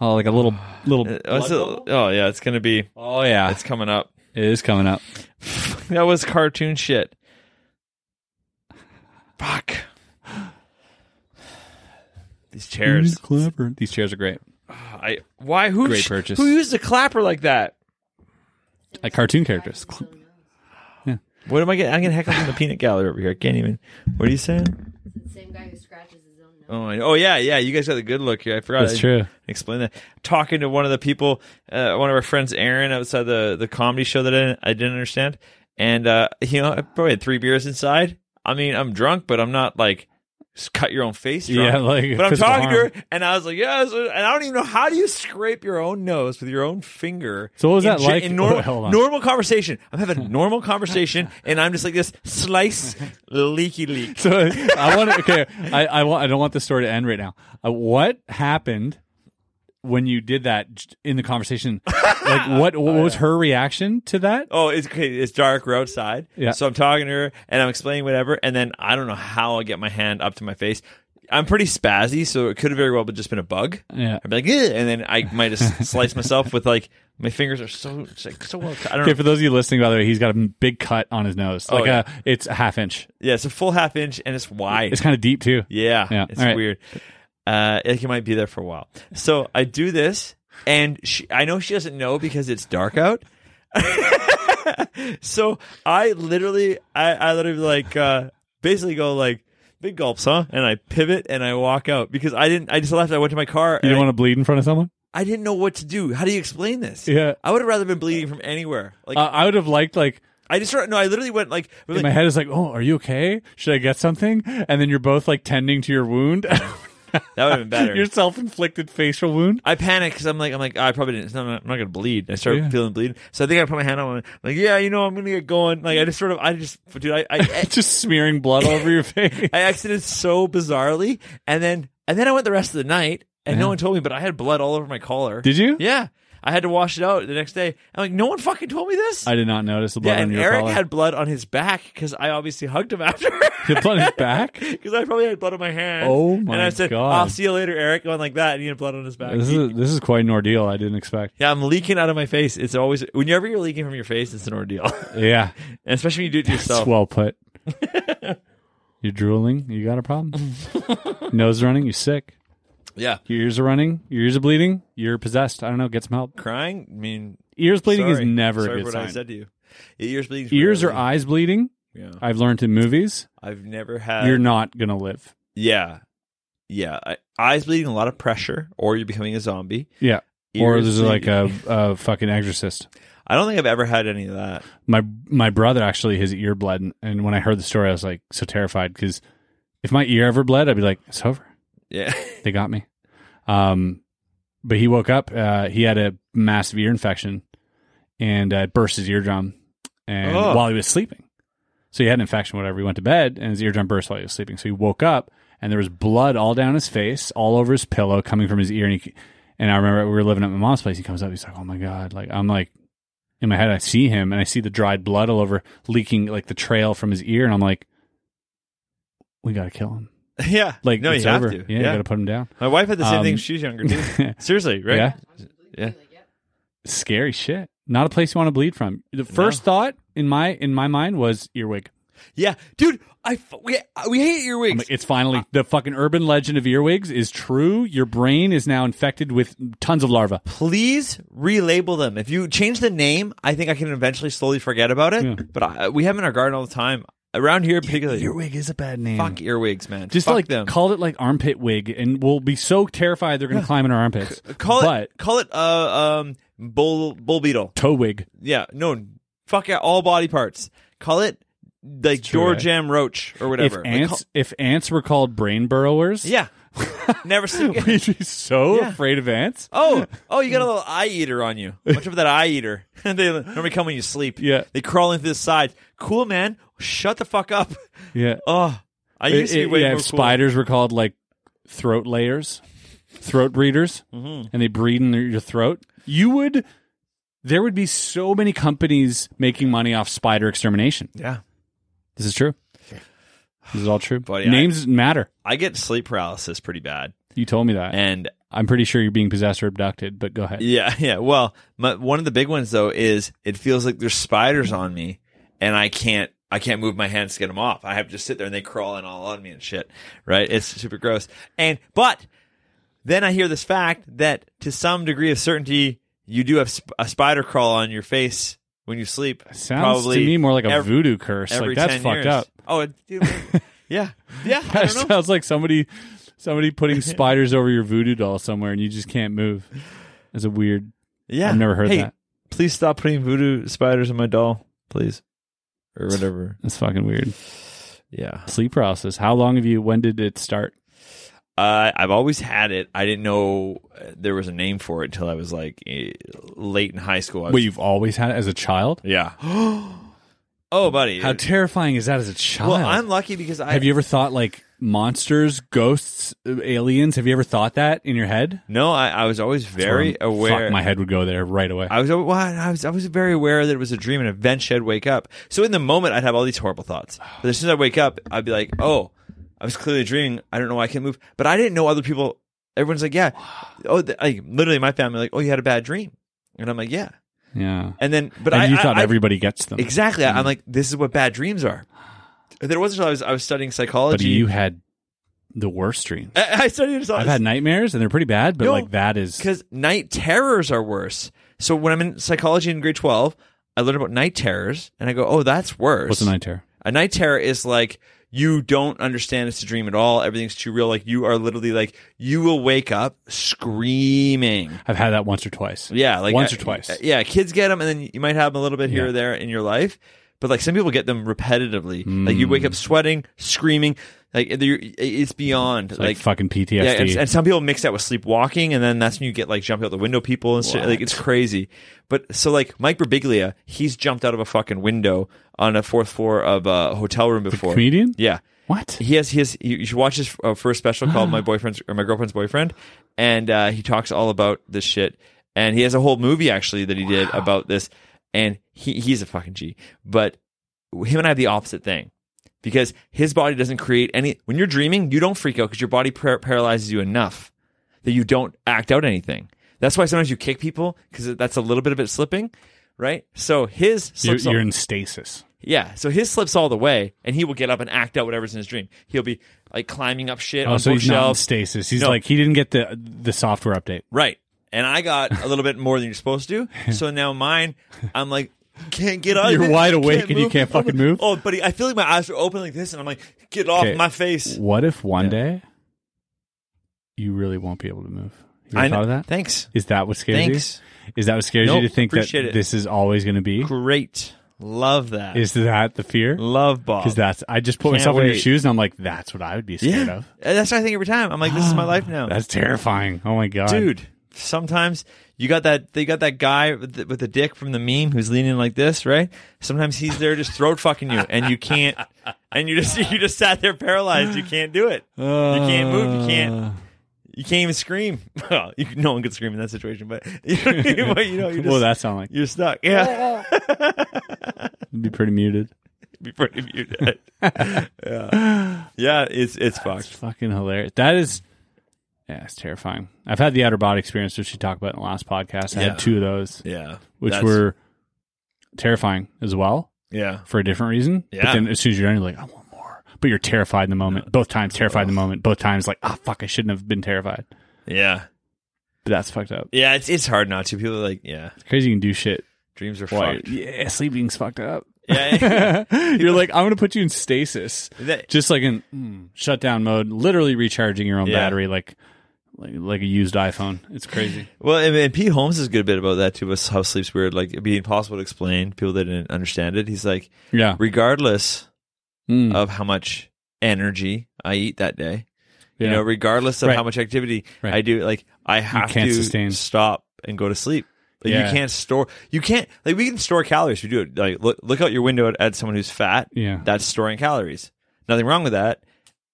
Speaker 2: Oh, like a little little.
Speaker 3: Uh, what's it- oh yeah, it's gonna be.
Speaker 2: oh yeah,
Speaker 3: It's coming up. <laughs>
Speaker 2: it is coming up.
Speaker 3: That was cartoon shit.
Speaker 2: <gasps>
Speaker 3: Fuck. These chairs.
Speaker 2: clever. These chairs are great.
Speaker 3: I why who
Speaker 2: Great purchase.
Speaker 3: who used a clapper like that?
Speaker 2: Like cartoon characters. Cl-
Speaker 3: What am I getting? I'm getting heckled from the peanut gallery over here. I can't even. What are you saying?
Speaker 4: It's the same guy who scratches his own nose.
Speaker 3: Oh, I, oh yeah, yeah. You guys got the good look here. I forgot.
Speaker 2: That's
Speaker 3: I-
Speaker 2: true. <laughs>
Speaker 3: Explain that. Talking to one of the people, uh, one of our friends, Aaron, outside the the comedy show that I didn't, I didn't understand, and uh, you know, I probably had three beers inside. I mean, I'm drunk, but I'm not like s- cut your own face. Drunk.
Speaker 2: Yeah, like
Speaker 3: But I'm
Speaker 2: physical
Speaker 3: talking
Speaker 2: harm.
Speaker 3: to her, and I was like, "Yeah," so- and I don't even know how do you scrape your own nose with your own finger.
Speaker 2: So what was
Speaker 3: in
Speaker 2: that
Speaker 3: ge-
Speaker 2: like?
Speaker 3: In normal,
Speaker 2: Oh, hold on.
Speaker 3: normal conversation, I'm having a normal conversation, and I'm just like this slice, leaky
Speaker 2: <laughs>
Speaker 3: leak.
Speaker 2: So I want. to Okay, I I, want, I don't want the story to end right now. Uh, what happened when you did that j- in the
Speaker 3: <laughs>
Speaker 2: conversation? Like what? What was her reaction to that?
Speaker 3: Oh, it's okay. It's dark. We're outside.
Speaker 2: Yeah.
Speaker 3: So I'm talking to her, and I'm explaining whatever, and then I don't know how I get my hand up to my face. I'm pretty spazzy, so it could have very well just been a bug.
Speaker 2: Yeah.
Speaker 3: I'd be like, "Ugh," and then I might
Speaker 2: <laughs>
Speaker 3: have sliced myself with like my fingers are so it's like so well. cut. I don't know.
Speaker 2: Okay, for those of you listening, by the way, he's got a m- big cut on his nose. Like
Speaker 3: yeah.
Speaker 2: uh it's a half inch.
Speaker 3: yeah, it's a full half inch, and it's wide.
Speaker 2: It's kind of deep too.
Speaker 3: Yeah,
Speaker 2: Yeah,
Speaker 3: it's
Speaker 2: all right.
Speaker 3: weird. Uh, like you might be there for a while. So I do this, and she, I know she doesn't know because it's dark out. <laughs> so I literally, I, I literally like uh, basically go like big gulps, huh? And I pivot and I walk out because I didn't. I just left. I went to my car.
Speaker 2: You
Speaker 3: and
Speaker 2: don't
Speaker 3: I-
Speaker 2: want to bleed in front of someone.
Speaker 3: I didn't know what to do. How do you explain this?
Speaker 2: Yeah.
Speaker 3: I would have rather been bleeding from anywhere. Like
Speaker 2: Uh, I would have liked like
Speaker 3: I just no, I literally went like,
Speaker 2: in my head is like, oh, are you okay? Should I get something? And then you're both like tending to your wound, <laughs>
Speaker 3: that would have been better.
Speaker 2: your self inflicted facial wound.
Speaker 3: I panic because I'm like, I'm like, "Oh, I probably didn't. I'm not, I'm not gonna bleed. I started
Speaker 2: Yeah.
Speaker 3: feeling bleeding, so I think I put my hand on. it. like, yeah, you know, I'm gonna get going. Like, I just sort of, I just, dude, I, I,
Speaker 2: Just smearing blood all <laughs> over your face.
Speaker 3: I exited so bizarrely, and then, and then I went the rest of the night, and no one told me, but I had blood all over my collar.
Speaker 2: Did you?
Speaker 3: Yeah, I had to wash it out the next day. I'm like, no one fucking told me this.
Speaker 2: I did not notice the blood
Speaker 3: yeah,
Speaker 2: on
Speaker 3: and
Speaker 2: your
Speaker 3: Eric
Speaker 2: collar. <laughs>
Speaker 3: had blood on his back because I obviously hugged him <laughs> after.
Speaker 2: You had blood on his <laughs> back.
Speaker 3: Because I probably had blood on my hand.
Speaker 2: Oh
Speaker 3: And I
Speaker 2: my
Speaker 3: said,
Speaker 2: God.
Speaker 3: "I'll see you later, Eric." Going like that, and he had blood on his back.
Speaker 2: This
Speaker 3: He-
Speaker 2: is this is quite an ordeal. I didn't expect.
Speaker 3: Yeah, I'm leaking out of my face. It's always whenever you're leaking from your face, it's an ordeal, <laughs>
Speaker 2: Yeah,
Speaker 3: and especially when you do it to
Speaker 2: it's
Speaker 3: yourself.
Speaker 2: well
Speaker 3: <laughs>
Speaker 2: put. You're drooling. You got a problem. <laughs> Nose running. You're sick.
Speaker 3: yeah,
Speaker 2: Your ears are running. Your ears are bleeding. You're possessed. I don't know. Get some help.
Speaker 3: crying. I mean,
Speaker 2: Ears bleeding
Speaker 3: sorry.
Speaker 2: is never
Speaker 3: sorry
Speaker 2: a
Speaker 3: for
Speaker 2: good
Speaker 3: what I
Speaker 2: sign.
Speaker 3: said to you. Ears bleeding. is
Speaker 2: Ears or
Speaker 3: really-
Speaker 2: eyes bleeding.
Speaker 3: Yeah,
Speaker 2: I've learned in movies.
Speaker 3: I've never had.
Speaker 2: you're not gonna live.
Speaker 3: Yeah, yeah. I, eyes bleeding, a lot of pressure, or you're becoming a zombie.
Speaker 2: Yeah. or
Speaker 3: Ears
Speaker 2: there's like
Speaker 3: bleeding-
Speaker 2: a, a fucking exorcist.
Speaker 3: I don't think I've ever had any of that.
Speaker 2: My my brother actually his ear bled, and, and when I heard the story, I was like so terrified because if my ear ever bled, I'd be like, it's over.
Speaker 3: Yeah, <laughs>
Speaker 2: They got me. Um, but he woke up. Uh, he had a massive ear infection, and uh, it burst his eardrum, and
Speaker 3: Oh.
Speaker 2: while he was sleeping, so he had an infection. Whatever. He went to bed, and his eardrum burst while he was sleeping. So he woke up, and there was blood all down his face, all over his pillow, coming from his ear. And he, and I remember we were living at my mom's place. He comes up. He's like, "Oh my god!" Like I'm like, in my head, I see him, and I see the dried blood all over, leaking like the trail from his ear, and I'm like, "We gotta kill him."
Speaker 3: yeah.
Speaker 2: Like
Speaker 3: no,
Speaker 2: it's
Speaker 3: you
Speaker 2: over.
Speaker 3: have to.
Speaker 2: Yeah,
Speaker 3: Yeah,
Speaker 2: you gotta put him down.
Speaker 3: my wife had the same
Speaker 2: Um,
Speaker 3: thing. when She was younger too.
Speaker 2: <laughs>
Speaker 3: Seriously, right?
Speaker 2: Yeah.
Speaker 3: Yeah.
Speaker 2: scary shit. Not a place you want to bleed from. The first thought in my in my mind was earwig.
Speaker 3: Yeah. dude. I f- we we hate earwigs.
Speaker 2: I'm like, it's finally the fucking urban legend of earwigs is true. Your brain is now infected with tons of larvae.
Speaker 3: please relabel them. If you change the name, I think I can eventually slowly forget about it. But I, we have 'em in our garden all the time around here, particularly.
Speaker 2: Earwig is a bad name.
Speaker 3: fuck earwigs, man.
Speaker 2: Just
Speaker 3: fuck
Speaker 2: like
Speaker 3: them.
Speaker 2: call it like armpit wig, and we'll be so terrified they're going to climb in our armpits.
Speaker 3: call
Speaker 2: but
Speaker 3: it. Call it. Uh, um, bull bull beetle.
Speaker 2: toe wig.
Speaker 3: Yeah. No. Fuck it. All body parts. Call it like
Speaker 2: true,
Speaker 3: door
Speaker 2: eh?
Speaker 3: jam roach or
Speaker 2: If
Speaker 3: whatever. Like,
Speaker 2: ants,
Speaker 3: call-
Speaker 2: if ants were called brain burrowers,
Speaker 3: yeah. Never seen again.
Speaker 2: <laughs> We'd be so
Speaker 3: Yeah.
Speaker 2: afraid of ants.
Speaker 3: Oh, oh, you got a little eye eater on you. Watch out for that eye eater. <laughs> they normally come when you sleep.
Speaker 2: Yeah.
Speaker 3: They crawl into the side. Cool, man. Shut the fuck up.
Speaker 2: Yeah.
Speaker 3: Oh, I used to be
Speaker 2: It- it-
Speaker 3: way
Speaker 2: yeah,
Speaker 3: more
Speaker 2: if
Speaker 3: cool.
Speaker 2: spiders were called like throat layers, throat breeders,
Speaker 3: Mm-hmm.
Speaker 2: and they breed in your throat, you would. There would be so many companies making money off spider extermination.
Speaker 3: Yeah.
Speaker 2: This is true. This is all true.
Speaker 3: Buddy, I-
Speaker 2: Names matter.
Speaker 3: I get sleep paralysis pretty bad.
Speaker 2: You told me that.
Speaker 3: And
Speaker 2: I'm pretty sure you're being possessed or abducted, but go ahead.
Speaker 3: yeah, <laughs> yeah. Well, my, one of the big ones though is it feels like there's spiders on me and I can't I can't move my hands to get them off. I have to just sit there and they crawl in all on me and shit. Right? It's super gross. And but then I hear this fact that to some degree of certainty you do have sp- a spider crawl on your face when you sleep.
Speaker 2: Sounds
Speaker 3: probably
Speaker 2: to me more like a
Speaker 3: ev-
Speaker 2: voodoo curse.
Speaker 3: every
Speaker 2: Like that's
Speaker 3: 10
Speaker 2: fucked
Speaker 3: years.
Speaker 2: up. <laughs>
Speaker 3: Oh, it- dude, <laughs> yeah, yeah. I
Speaker 2: That
Speaker 3: don't know.
Speaker 2: sounds like somebody somebody
Speaker 3: <laughs>
Speaker 2: putting spiders over your voodoo doll somewhere and you just can't move. That's a weird
Speaker 3: Yeah,
Speaker 2: I've never heard
Speaker 3: Hey,
Speaker 2: that.
Speaker 3: Please stop putting voodoo spiders in my doll, please, or whatever.
Speaker 2: That's fucking weird.
Speaker 3: Yeah.
Speaker 2: Sleep paralysis. How long have you when did it start?
Speaker 3: Uh, I've always had it. I didn't know uh, there was a name for it until I was like eh, late in high school. I was-
Speaker 2: Wait, you've always had it as a child?
Speaker 3: yeah. <gasps> oh, buddy.
Speaker 2: How terrifying is that as a child?
Speaker 3: well, I'm lucky because I
Speaker 2: have you ever thought like monsters, ghosts, uh, aliens? Have you ever thought that in your head?
Speaker 3: No, I, I was always very
Speaker 2: Or-
Speaker 3: aware.
Speaker 2: Fuck, my head would go there right away.
Speaker 3: I was al- well, I was I was very aware that it was a dream, and eventually I'd wake up. So in the moment, I'd have all these horrible thoughts. But as soon as I wake up, I'd be like, "Oh, I was clearly dreaming. I don't know why I can't move." But I didn't know other people. Everyone's like, "Yeah, oh, th- like literally my family, like, oh, you had a bad dream," and I'm like, "Yeah."
Speaker 2: yeah.
Speaker 3: And then, but
Speaker 2: and
Speaker 3: I
Speaker 2: you
Speaker 3: I-
Speaker 2: thought Mm-hmm.
Speaker 3: I-
Speaker 2: everybody gets them.
Speaker 3: exactly. I'm like, this is what bad dreams are. And then it wasn't until I was I was studying
Speaker 2: But
Speaker 3: psychology. <laughs>
Speaker 2: you had the worst dreams.
Speaker 3: I, I studied
Speaker 2: I've had
Speaker 3: psychology
Speaker 2: nightmares and they're pretty bad, but
Speaker 3: No,
Speaker 2: like that is
Speaker 3: because night terrors are worse. So when I'm in psychology in grade twelve. I learned about night terrors, and I go, "Oh, that's worse."
Speaker 2: what's a night terror?
Speaker 3: A night terror is like you don't understand it's a dream at all. Everything's too real. Like you are literally like you will wake up screaming.
Speaker 2: I've had that once or twice.
Speaker 3: Yeah, like
Speaker 2: once
Speaker 3: I-
Speaker 2: or twice.
Speaker 3: Yeah, kids get them, and then you might have them a little bit here
Speaker 2: Yeah.
Speaker 3: or there in your life. But like some people get them repetitively. Like you
Speaker 2: Mm.
Speaker 3: wake up sweating, screaming. Like they're- it's beyond.
Speaker 2: like, fucking PTSD.
Speaker 3: Yeah, and, and some people mix that with sleepwalking, and then that's when you get like jumping out the window people and shit. Like it's crazy. But so like Mike Birbiglia, he's jumped out of a fucking window on a fourth floor of a hotel room before.
Speaker 2: comedian?
Speaker 3: Yeah.
Speaker 2: What?
Speaker 3: He has, he has, you you should watch his uh, first special called
Speaker 2: <gasps>
Speaker 3: My Boyfriend's or My Girlfriend's Boyfriend. And uh, he talks all about this shit. And he has a whole movie actually that he did about this. And he, he's a fucking G. But him and I have the opposite thing because his body doesn't create any. When you're dreaming, you don't freak out because your body par- paralyzes you enough that you don't act out anything. That's why sometimes you kick people because that's a little bit of it slipping, right? So his
Speaker 2: You're,
Speaker 3: slips
Speaker 2: you're
Speaker 3: all-
Speaker 2: in stasis.
Speaker 3: yeah, so his slips all the way, and he will get up and act out whatever's in his dream. He'll be like climbing up shit
Speaker 2: Oh,
Speaker 3: on
Speaker 2: so he's not in
Speaker 3: bookshelves,
Speaker 2: stasis. He's
Speaker 3: No.
Speaker 2: like he didn't get the the software
Speaker 3: <laughs>
Speaker 2: update.
Speaker 3: right? And I got a little bit more than you're
Speaker 2: <laughs>
Speaker 3: supposed to, so now mine, I'm like can't get out. of
Speaker 2: You're
Speaker 3: <laughs> it,
Speaker 2: wide awake and you
Speaker 3: move.
Speaker 2: can't
Speaker 3: I'm like,
Speaker 2: fucking
Speaker 3: <laughs>
Speaker 2: move?
Speaker 3: Oh, buddy, I feel like my eyes are open like this, and I'm like, get off
Speaker 2: Okay.
Speaker 3: my face.
Speaker 2: What if one day you really won't be able to move? You ever
Speaker 3: I
Speaker 2: thought
Speaker 3: know.
Speaker 2: of that?
Speaker 3: Thanks,
Speaker 2: Is that what scares
Speaker 3: thanks,
Speaker 2: you? Is that what scares
Speaker 3: Nope,
Speaker 2: you to think that
Speaker 3: appreciate it.
Speaker 2: this is always going to be?
Speaker 3: great, love that,
Speaker 2: Is that the fear?
Speaker 3: love Bob.
Speaker 2: Because that's I just put
Speaker 3: Can't
Speaker 2: myself in your
Speaker 3: wait.
Speaker 2: shoes and I'm like, that's what I would be scared
Speaker 3: yeah,
Speaker 2: of.
Speaker 3: that's what I think every time. I'm like, this is my life now.
Speaker 2: That's terrifying. Oh my god,
Speaker 3: dude. Sometimes you got that they got that guy with the, with the dick from the meme who's leaning like this, right? Sometimes he's there just throat fucking you, and you can't, and you just <laughs> you just sat there paralyzed. You can't do it. You can't move. You
Speaker 2: Uh.
Speaker 3: can't. You can't even scream. <laughs> Well, you, no one could scream in that situation, but <laughs> you know, you know you're
Speaker 2: <laughs>
Speaker 3: just,
Speaker 2: Well, that sound like
Speaker 3: you're stuck. <laughs>
Speaker 2: <laughs>
Speaker 3: Yeah,
Speaker 2: it'd be pretty muted.
Speaker 3: before you do it. Yeah, yeah, it's
Speaker 2: It's
Speaker 3: it's fucked.
Speaker 2: fucking hilarious. That is, yeah, it's terrifying. I've had the outer body experience, which you talked about in the last podcast. I
Speaker 3: Yeah.
Speaker 2: had two of those,
Speaker 3: Yeah,
Speaker 2: which
Speaker 3: That's-
Speaker 2: were terrifying as well
Speaker 3: yeah.
Speaker 2: for a different reason. But
Speaker 3: Yeah.
Speaker 2: then as soon as you're done, you're like, I want more. But you're terrified in the moment. Both times, terrified in the moment. Both times, like, ah, fuck, I shouldn't have been terrified.
Speaker 3: Yeah,
Speaker 2: But that's fucked up.
Speaker 3: yeah. It's it's hard not to. People are like, yeah,
Speaker 2: It's crazy you can do shit.
Speaker 3: dreams are
Speaker 2: Why? <laughs>
Speaker 3: fucked.
Speaker 2: Yeah, sleeping's fucked up.
Speaker 3: Yeah,
Speaker 2: <laughs> you're like, I'm going to put you in stasis.
Speaker 3: That-
Speaker 2: just like in mm, shutdown mode, literally recharging your own
Speaker 3: Yeah.
Speaker 2: battery like, like like a used iPhone. It's
Speaker 3: <laughs>
Speaker 2: crazy.
Speaker 3: Well, and, and Pete Holmes is a good bit about that too. About how sleep's weird, like it'd be impossible to explain. to People that didn't understand it. He's like,
Speaker 2: Yeah.
Speaker 3: regardless
Speaker 2: Mm.
Speaker 3: of how much energy I eat that day,
Speaker 2: Yeah.
Speaker 3: You know, regardless of
Speaker 2: Right.
Speaker 3: how much activity
Speaker 2: Right.
Speaker 3: I do, like I have
Speaker 2: can't
Speaker 3: to
Speaker 2: sustain.
Speaker 3: stop and go to sleep. Like
Speaker 2: Yeah.
Speaker 3: you can't store. You can't like we can store calories. We do it. Like look look out your window at, at someone who's fat.
Speaker 2: Yeah.
Speaker 3: that's storing calories. Nothing wrong with that.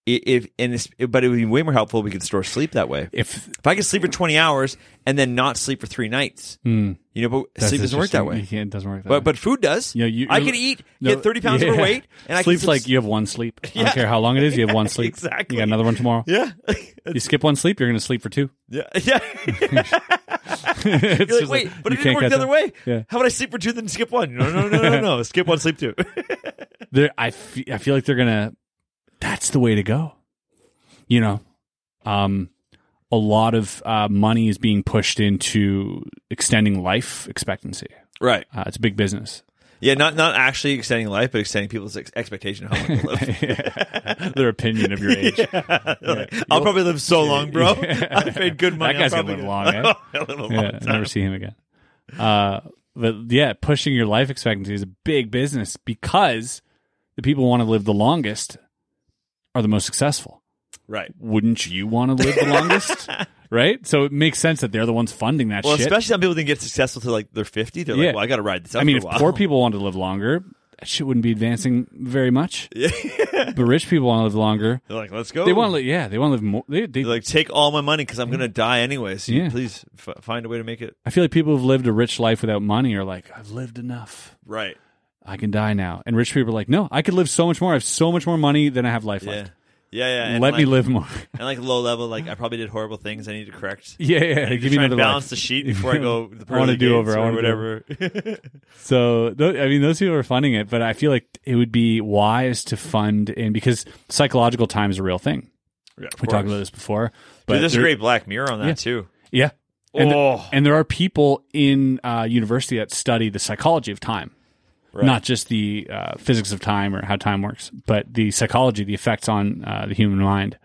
Speaker 3: I- If and it's, but it would be way more helpful. if We could store sleep that way.
Speaker 2: If
Speaker 3: If I could sleep for 20 hours and then not sleep for three nights, you know, but
Speaker 2: Hmm. that's
Speaker 3: sleep doesn't work that
Speaker 2: interesting. You
Speaker 3: way.
Speaker 2: can't- It doesn't work that way.
Speaker 3: But but food does.
Speaker 2: Yeah, you,
Speaker 3: I
Speaker 2: you-
Speaker 3: could eat,
Speaker 2: no,
Speaker 3: get 30 pounds
Speaker 2: yeah.
Speaker 3: oversleep's overweight, and I could
Speaker 2: sleep's
Speaker 3: sleep-
Speaker 2: like you have one sleep. I
Speaker 3: Yeah.
Speaker 2: don't care how long it is, you
Speaker 3: <laughs>
Speaker 2: have one sleep.
Speaker 3: exactly.
Speaker 2: You got another one tomorrow.
Speaker 3: <laughs> Yeah. <laughs>
Speaker 2: You skip one sleep, you're going to sleep for two. <laughs>
Speaker 3: yeah. <laughs> Yeah.
Speaker 2: It's
Speaker 3: You're like,
Speaker 2: just
Speaker 3: wait, but
Speaker 2: you
Speaker 3: it
Speaker 2: can't
Speaker 3: didn't work
Speaker 2: catch
Speaker 3: the other
Speaker 2: up."
Speaker 3: way.
Speaker 2: Yeah.
Speaker 3: How would I sleep for two, then skip one? No, no, no,
Speaker 2: <laughs>
Speaker 3: no, no. skip one, sleep two.
Speaker 2: They're, I, fe- I feel like they're going to, that's the way to go. You know, um, a lot of uh, money is being pushed into extending life expectancy.
Speaker 3: right.
Speaker 2: Uh, it's a big business.
Speaker 3: Yeah, not not actually extending life, but extending people's ex- expectation of how long they live.
Speaker 2: <laughs> <laughs> Their opinion of your <laughs> age.
Speaker 3: I'll probably live so
Speaker 2: <laughs>
Speaker 3: long, bro. <laughs> I've made good money.
Speaker 2: That guy's
Speaker 3: I'm
Speaker 2: gonna live
Speaker 3: probably
Speaker 2: <laughs> long, eh?
Speaker 3: I'll live <laughs> a long
Speaker 2: yeah,
Speaker 3: time.
Speaker 2: never see him again. Uh, but yeah, pushing your life expectancy is a big business because the people who want to live the longest are the most successful.
Speaker 3: Right.
Speaker 2: Wouldn't you want to live the
Speaker 3: <laughs>
Speaker 2: longest? right? So it makes sense that they're the ones funding that
Speaker 3: Well,
Speaker 2: shit.
Speaker 3: especially some people didn't get successful to like their 50. They're
Speaker 2: Yeah.
Speaker 3: like, well, I got to ride this out
Speaker 2: I mean, if
Speaker 3: for a while.
Speaker 2: poor people wanted to live longer, that shit wouldn't be advancing very much. <laughs> but rich people want to live longer.
Speaker 3: They're like, let's go.
Speaker 2: They want to, live, yeah, they want to live more. They, they,
Speaker 3: They're like, take all my money because I'm going to die anyway. So
Speaker 2: Yeah.
Speaker 3: you please f- find a way to make it
Speaker 2: I feel like people who've lived a rich life without money are like, I've lived enough.
Speaker 3: right.
Speaker 2: I can die now. And rich people are like, no, I could live so much more. I have so much more money than I have life
Speaker 3: Yeah.
Speaker 2: left.
Speaker 3: Yeah, yeah. And
Speaker 2: Let
Speaker 3: like,
Speaker 2: me live more. <laughs>
Speaker 3: And like low level, like I probably did horrible things. I need to correct.
Speaker 2: yeah, yeah. yeah.
Speaker 3: I need
Speaker 2: Give
Speaker 3: to
Speaker 2: me
Speaker 3: try and
Speaker 2: another
Speaker 3: balance
Speaker 2: life.
Speaker 3: the sheet before I
Speaker 2: <laughs>
Speaker 3: go. to The
Speaker 2: I wanna
Speaker 3: pearly
Speaker 2: do
Speaker 3: gates
Speaker 2: over. I
Speaker 3: or
Speaker 2: wanna do
Speaker 3: whatever.
Speaker 2: <laughs> So, tho- I mean, those people are funding it, but I feel like it would be wise to fund in because psychological time is a real thing.
Speaker 3: Yeah, of
Speaker 2: We
Speaker 3: course.
Speaker 2: talked about this before. But
Speaker 3: Dude, there's a
Speaker 2: there-
Speaker 3: great Black Mirror on that
Speaker 2: Yeah.
Speaker 3: too.
Speaker 2: Yeah. And, th-
Speaker 3: Oh.
Speaker 2: and there are people in uh, university that study the psychology of time,
Speaker 3: Right.
Speaker 2: not just the uh, physics of time or how time works, but the psychology, the effects on uh, the human mind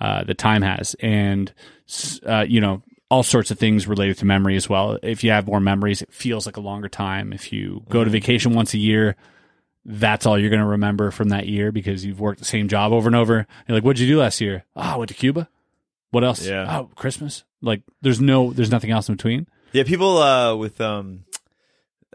Speaker 2: uh, that time has, and s- uh, you know all sorts of things related to memory as well. If you have more memories, it feels like a longer time. If you go to
Speaker 3: Mm-hmm.
Speaker 2: vacation once a year. That's all you're going to remember from that year because you've worked the same job over and over. You're like, what'd you do last year? Oh, I went to Cuba. What else?
Speaker 3: Yeah.
Speaker 2: Oh, Christmas. Like, there's no, there's nothing else in between.
Speaker 3: Yeah, people uh, with um,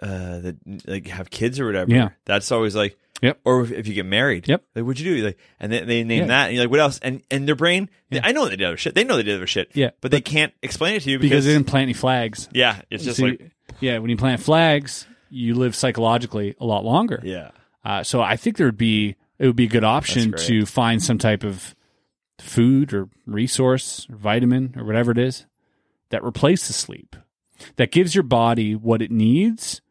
Speaker 3: uh, that like have kids or whatever.
Speaker 2: Yeah.
Speaker 3: that's always like.
Speaker 2: Yep.
Speaker 3: Or if, if you get married.
Speaker 2: Yep.
Speaker 3: Like, what'd you do? Like, and they, they name
Speaker 2: Yeah.
Speaker 3: that, and you're like, what else? And and their brain, they- I know they did other shit. They know they did other shit.
Speaker 2: Yeah,
Speaker 3: but they can't explain it to you
Speaker 2: because
Speaker 3: because,
Speaker 2: they didn't plant any flags.
Speaker 3: yeah, it's just
Speaker 2: See,
Speaker 3: like
Speaker 2: yeah, when you plant flags, you live psychologically a lot longer.
Speaker 3: yeah,
Speaker 2: Uh, so I think there would be it would be a good option
Speaker 3: That's great.
Speaker 2: to find some type of food or resource or vitamin or whatever it is that replaces sleep that gives your body what it needs,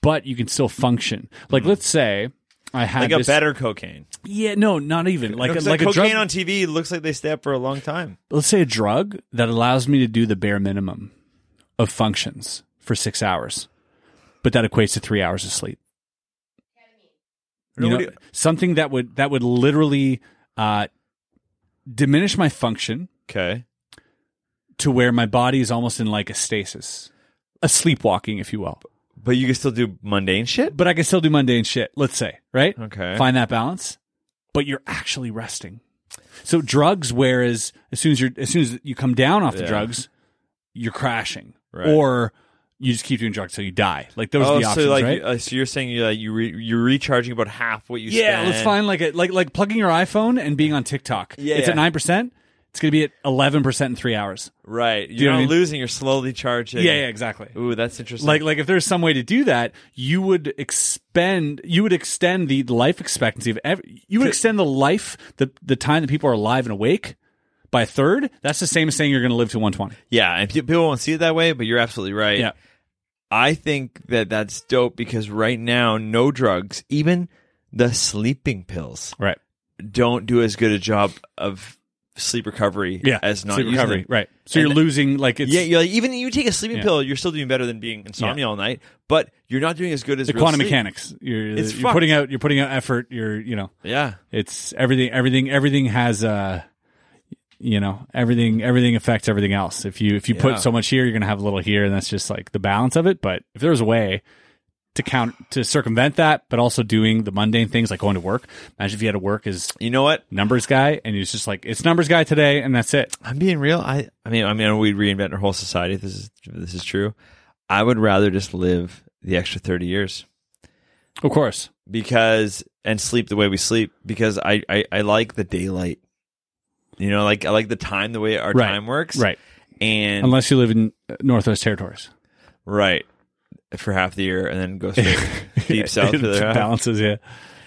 Speaker 2: but you can still function. Like let's say I had
Speaker 3: Hmm. like a
Speaker 2: this-
Speaker 3: better cocaine.
Speaker 2: yeah no not even like a,
Speaker 3: Looks
Speaker 2: like, a
Speaker 3: cocaine
Speaker 2: drug
Speaker 3: on TV looks like they stay up for a long time.
Speaker 2: let's say a drug that allows me to do the bare minimum of functions for six hours, but that equates to three hours of sleep. You
Speaker 3: No,
Speaker 2: know,
Speaker 3: what do you-
Speaker 2: something that would that would literally uh, diminish my function
Speaker 3: Okay,
Speaker 2: to where my body is almost in like a stasis, a sleepwalking, if you will.
Speaker 3: but you can still do mundane shit.
Speaker 2: But I can still do mundane shit. Let's say, right?
Speaker 3: Okay.
Speaker 2: Find that balance, but you're actually resting. So drugs, whereas as soon as you're as soon as you come down off the
Speaker 3: Yeah.
Speaker 2: drugs, you're crashing,
Speaker 3: Right.
Speaker 2: or you just keep doing drugs till you die. Like those are
Speaker 3: Oh,
Speaker 2: the
Speaker 3: so
Speaker 2: options,
Speaker 3: like,
Speaker 2: right?
Speaker 3: you- uh, so you're saying you like you re, you're recharging about half what you
Speaker 2: yeah,
Speaker 3: spend.
Speaker 2: let's find like a like like plugging your iPhone and being on TikTok.
Speaker 3: Yeah,
Speaker 2: it's
Speaker 3: yeah.
Speaker 2: at nine percent. It's gonna be at eleven percent in three hours.
Speaker 3: Right.
Speaker 2: you
Speaker 3: You're
Speaker 2: know
Speaker 3: not
Speaker 2: what I mean?
Speaker 3: losing, you're slowly charging.
Speaker 2: Yeah, yeah, exactly.
Speaker 3: Ooh, that's interesting.
Speaker 2: Like like if there's some way to do that, you would expend you would extend the life expectancy of every you would extend the life the the time that people are alive and awake by a third. That's the same as saying you're going to live to 120.
Speaker 3: yeah, and pe- people won't see it that way, but you're absolutely right.
Speaker 2: Yeah.
Speaker 3: I think that that's dope because right now, no drugs, even the sleeping pills,
Speaker 2: Right.
Speaker 3: don't do as good a job of sleep recovery
Speaker 2: Yeah.
Speaker 3: as not
Speaker 2: Sleep
Speaker 3: using
Speaker 2: recovery.
Speaker 3: them.
Speaker 2: Right. So you're
Speaker 3: And-
Speaker 2: losing like it's
Speaker 3: Yeah, you're like, even you take a sleeping
Speaker 2: Yeah.
Speaker 3: pill, you're still doing better than being insomnia all night, but you're not doing as good as
Speaker 2: the
Speaker 3: real
Speaker 2: quantum
Speaker 3: sleep.
Speaker 2: mechanics. You're
Speaker 3: It's
Speaker 2: you're
Speaker 3: fucked.
Speaker 2: putting out you're putting out effort, you're you know,
Speaker 3: Yeah,
Speaker 2: it's everything everything everything has uh you know everything everything affects everything else if you if you
Speaker 3: Yeah.
Speaker 2: put so much here you're gonna have a little here and that's just like the balance of it but if there was a way to count to circumvent that, but also doing the mundane things like going to work. Imagine if you had to work as
Speaker 3: You know what?
Speaker 2: numbers guy, and it's just like it's numbers guy today, and that's it.
Speaker 3: I'm being real. I I mean I mean we'd reinvent our whole society. If this is this is true. I would rather just live the extra thirty years
Speaker 2: Of course,
Speaker 3: because and sleep the way we sleep because I I, I like the daylight. You know, like I like the time the way our
Speaker 2: Right.
Speaker 3: time works.
Speaker 2: right?
Speaker 3: And
Speaker 2: Unless you live in uh, Northwest Territories,
Speaker 3: right for half the year and
Speaker 2: <laughs>
Speaker 3: then go straight deep south for
Speaker 2: It
Speaker 3: the rest.
Speaker 2: balances. Yeah,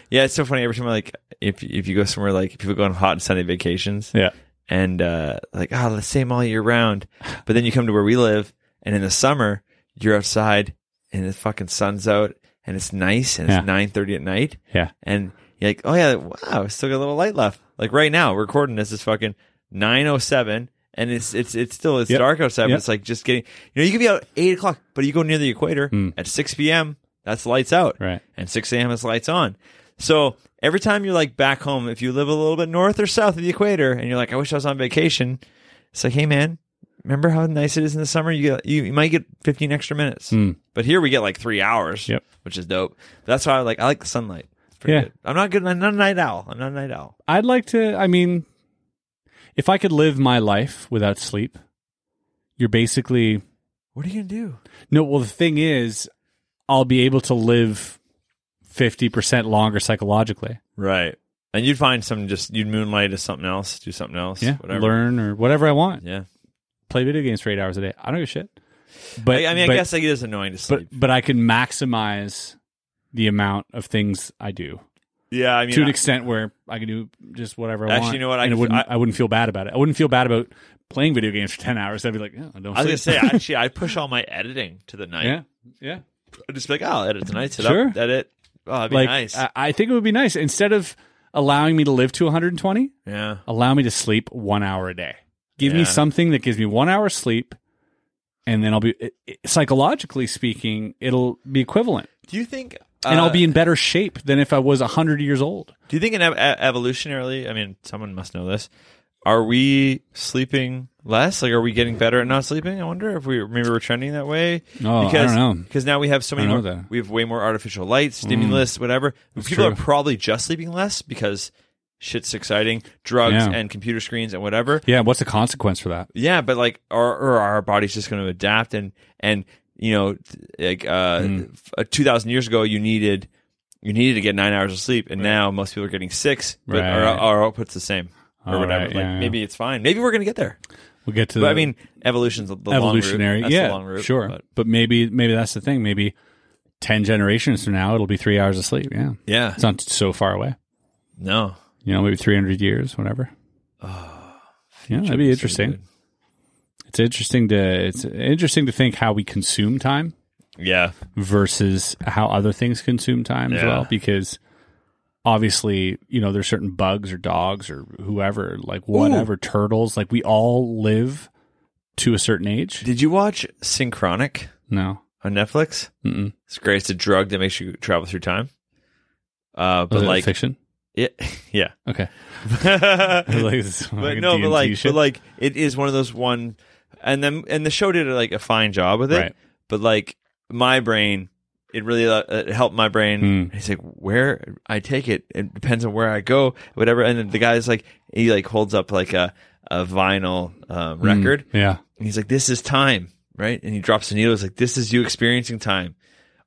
Speaker 3: Yeah, it's so funny. Every time I like if if you go somewhere like people go on hot and sunny vacations
Speaker 2: yeah.
Speaker 3: and uh like ah the same all year round, but then you come to where we live and in the summer you're outside and the fucking sun's out and it's nice and it's
Speaker 2: Yeah.
Speaker 3: nine thirty at night.
Speaker 2: Yeah.
Speaker 3: and you're like oh yeah wow I still got a little light left. Like right now we're recording this is fucking nine oh seven. And it's it's it's still it's
Speaker 2: Yep.
Speaker 3: dark outside. But
Speaker 2: Yep.
Speaker 3: it's like just getting you know you could be out eight o'clock, but you go near the equator at six p.m. That's lights out
Speaker 2: Hmm. Right.
Speaker 3: and 6 a.m. is lights on. So every time you're like back home, if you live a little bit north or south of the equator, and you're like, I wish I was on vacation, it's like, hey man, remember how nice it is in the summer? You get, you, you might get 15 extra minutes, but here we get like three hours,
Speaker 2: Hmm. Yep.
Speaker 3: which is dope. That's why I like I like the sunlight. It's pretty
Speaker 2: Yeah.
Speaker 3: good. I'm not good. I'm not a night owl. I'm not a night owl.
Speaker 2: I'd like to. I mean, if I could live my life without sleep, you're basically
Speaker 3: What are you gonna do?
Speaker 2: no. Well, the thing is, I'll be able to live fifty percent longer psychologically.
Speaker 3: Right. And you'd find some just you'd moonlight as something else, do something else,
Speaker 2: Yeah,
Speaker 3: whatever.
Speaker 2: learn or whatever I want.
Speaker 3: Yeah.
Speaker 2: Play video games for eight hours a day. I don't give a shit. But
Speaker 3: I, I mean,
Speaker 2: but-
Speaker 3: I guess like, it is annoying to sleep.
Speaker 2: but but I can maximize the amount of things I do
Speaker 3: yeah, I mean,
Speaker 2: to an
Speaker 3: I-
Speaker 2: extent where I can do just whatever I
Speaker 3: Actually,
Speaker 2: want.
Speaker 3: you know what? I
Speaker 2: I, and it
Speaker 3: could-
Speaker 2: wouldn't,
Speaker 3: I-
Speaker 2: I, wouldn't feel bad about it. I wouldn't feel bad about playing video games for ten hours. I'd be like, oh, I don't.
Speaker 3: I was
Speaker 2: <laughs>
Speaker 3: gonna say
Speaker 2: sleep.
Speaker 3: actually, I push all my editing to the night.
Speaker 2: yeah, yeah.
Speaker 3: I'd just be like, oh, I'll edit tonight. Sit
Speaker 2: Sure.
Speaker 3: up, edit. Oh, that'd be
Speaker 2: Like uh,
Speaker 3: nice.
Speaker 2: I, I think it would be nice instead of allowing me to live to 120,
Speaker 3: yeah.
Speaker 2: allow me to sleep one hour a day. Give me
Speaker 3: Yeah.
Speaker 2: something that gives me one hour sleep, and then I'll be it- it- psychologically speaking, it'll be equivalent,
Speaker 3: Do you think?
Speaker 2: and
Speaker 3: uh,
Speaker 2: I'll be in better shape than if I was 100 years old.
Speaker 3: Do you think, in ev- ev- evolutionarily, I mean, someone must know this. Are we sleeping less? Like, are we getting better at not sleeping? I wonder if we maybe we're trending that way.
Speaker 2: Oh, I
Speaker 3: because,
Speaker 2: don't know.
Speaker 3: Because now we have so many.
Speaker 2: I
Speaker 3: More,
Speaker 2: don't know that. Mm,
Speaker 3: we have way more artificial light, stimulus, whatever. People
Speaker 2: true.
Speaker 3: are probably just sleeping less because shit's exciting, drugs
Speaker 2: Yeah.
Speaker 3: and computer screens and whatever.
Speaker 2: Yeah, what's the consequence for that?
Speaker 3: Yeah, but like, or, or our body's just going to adapt and and you know, th- like uh,
Speaker 2: Hmm.
Speaker 3: f- two thousand years ago, you needed you needed to get nine hours of sleep, and now most people are getting six, but our,
Speaker 2: Right.
Speaker 3: our output's the same or
Speaker 2: All
Speaker 3: whatever.
Speaker 2: right,
Speaker 3: like
Speaker 2: yeah, yeah.
Speaker 3: maybe it's fine. Maybe we're going to get there.
Speaker 2: We'll get to
Speaker 3: But
Speaker 2: the
Speaker 3: I mean, evolution's the, the
Speaker 2: evolutionary.
Speaker 3: Long route. That's
Speaker 2: yeah,
Speaker 3: the long route,
Speaker 2: sure. But.
Speaker 3: but-
Speaker 2: maybe maybe that's the thing. Maybe ten generations from now, it'll be three hours of sleep. Yeah,
Speaker 3: yeah.
Speaker 2: it's not so far away.
Speaker 3: No.
Speaker 2: You know, maybe three hundred years, whatever.
Speaker 3: Ah,
Speaker 2: yeah, that'd be interesting. it's interesting to it's interesting to think how we consume time
Speaker 3: Yeah.
Speaker 2: versus how other things consume time as
Speaker 3: Yeah.
Speaker 2: well. Because obviously, you know, there's certain bugs or dogs or whoever, like whatever turtles. Like we all live to a certain age.
Speaker 3: Did you watch Synchronic
Speaker 2: No.
Speaker 3: on Netflix?
Speaker 2: Mm-mm.
Speaker 3: It's great. It's a drug that makes you travel through time. Uh,
Speaker 2: Was
Speaker 3: but
Speaker 2: it
Speaker 3: like,
Speaker 2: Oh, fiction.
Speaker 3: it, <laughs> yeah.
Speaker 2: Okay.
Speaker 3: but
Speaker 2: Like, this is like a
Speaker 3: no,
Speaker 2: D&T
Speaker 3: but like,
Speaker 2: shit.
Speaker 3: but like, it is one of those one, and then and the show did like a fine job with it.
Speaker 2: Right.
Speaker 3: But like, my brain, it really uh, it helped my brain.
Speaker 2: Hmm.
Speaker 3: He's like, where I take it, it depends on where I go, whatever. And then the guy's like, he like holds up like a a vinyl um,
Speaker 2: Hmm.
Speaker 3: record,
Speaker 2: Mm. yeah,
Speaker 3: and he's like, "This is time, right?" And he drops the needle. He's like, "This is you experiencing time.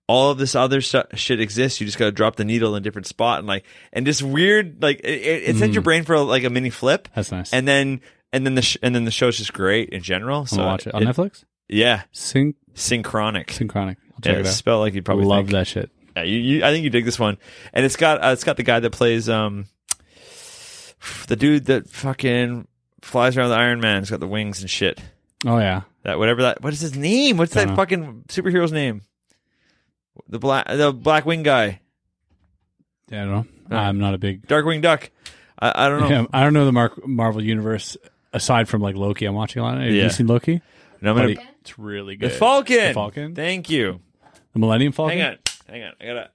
Speaker 3: All of this other stu shit exists. You just got to drop the needle in a different spot and like, and just weird like it, it, it
Speaker 2: Hmm.
Speaker 3: sends your brain for like a mini flip,
Speaker 2: that's nice.
Speaker 3: and then and then the sh- and then the show's just great in general.
Speaker 2: I'll
Speaker 3: So
Speaker 2: watch it on Netflix.
Speaker 3: Yeah,
Speaker 2: Syn-
Speaker 3: synchronic.
Speaker 2: synchronic. I'll
Speaker 3: yeah,
Speaker 2: check
Speaker 3: it's
Speaker 2: it out.
Speaker 3: spelled like you'd
Speaker 2: I
Speaker 3: probably
Speaker 2: love
Speaker 3: think.
Speaker 2: that shit.
Speaker 3: Yeah, you, you, I think you dig this one, and it's got uh, it's got the guy that plays um the dude that fucking flies around the Iron Man. He's got the wings and shit.
Speaker 2: Oh yeah,
Speaker 3: That whatever that what is his name? What's that
Speaker 2: Dunno.
Speaker 3: fucking superhero's name? The black the black wing guy,
Speaker 2: yeah. I don't know. I'm not a big.
Speaker 3: dark wing duck. I, I don't know.
Speaker 2: Yeah, <laughs> I don't know the Mark Marvel universe aside from like Loki. I'm watching a lot. Have
Speaker 3: Yeah.
Speaker 2: you seen Loki?
Speaker 3: And I'm gonna-
Speaker 2: Buddy, it's really
Speaker 3: the
Speaker 2: good.
Speaker 3: Falcon.
Speaker 2: The Falcon.
Speaker 3: Thank you.
Speaker 2: The Millennium Falcon.
Speaker 3: Hang on, hang on. I gotta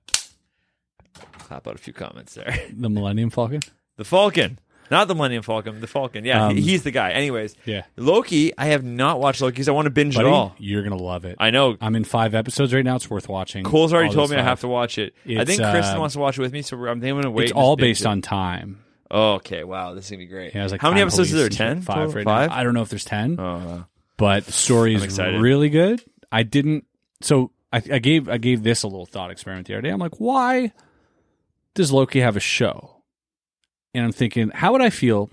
Speaker 3: clap out a few comments there.
Speaker 2: <laughs> The Millennium Falcon.
Speaker 3: The Falcon. Not the Millennium Falcon, the Falcon. Yeah,
Speaker 2: Um,
Speaker 3: he- he's the guy. Anyways,
Speaker 2: Yeah.
Speaker 3: Loki, I have not watched Loki because I want to binge
Speaker 2: Buddy,
Speaker 3: it all.
Speaker 2: you're gonna love it.
Speaker 3: I know.
Speaker 2: I'm in five episodes right now. It's worth watching.
Speaker 3: Cole's already
Speaker 2: All
Speaker 3: told
Speaker 2: this
Speaker 3: me I
Speaker 2: stuff.
Speaker 3: have to watch it. I
Speaker 2: It's,
Speaker 3: think Kristen
Speaker 2: uh,
Speaker 3: wants to watch it with me, so we're- I'm going to wait.
Speaker 2: It's
Speaker 3: and just
Speaker 2: all
Speaker 3: binge
Speaker 2: based
Speaker 3: it.
Speaker 2: on time.
Speaker 3: Oh, okay, wow, this is gonna be great.
Speaker 2: Yeah, I was like,
Speaker 3: How many
Speaker 2: Time
Speaker 3: episodes is there?
Speaker 2: Police
Speaker 3: Ten,
Speaker 2: five
Speaker 3: total?
Speaker 2: right
Speaker 3: five?
Speaker 2: now. I don't know if there's ten,
Speaker 3: Oh, wow.
Speaker 2: but the story
Speaker 3: I'm
Speaker 2: is
Speaker 3: excited.
Speaker 2: really good. I didn't. So I, I gave I gave this a little thought experiment the other day. I'm like, why does Loki have a show? And I'm thinking, how would I feel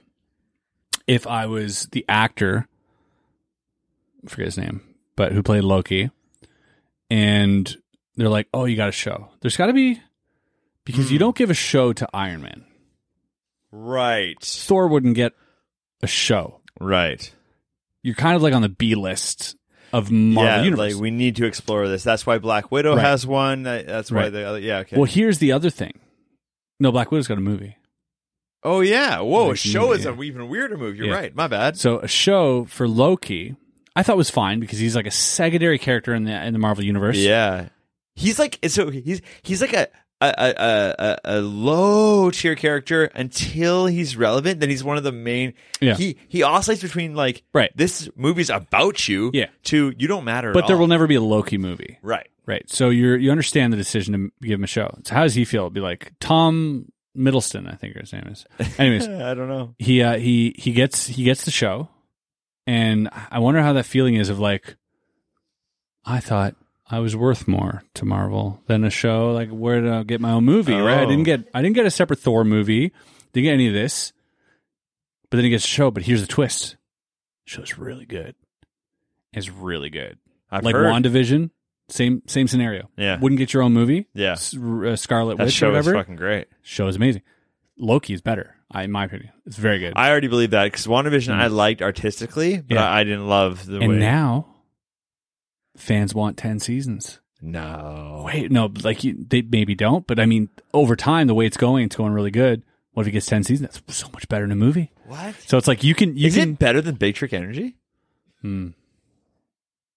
Speaker 2: if I was the actor? I forget his name, but who played Loki? And they're like, oh, you got a show. There's got to be because
Speaker 3: Hmm.
Speaker 2: you don't give a show to Iron Man.
Speaker 3: right,
Speaker 2: Thor wouldn't get a show.
Speaker 3: right.
Speaker 2: You're kind of like on the B list of Marvel
Speaker 3: yeah,
Speaker 2: Universe.
Speaker 3: like we need to explore this. That's why Black Widow
Speaker 2: Right.
Speaker 3: has one. That- That's why
Speaker 2: Right.
Speaker 3: the other. Yeah, okay.
Speaker 2: Well, here's the other thing. No, Black Widow's got a movie.
Speaker 3: oh yeah, whoa,
Speaker 2: Like,
Speaker 3: a show
Speaker 2: movie,
Speaker 3: is
Speaker 2: yeah.
Speaker 3: an even weirder move. You're
Speaker 2: Yeah.
Speaker 3: right. My bad.
Speaker 2: So a show for Loki, I thought was fine because he's like a secondary character in the in the Marvel universe.
Speaker 3: Yeah, he's like so he's he's like a. A, a, a, a- a low tier character until he's relevant. Then he's one of the main.
Speaker 2: Yeah.
Speaker 3: He he oscillates between like
Speaker 2: Right.
Speaker 3: This movie's about you.
Speaker 2: Yeah.
Speaker 3: To you don't matter.
Speaker 2: But
Speaker 3: at
Speaker 2: there
Speaker 3: all.
Speaker 2: will never be a Loki movie.
Speaker 3: Right.
Speaker 2: Right. So you're you understand the decision to m- give him a show. So how does he feel? It'd be like Tom Middleston, I think his name is.
Speaker 3: <laughs>
Speaker 2: Anyways,
Speaker 3: I don't know.
Speaker 2: he uh, he he gets he gets the show, and I wonder how that feeling is of like, I thought I was worth more to Marvel than a show. Like, where did I get my own movie? Right? I
Speaker 3: Oh.
Speaker 2: didn't get I didn't get a separate Thor movie. Didn't get any of this. But then he gets a show. But here's the twist: the show's really good. It's really good.
Speaker 3: I've
Speaker 2: like
Speaker 3: heard.
Speaker 2: WandaVision, same same scenario.
Speaker 3: Yeah.
Speaker 2: wouldn't get your own movie.
Speaker 3: Yeah.
Speaker 2: S- uh, Scarlet
Speaker 3: That
Speaker 2: Witch
Speaker 3: show
Speaker 2: or
Speaker 3: is
Speaker 2: whatever.
Speaker 3: fucking great.
Speaker 2: show is amazing. Loki is better, I, in my opinion. It's very good.
Speaker 3: I already believe that because WandaVision
Speaker 2: Mm.
Speaker 3: I liked artistically, but
Speaker 2: Yeah.
Speaker 3: I, I didn't love the
Speaker 2: and
Speaker 3: way.
Speaker 2: now fans want 10 seasons
Speaker 3: no.
Speaker 2: wait no like you, they maybe don't but i mean over time the way it's going it's going really good what if he gets 10 seasons that's so much better than a movie
Speaker 3: What?
Speaker 2: so it's like you can you
Speaker 3: Is
Speaker 2: can
Speaker 3: it better than Big Trick Energy?
Speaker 2: Hmm.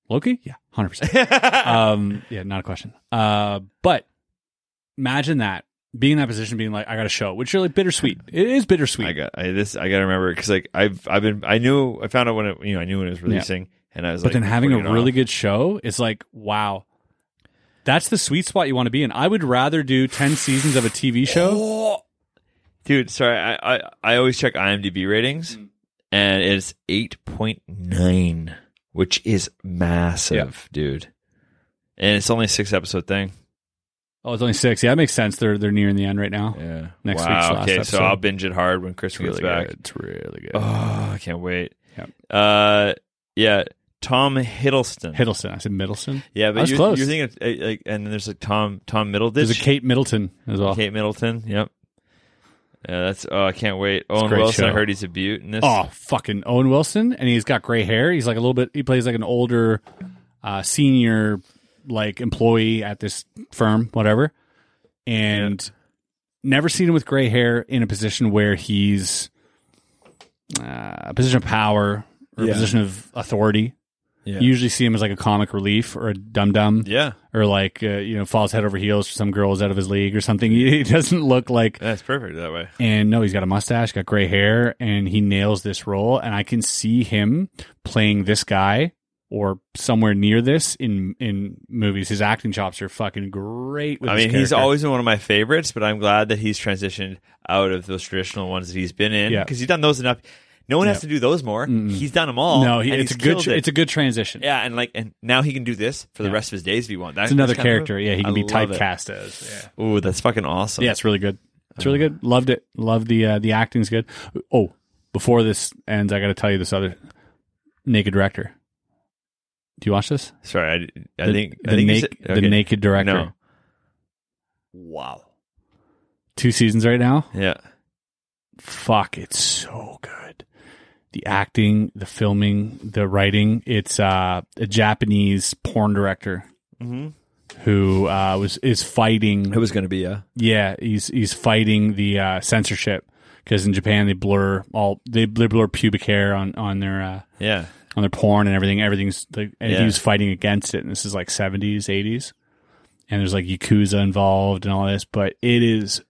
Speaker 2: loki yeah
Speaker 3: <laughs>
Speaker 2: 100% um yeah not a question uh but imagine that being in that position being like i got a show which is like bittersweet it is bittersweet
Speaker 3: I got I, this. I got to remember because like I've I've been I knew I found out when it you know I knew when it was releasing and I was
Speaker 2: but
Speaker 3: like
Speaker 2: then having
Speaker 3: putting
Speaker 2: a
Speaker 3: it
Speaker 2: really
Speaker 3: off.
Speaker 2: good show is like wow that's the sweet spot you want to be in i would rather do 10 seasons of a tv show
Speaker 3: dude. Sorry, I, I I always check IMDb ratings and it's eight point nine, which is massive, dude. And it's only a six episode thing.
Speaker 2: oh it's only six yeah that makes sense they're they're nearing the end right now
Speaker 3: Yeah.
Speaker 2: Next
Speaker 3: wow.
Speaker 2: week's last
Speaker 3: okay, so
Speaker 2: episode.
Speaker 3: I'll binge it hard when Chris
Speaker 2: it's
Speaker 3: gets
Speaker 2: really
Speaker 3: back.
Speaker 2: good it's really good
Speaker 3: Oh, I can't wait.
Speaker 2: Yep.
Speaker 3: Uh, yeah, Tom Hiddleston.
Speaker 2: hiddleston i said middleton
Speaker 3: Yeah,
Speaker 2: I
Speaker 3: but
Speaker 2: was
Speaker 3: you're,
Speaker 2: close.
Speaker 3: you're thinking, of, uh, like, and then there's like Tom Tom Middleditch,
Speaker 2: there's a kate middleton as well
Speaker 3: Kate Middleton. Yep. Yeah, that's. Oh, I can't wait. Owen
Speaker 2: great
Speaker 3: Wilson. I
Speaker 2: show.
Speaker 3: heard he's a beaut in this.
Speaker 2: oh fucking owen wilson and he's got gray hair he's like a little bit he plays like an older uh senior like employee at this firm whatever and never seen him with gray hair in a position where he's uh, a position of power or
Speaker 3: Yeah.
Speaker 2: a position of authority
Speaker 3: yeah.
Speaker 2: you usually see him as like a comic relief or a dum dum
Speaker 3: yeah,
Speaker 2: or like uh, you know falls head over heels for some girls out of his league or something <laughs> he doesn't look like
Speaker 3: that's perfect that way.
Speaker 2: and no, he's got a mustache, got gray hair, and he nails this role. And I can see him playing this guy or somewhere near this in in movies. His acting chops are fucking great. With
Speaker 3: I
Speaker 2: this
Speaker 3: mean, he's
Speaker 2: character.
Speaker 3: always been one of my favorites, but I'm glad that he's transitioned out of those traditional ones that he's been in
Speaker 2: Yeah.
Speaker 3: because he's done those enough. No one has
Speaker 2: Yeah.
Speaker 3: to do those more.
Speaker 2: Mm-mm.
Speaker 3: He's done them all.
Speaker 2: no. He,
Speaker 3: and
Speaker 2: it's a
Speaker 3: he's
Speaker 2: good
Speaker 3: killed
Speaker 2: tra-
Speaker 3: it.
Speaker 2: it's a good transition.
Speaker 3: Yeah, and like, and now he can do this for the
Speaker 2: Yeah.
Speaker 3: rest of his days if he wants.
Speaker 2: it's another character. Yeah, he can be typecast as. Yeah.
Speaker 3: Ooh, that's fucking awesome.
Speaker 2: Yeah, it's really good. It's really good. Loved it. Loved the uh, the acting's good. Oh, before this ends, I got to tell you this other naked director. Do you watch this?
Speaker 3: Sorry, I, I
Speaker 2: The-
Speaker 3: think
Speaker 2: the,
Speaker 3: I think you
Speaker 2: naked,
Speaker 3: said- okay.
Speaker 2: the naked director.
Speaker 3: No. Wow.
Speaker 2: Two seasons right now.
Speaker 3: Yeah.
Speaker 2: fuck, it's so good. The acting, the filming, the writing. It's uh, a Japanese porn director
Speaker 3: Mhm.
Speaker 2: who uh, was is fighting.
Speaker 3: was going to be uh, a
Speaker 2: Yeah, he's he's fighting the uh, censorship because in Japan they blur all they, they blur pubic hair on on their uh,
Speaker 3: yeah.
Speaker 2: on their porn and everything. Everything's like, and
Speaker 3: Yeah.
Speaker 2: he was fighting against it. And this is like seventies, eighties, and there's like yakuza involved and all this. But it is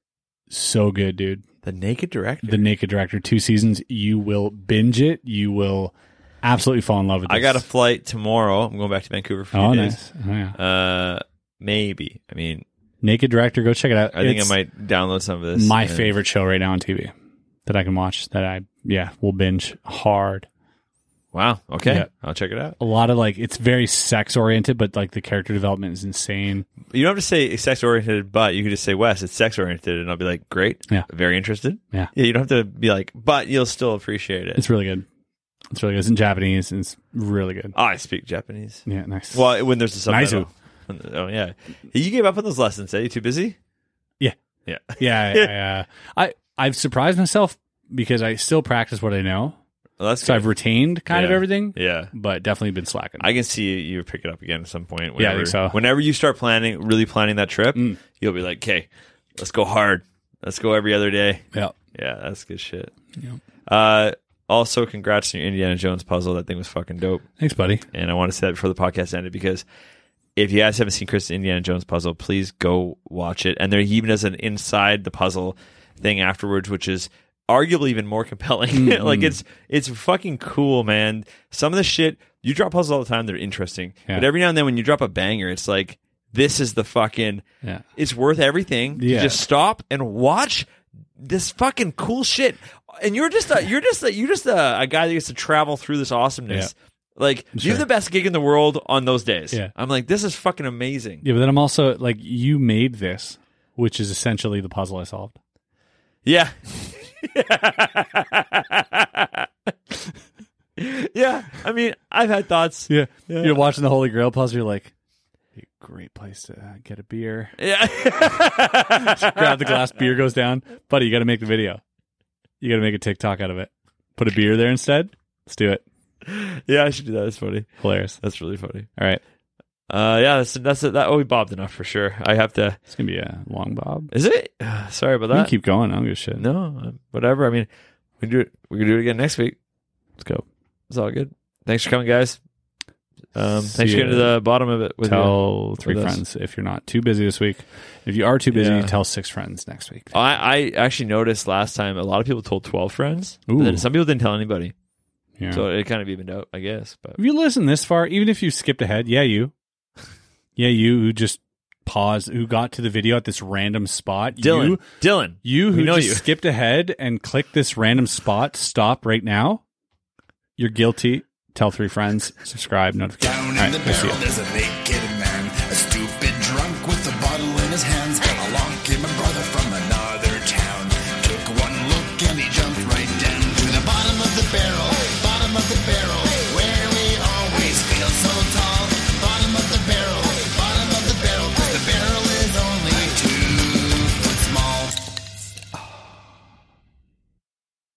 Speaker 2: so good, dude.
Speaker 3: The naked director.
Speaker 2: The Naked Director, two seasons. You will binge it. You will absolutely fall in love with. This.
Speaker 3: I got a flight tomorrow. I'm going back to Vancouver for a few
Speaker 5: Oh,
Speaker 3: days.
Speaker 5: nice. Oh, yeah.
Speaker 3: Uh, maybe. I mean,
Speaker 2: Naked Director. Go check it out.
Speaker 3: I think I
Speaker 2: It's
Speaker 3: might download some of this.
Speaker 2: My
Speaker 3: and-
Speaker 2: favorite show right now on TV that I can watch. That I yeah will binge hard.
Speaker 3: Wow. Okay.
Speaker 2: Yeah.
Speaker 3: I'll check it out.
Speaker 2: A lot of like it's very sex oriented, but like the character development is insane.
Speaker 3: You don't have to say sex oriented, but you could just say Wes. It's sex oriented, and I'll be like, great.
Speaker 2: Yeah.
Speaker 3: Very interested.
Speaker 2: Yeah.
Speaker 3: Yeah. You don't have to be like, but you'll still appreciate it.
Speaker 2: It's really good. It's really good. It's in Japanese and it's really good.
Speaker 3: I speak Japanese.
Speaker 2: Yeah, nice.
Speaker 3: Well, when there's a subtitle.
Speaker 2: Naizu.
Speaker 3: Oh yeah. You gave up on those lessons. Are you too busy?
Speaker 2: Yeah.
Speaker 3: Yeah. <laughs>
Speaker 2: yeah, yeah. I I've surprised myself because I still practice what I know,
Speaker 3: Well, that's
Speaker 2: so I've
Speaker 3: good.
Speaker 2: retained kind of
Speaker 3: Yeah.
Speaker 2: everything,
Speaker 3: yeah.
Speaker 2: but definitely been slacking.
Speaker 3: I can see you, you pick it up again at some point. Whenever,
Speaker 2: Yeah, I think so. Mm.
Speaker 3: Whenever you start planning, really planning that trip, you'll be like, okay, let's go hard. Let's go every other day.
Speaker 2: yeah,
Speaker 3: Yeah, that's good shit. Uh, also, congrats on your Indiana Jones puzzle. That thing was fucking dope.
Speaker 2: thanks, buddy.
Speaker 3: And I want to say that before the podcast ended because if you guys haven't seen Chris Indiana Jones puzzle, please go watch it. And there he even does an inside the puzzle thing afterwards, which is arguably even more <laughs> compelling.
Speaker 2: Mm-hmm.
Speaker 3: like it's it's fucking cool, man. Some of the shit you drop puzzles all the time, they're interesting.
Speaker 2: Yeah.
Speaker 3: But every now and then when you drop a banger, it's like this is the fucking
Speaker 2: Yeah.
Speaker 3: it's worth everything. You
Speaker 2: Yeah.
Speaker 3: just stop and watch this fucking cool shit. And you're just a, you're just a, you're just a, a guy that gets to travel through this awesomeness. Like you
Speaker 2: Sure.
Speaker 3: have the best gig in the world on those days.
Speaker 2: Yeah.
Speaker 3: I'm like, this is fucking amazing.
Speaker 2: Yeah, but then I'm also like, you made this, which is essentially the puzzle I solved.
Speaker 3: Yeah. <laughs> yeah. I mean, I've had thoughts.
Speaker 2: Yeah, you're watching the Holy Grail puzzle. You're like, "Be a great place to uh, get a
Speaker 3: <laughs>
Speaker 2: beer.
Speaker 3: Yeah.
Speaker 2: Grab the glass, beer goes down, buddy. You got to make the video. You got to make a TikTok out of it. Put a beer there instead. Let's do it.
Speaker 3: yeah, I should do that. That's funny.
Speaker 2: Hilarious.
Speaker 3: That's really funny.
Speaker 2: All right,
Speaker 3: Uh, yeah, that's that's that. Oh, we bobbed enough for sure. I have to.
Speaker 2: it's gonna be a long bob.
Speaker 3: Is it? <sighs> Sorry about
Speaker 2: You can
Speaker 3: that.
Speaker 2: keep going. I don't give a shit.
Speaker 3: No, uh, whatever. I mean, we can do it. We can do it again next week.
Speaker 2: Let's go.
Speaker 3: It's all good. Thanks for coming, guys. Um,
Speaker 2: See
Speaker 3: thanks for getting to
Speaker 2: ya.
Speaker 3: the bottom of it. With you.
Speaker 2: tell three
Speaker 3: with us.
Speaker 2: friends if you're not too busy this week. If you are too busy,
Speaker 3: Yeah.
Speaker 2: tell six friends next week.
Speaker 3: I, I actually noticed last time a lot of people told twelve friends. but
Speaker 2: Ooh.
Speaker 3: then some people didn't tell anybody,
Speaker 2: Yeah.
Speaker 3: so it kind of evened out, I guess. But
Speaker 2: if you listen this far, even if you skipped ahead, yeah,
Speaker 3: <laughs>
Speaker 2: you, yeah, you who just paused, who got to the video at this random spot,
Speaker 3: Dylan,
Speaker 2: you,
Speaker 3: Dylan,
Speaker 2: you
Speaker 3: we
Speaker 2: who
Speaker 3: know
Speaker 2: just
Speaker 3: you. <laughs>
Speaker 2: skipped ahead and clicked this random spot, stop right now. You're guilty. Tell three friends. Subscribe. Notification.
Speaker 1: Down
Speaker 2: All
Speaker 1: in
Speaker 2: right,
Speaker 1: the
Speaker 2: we'll see
Speaker 1: barrel,
Speaker 2: ya.
Speaker 1: there's a naked man, a stoop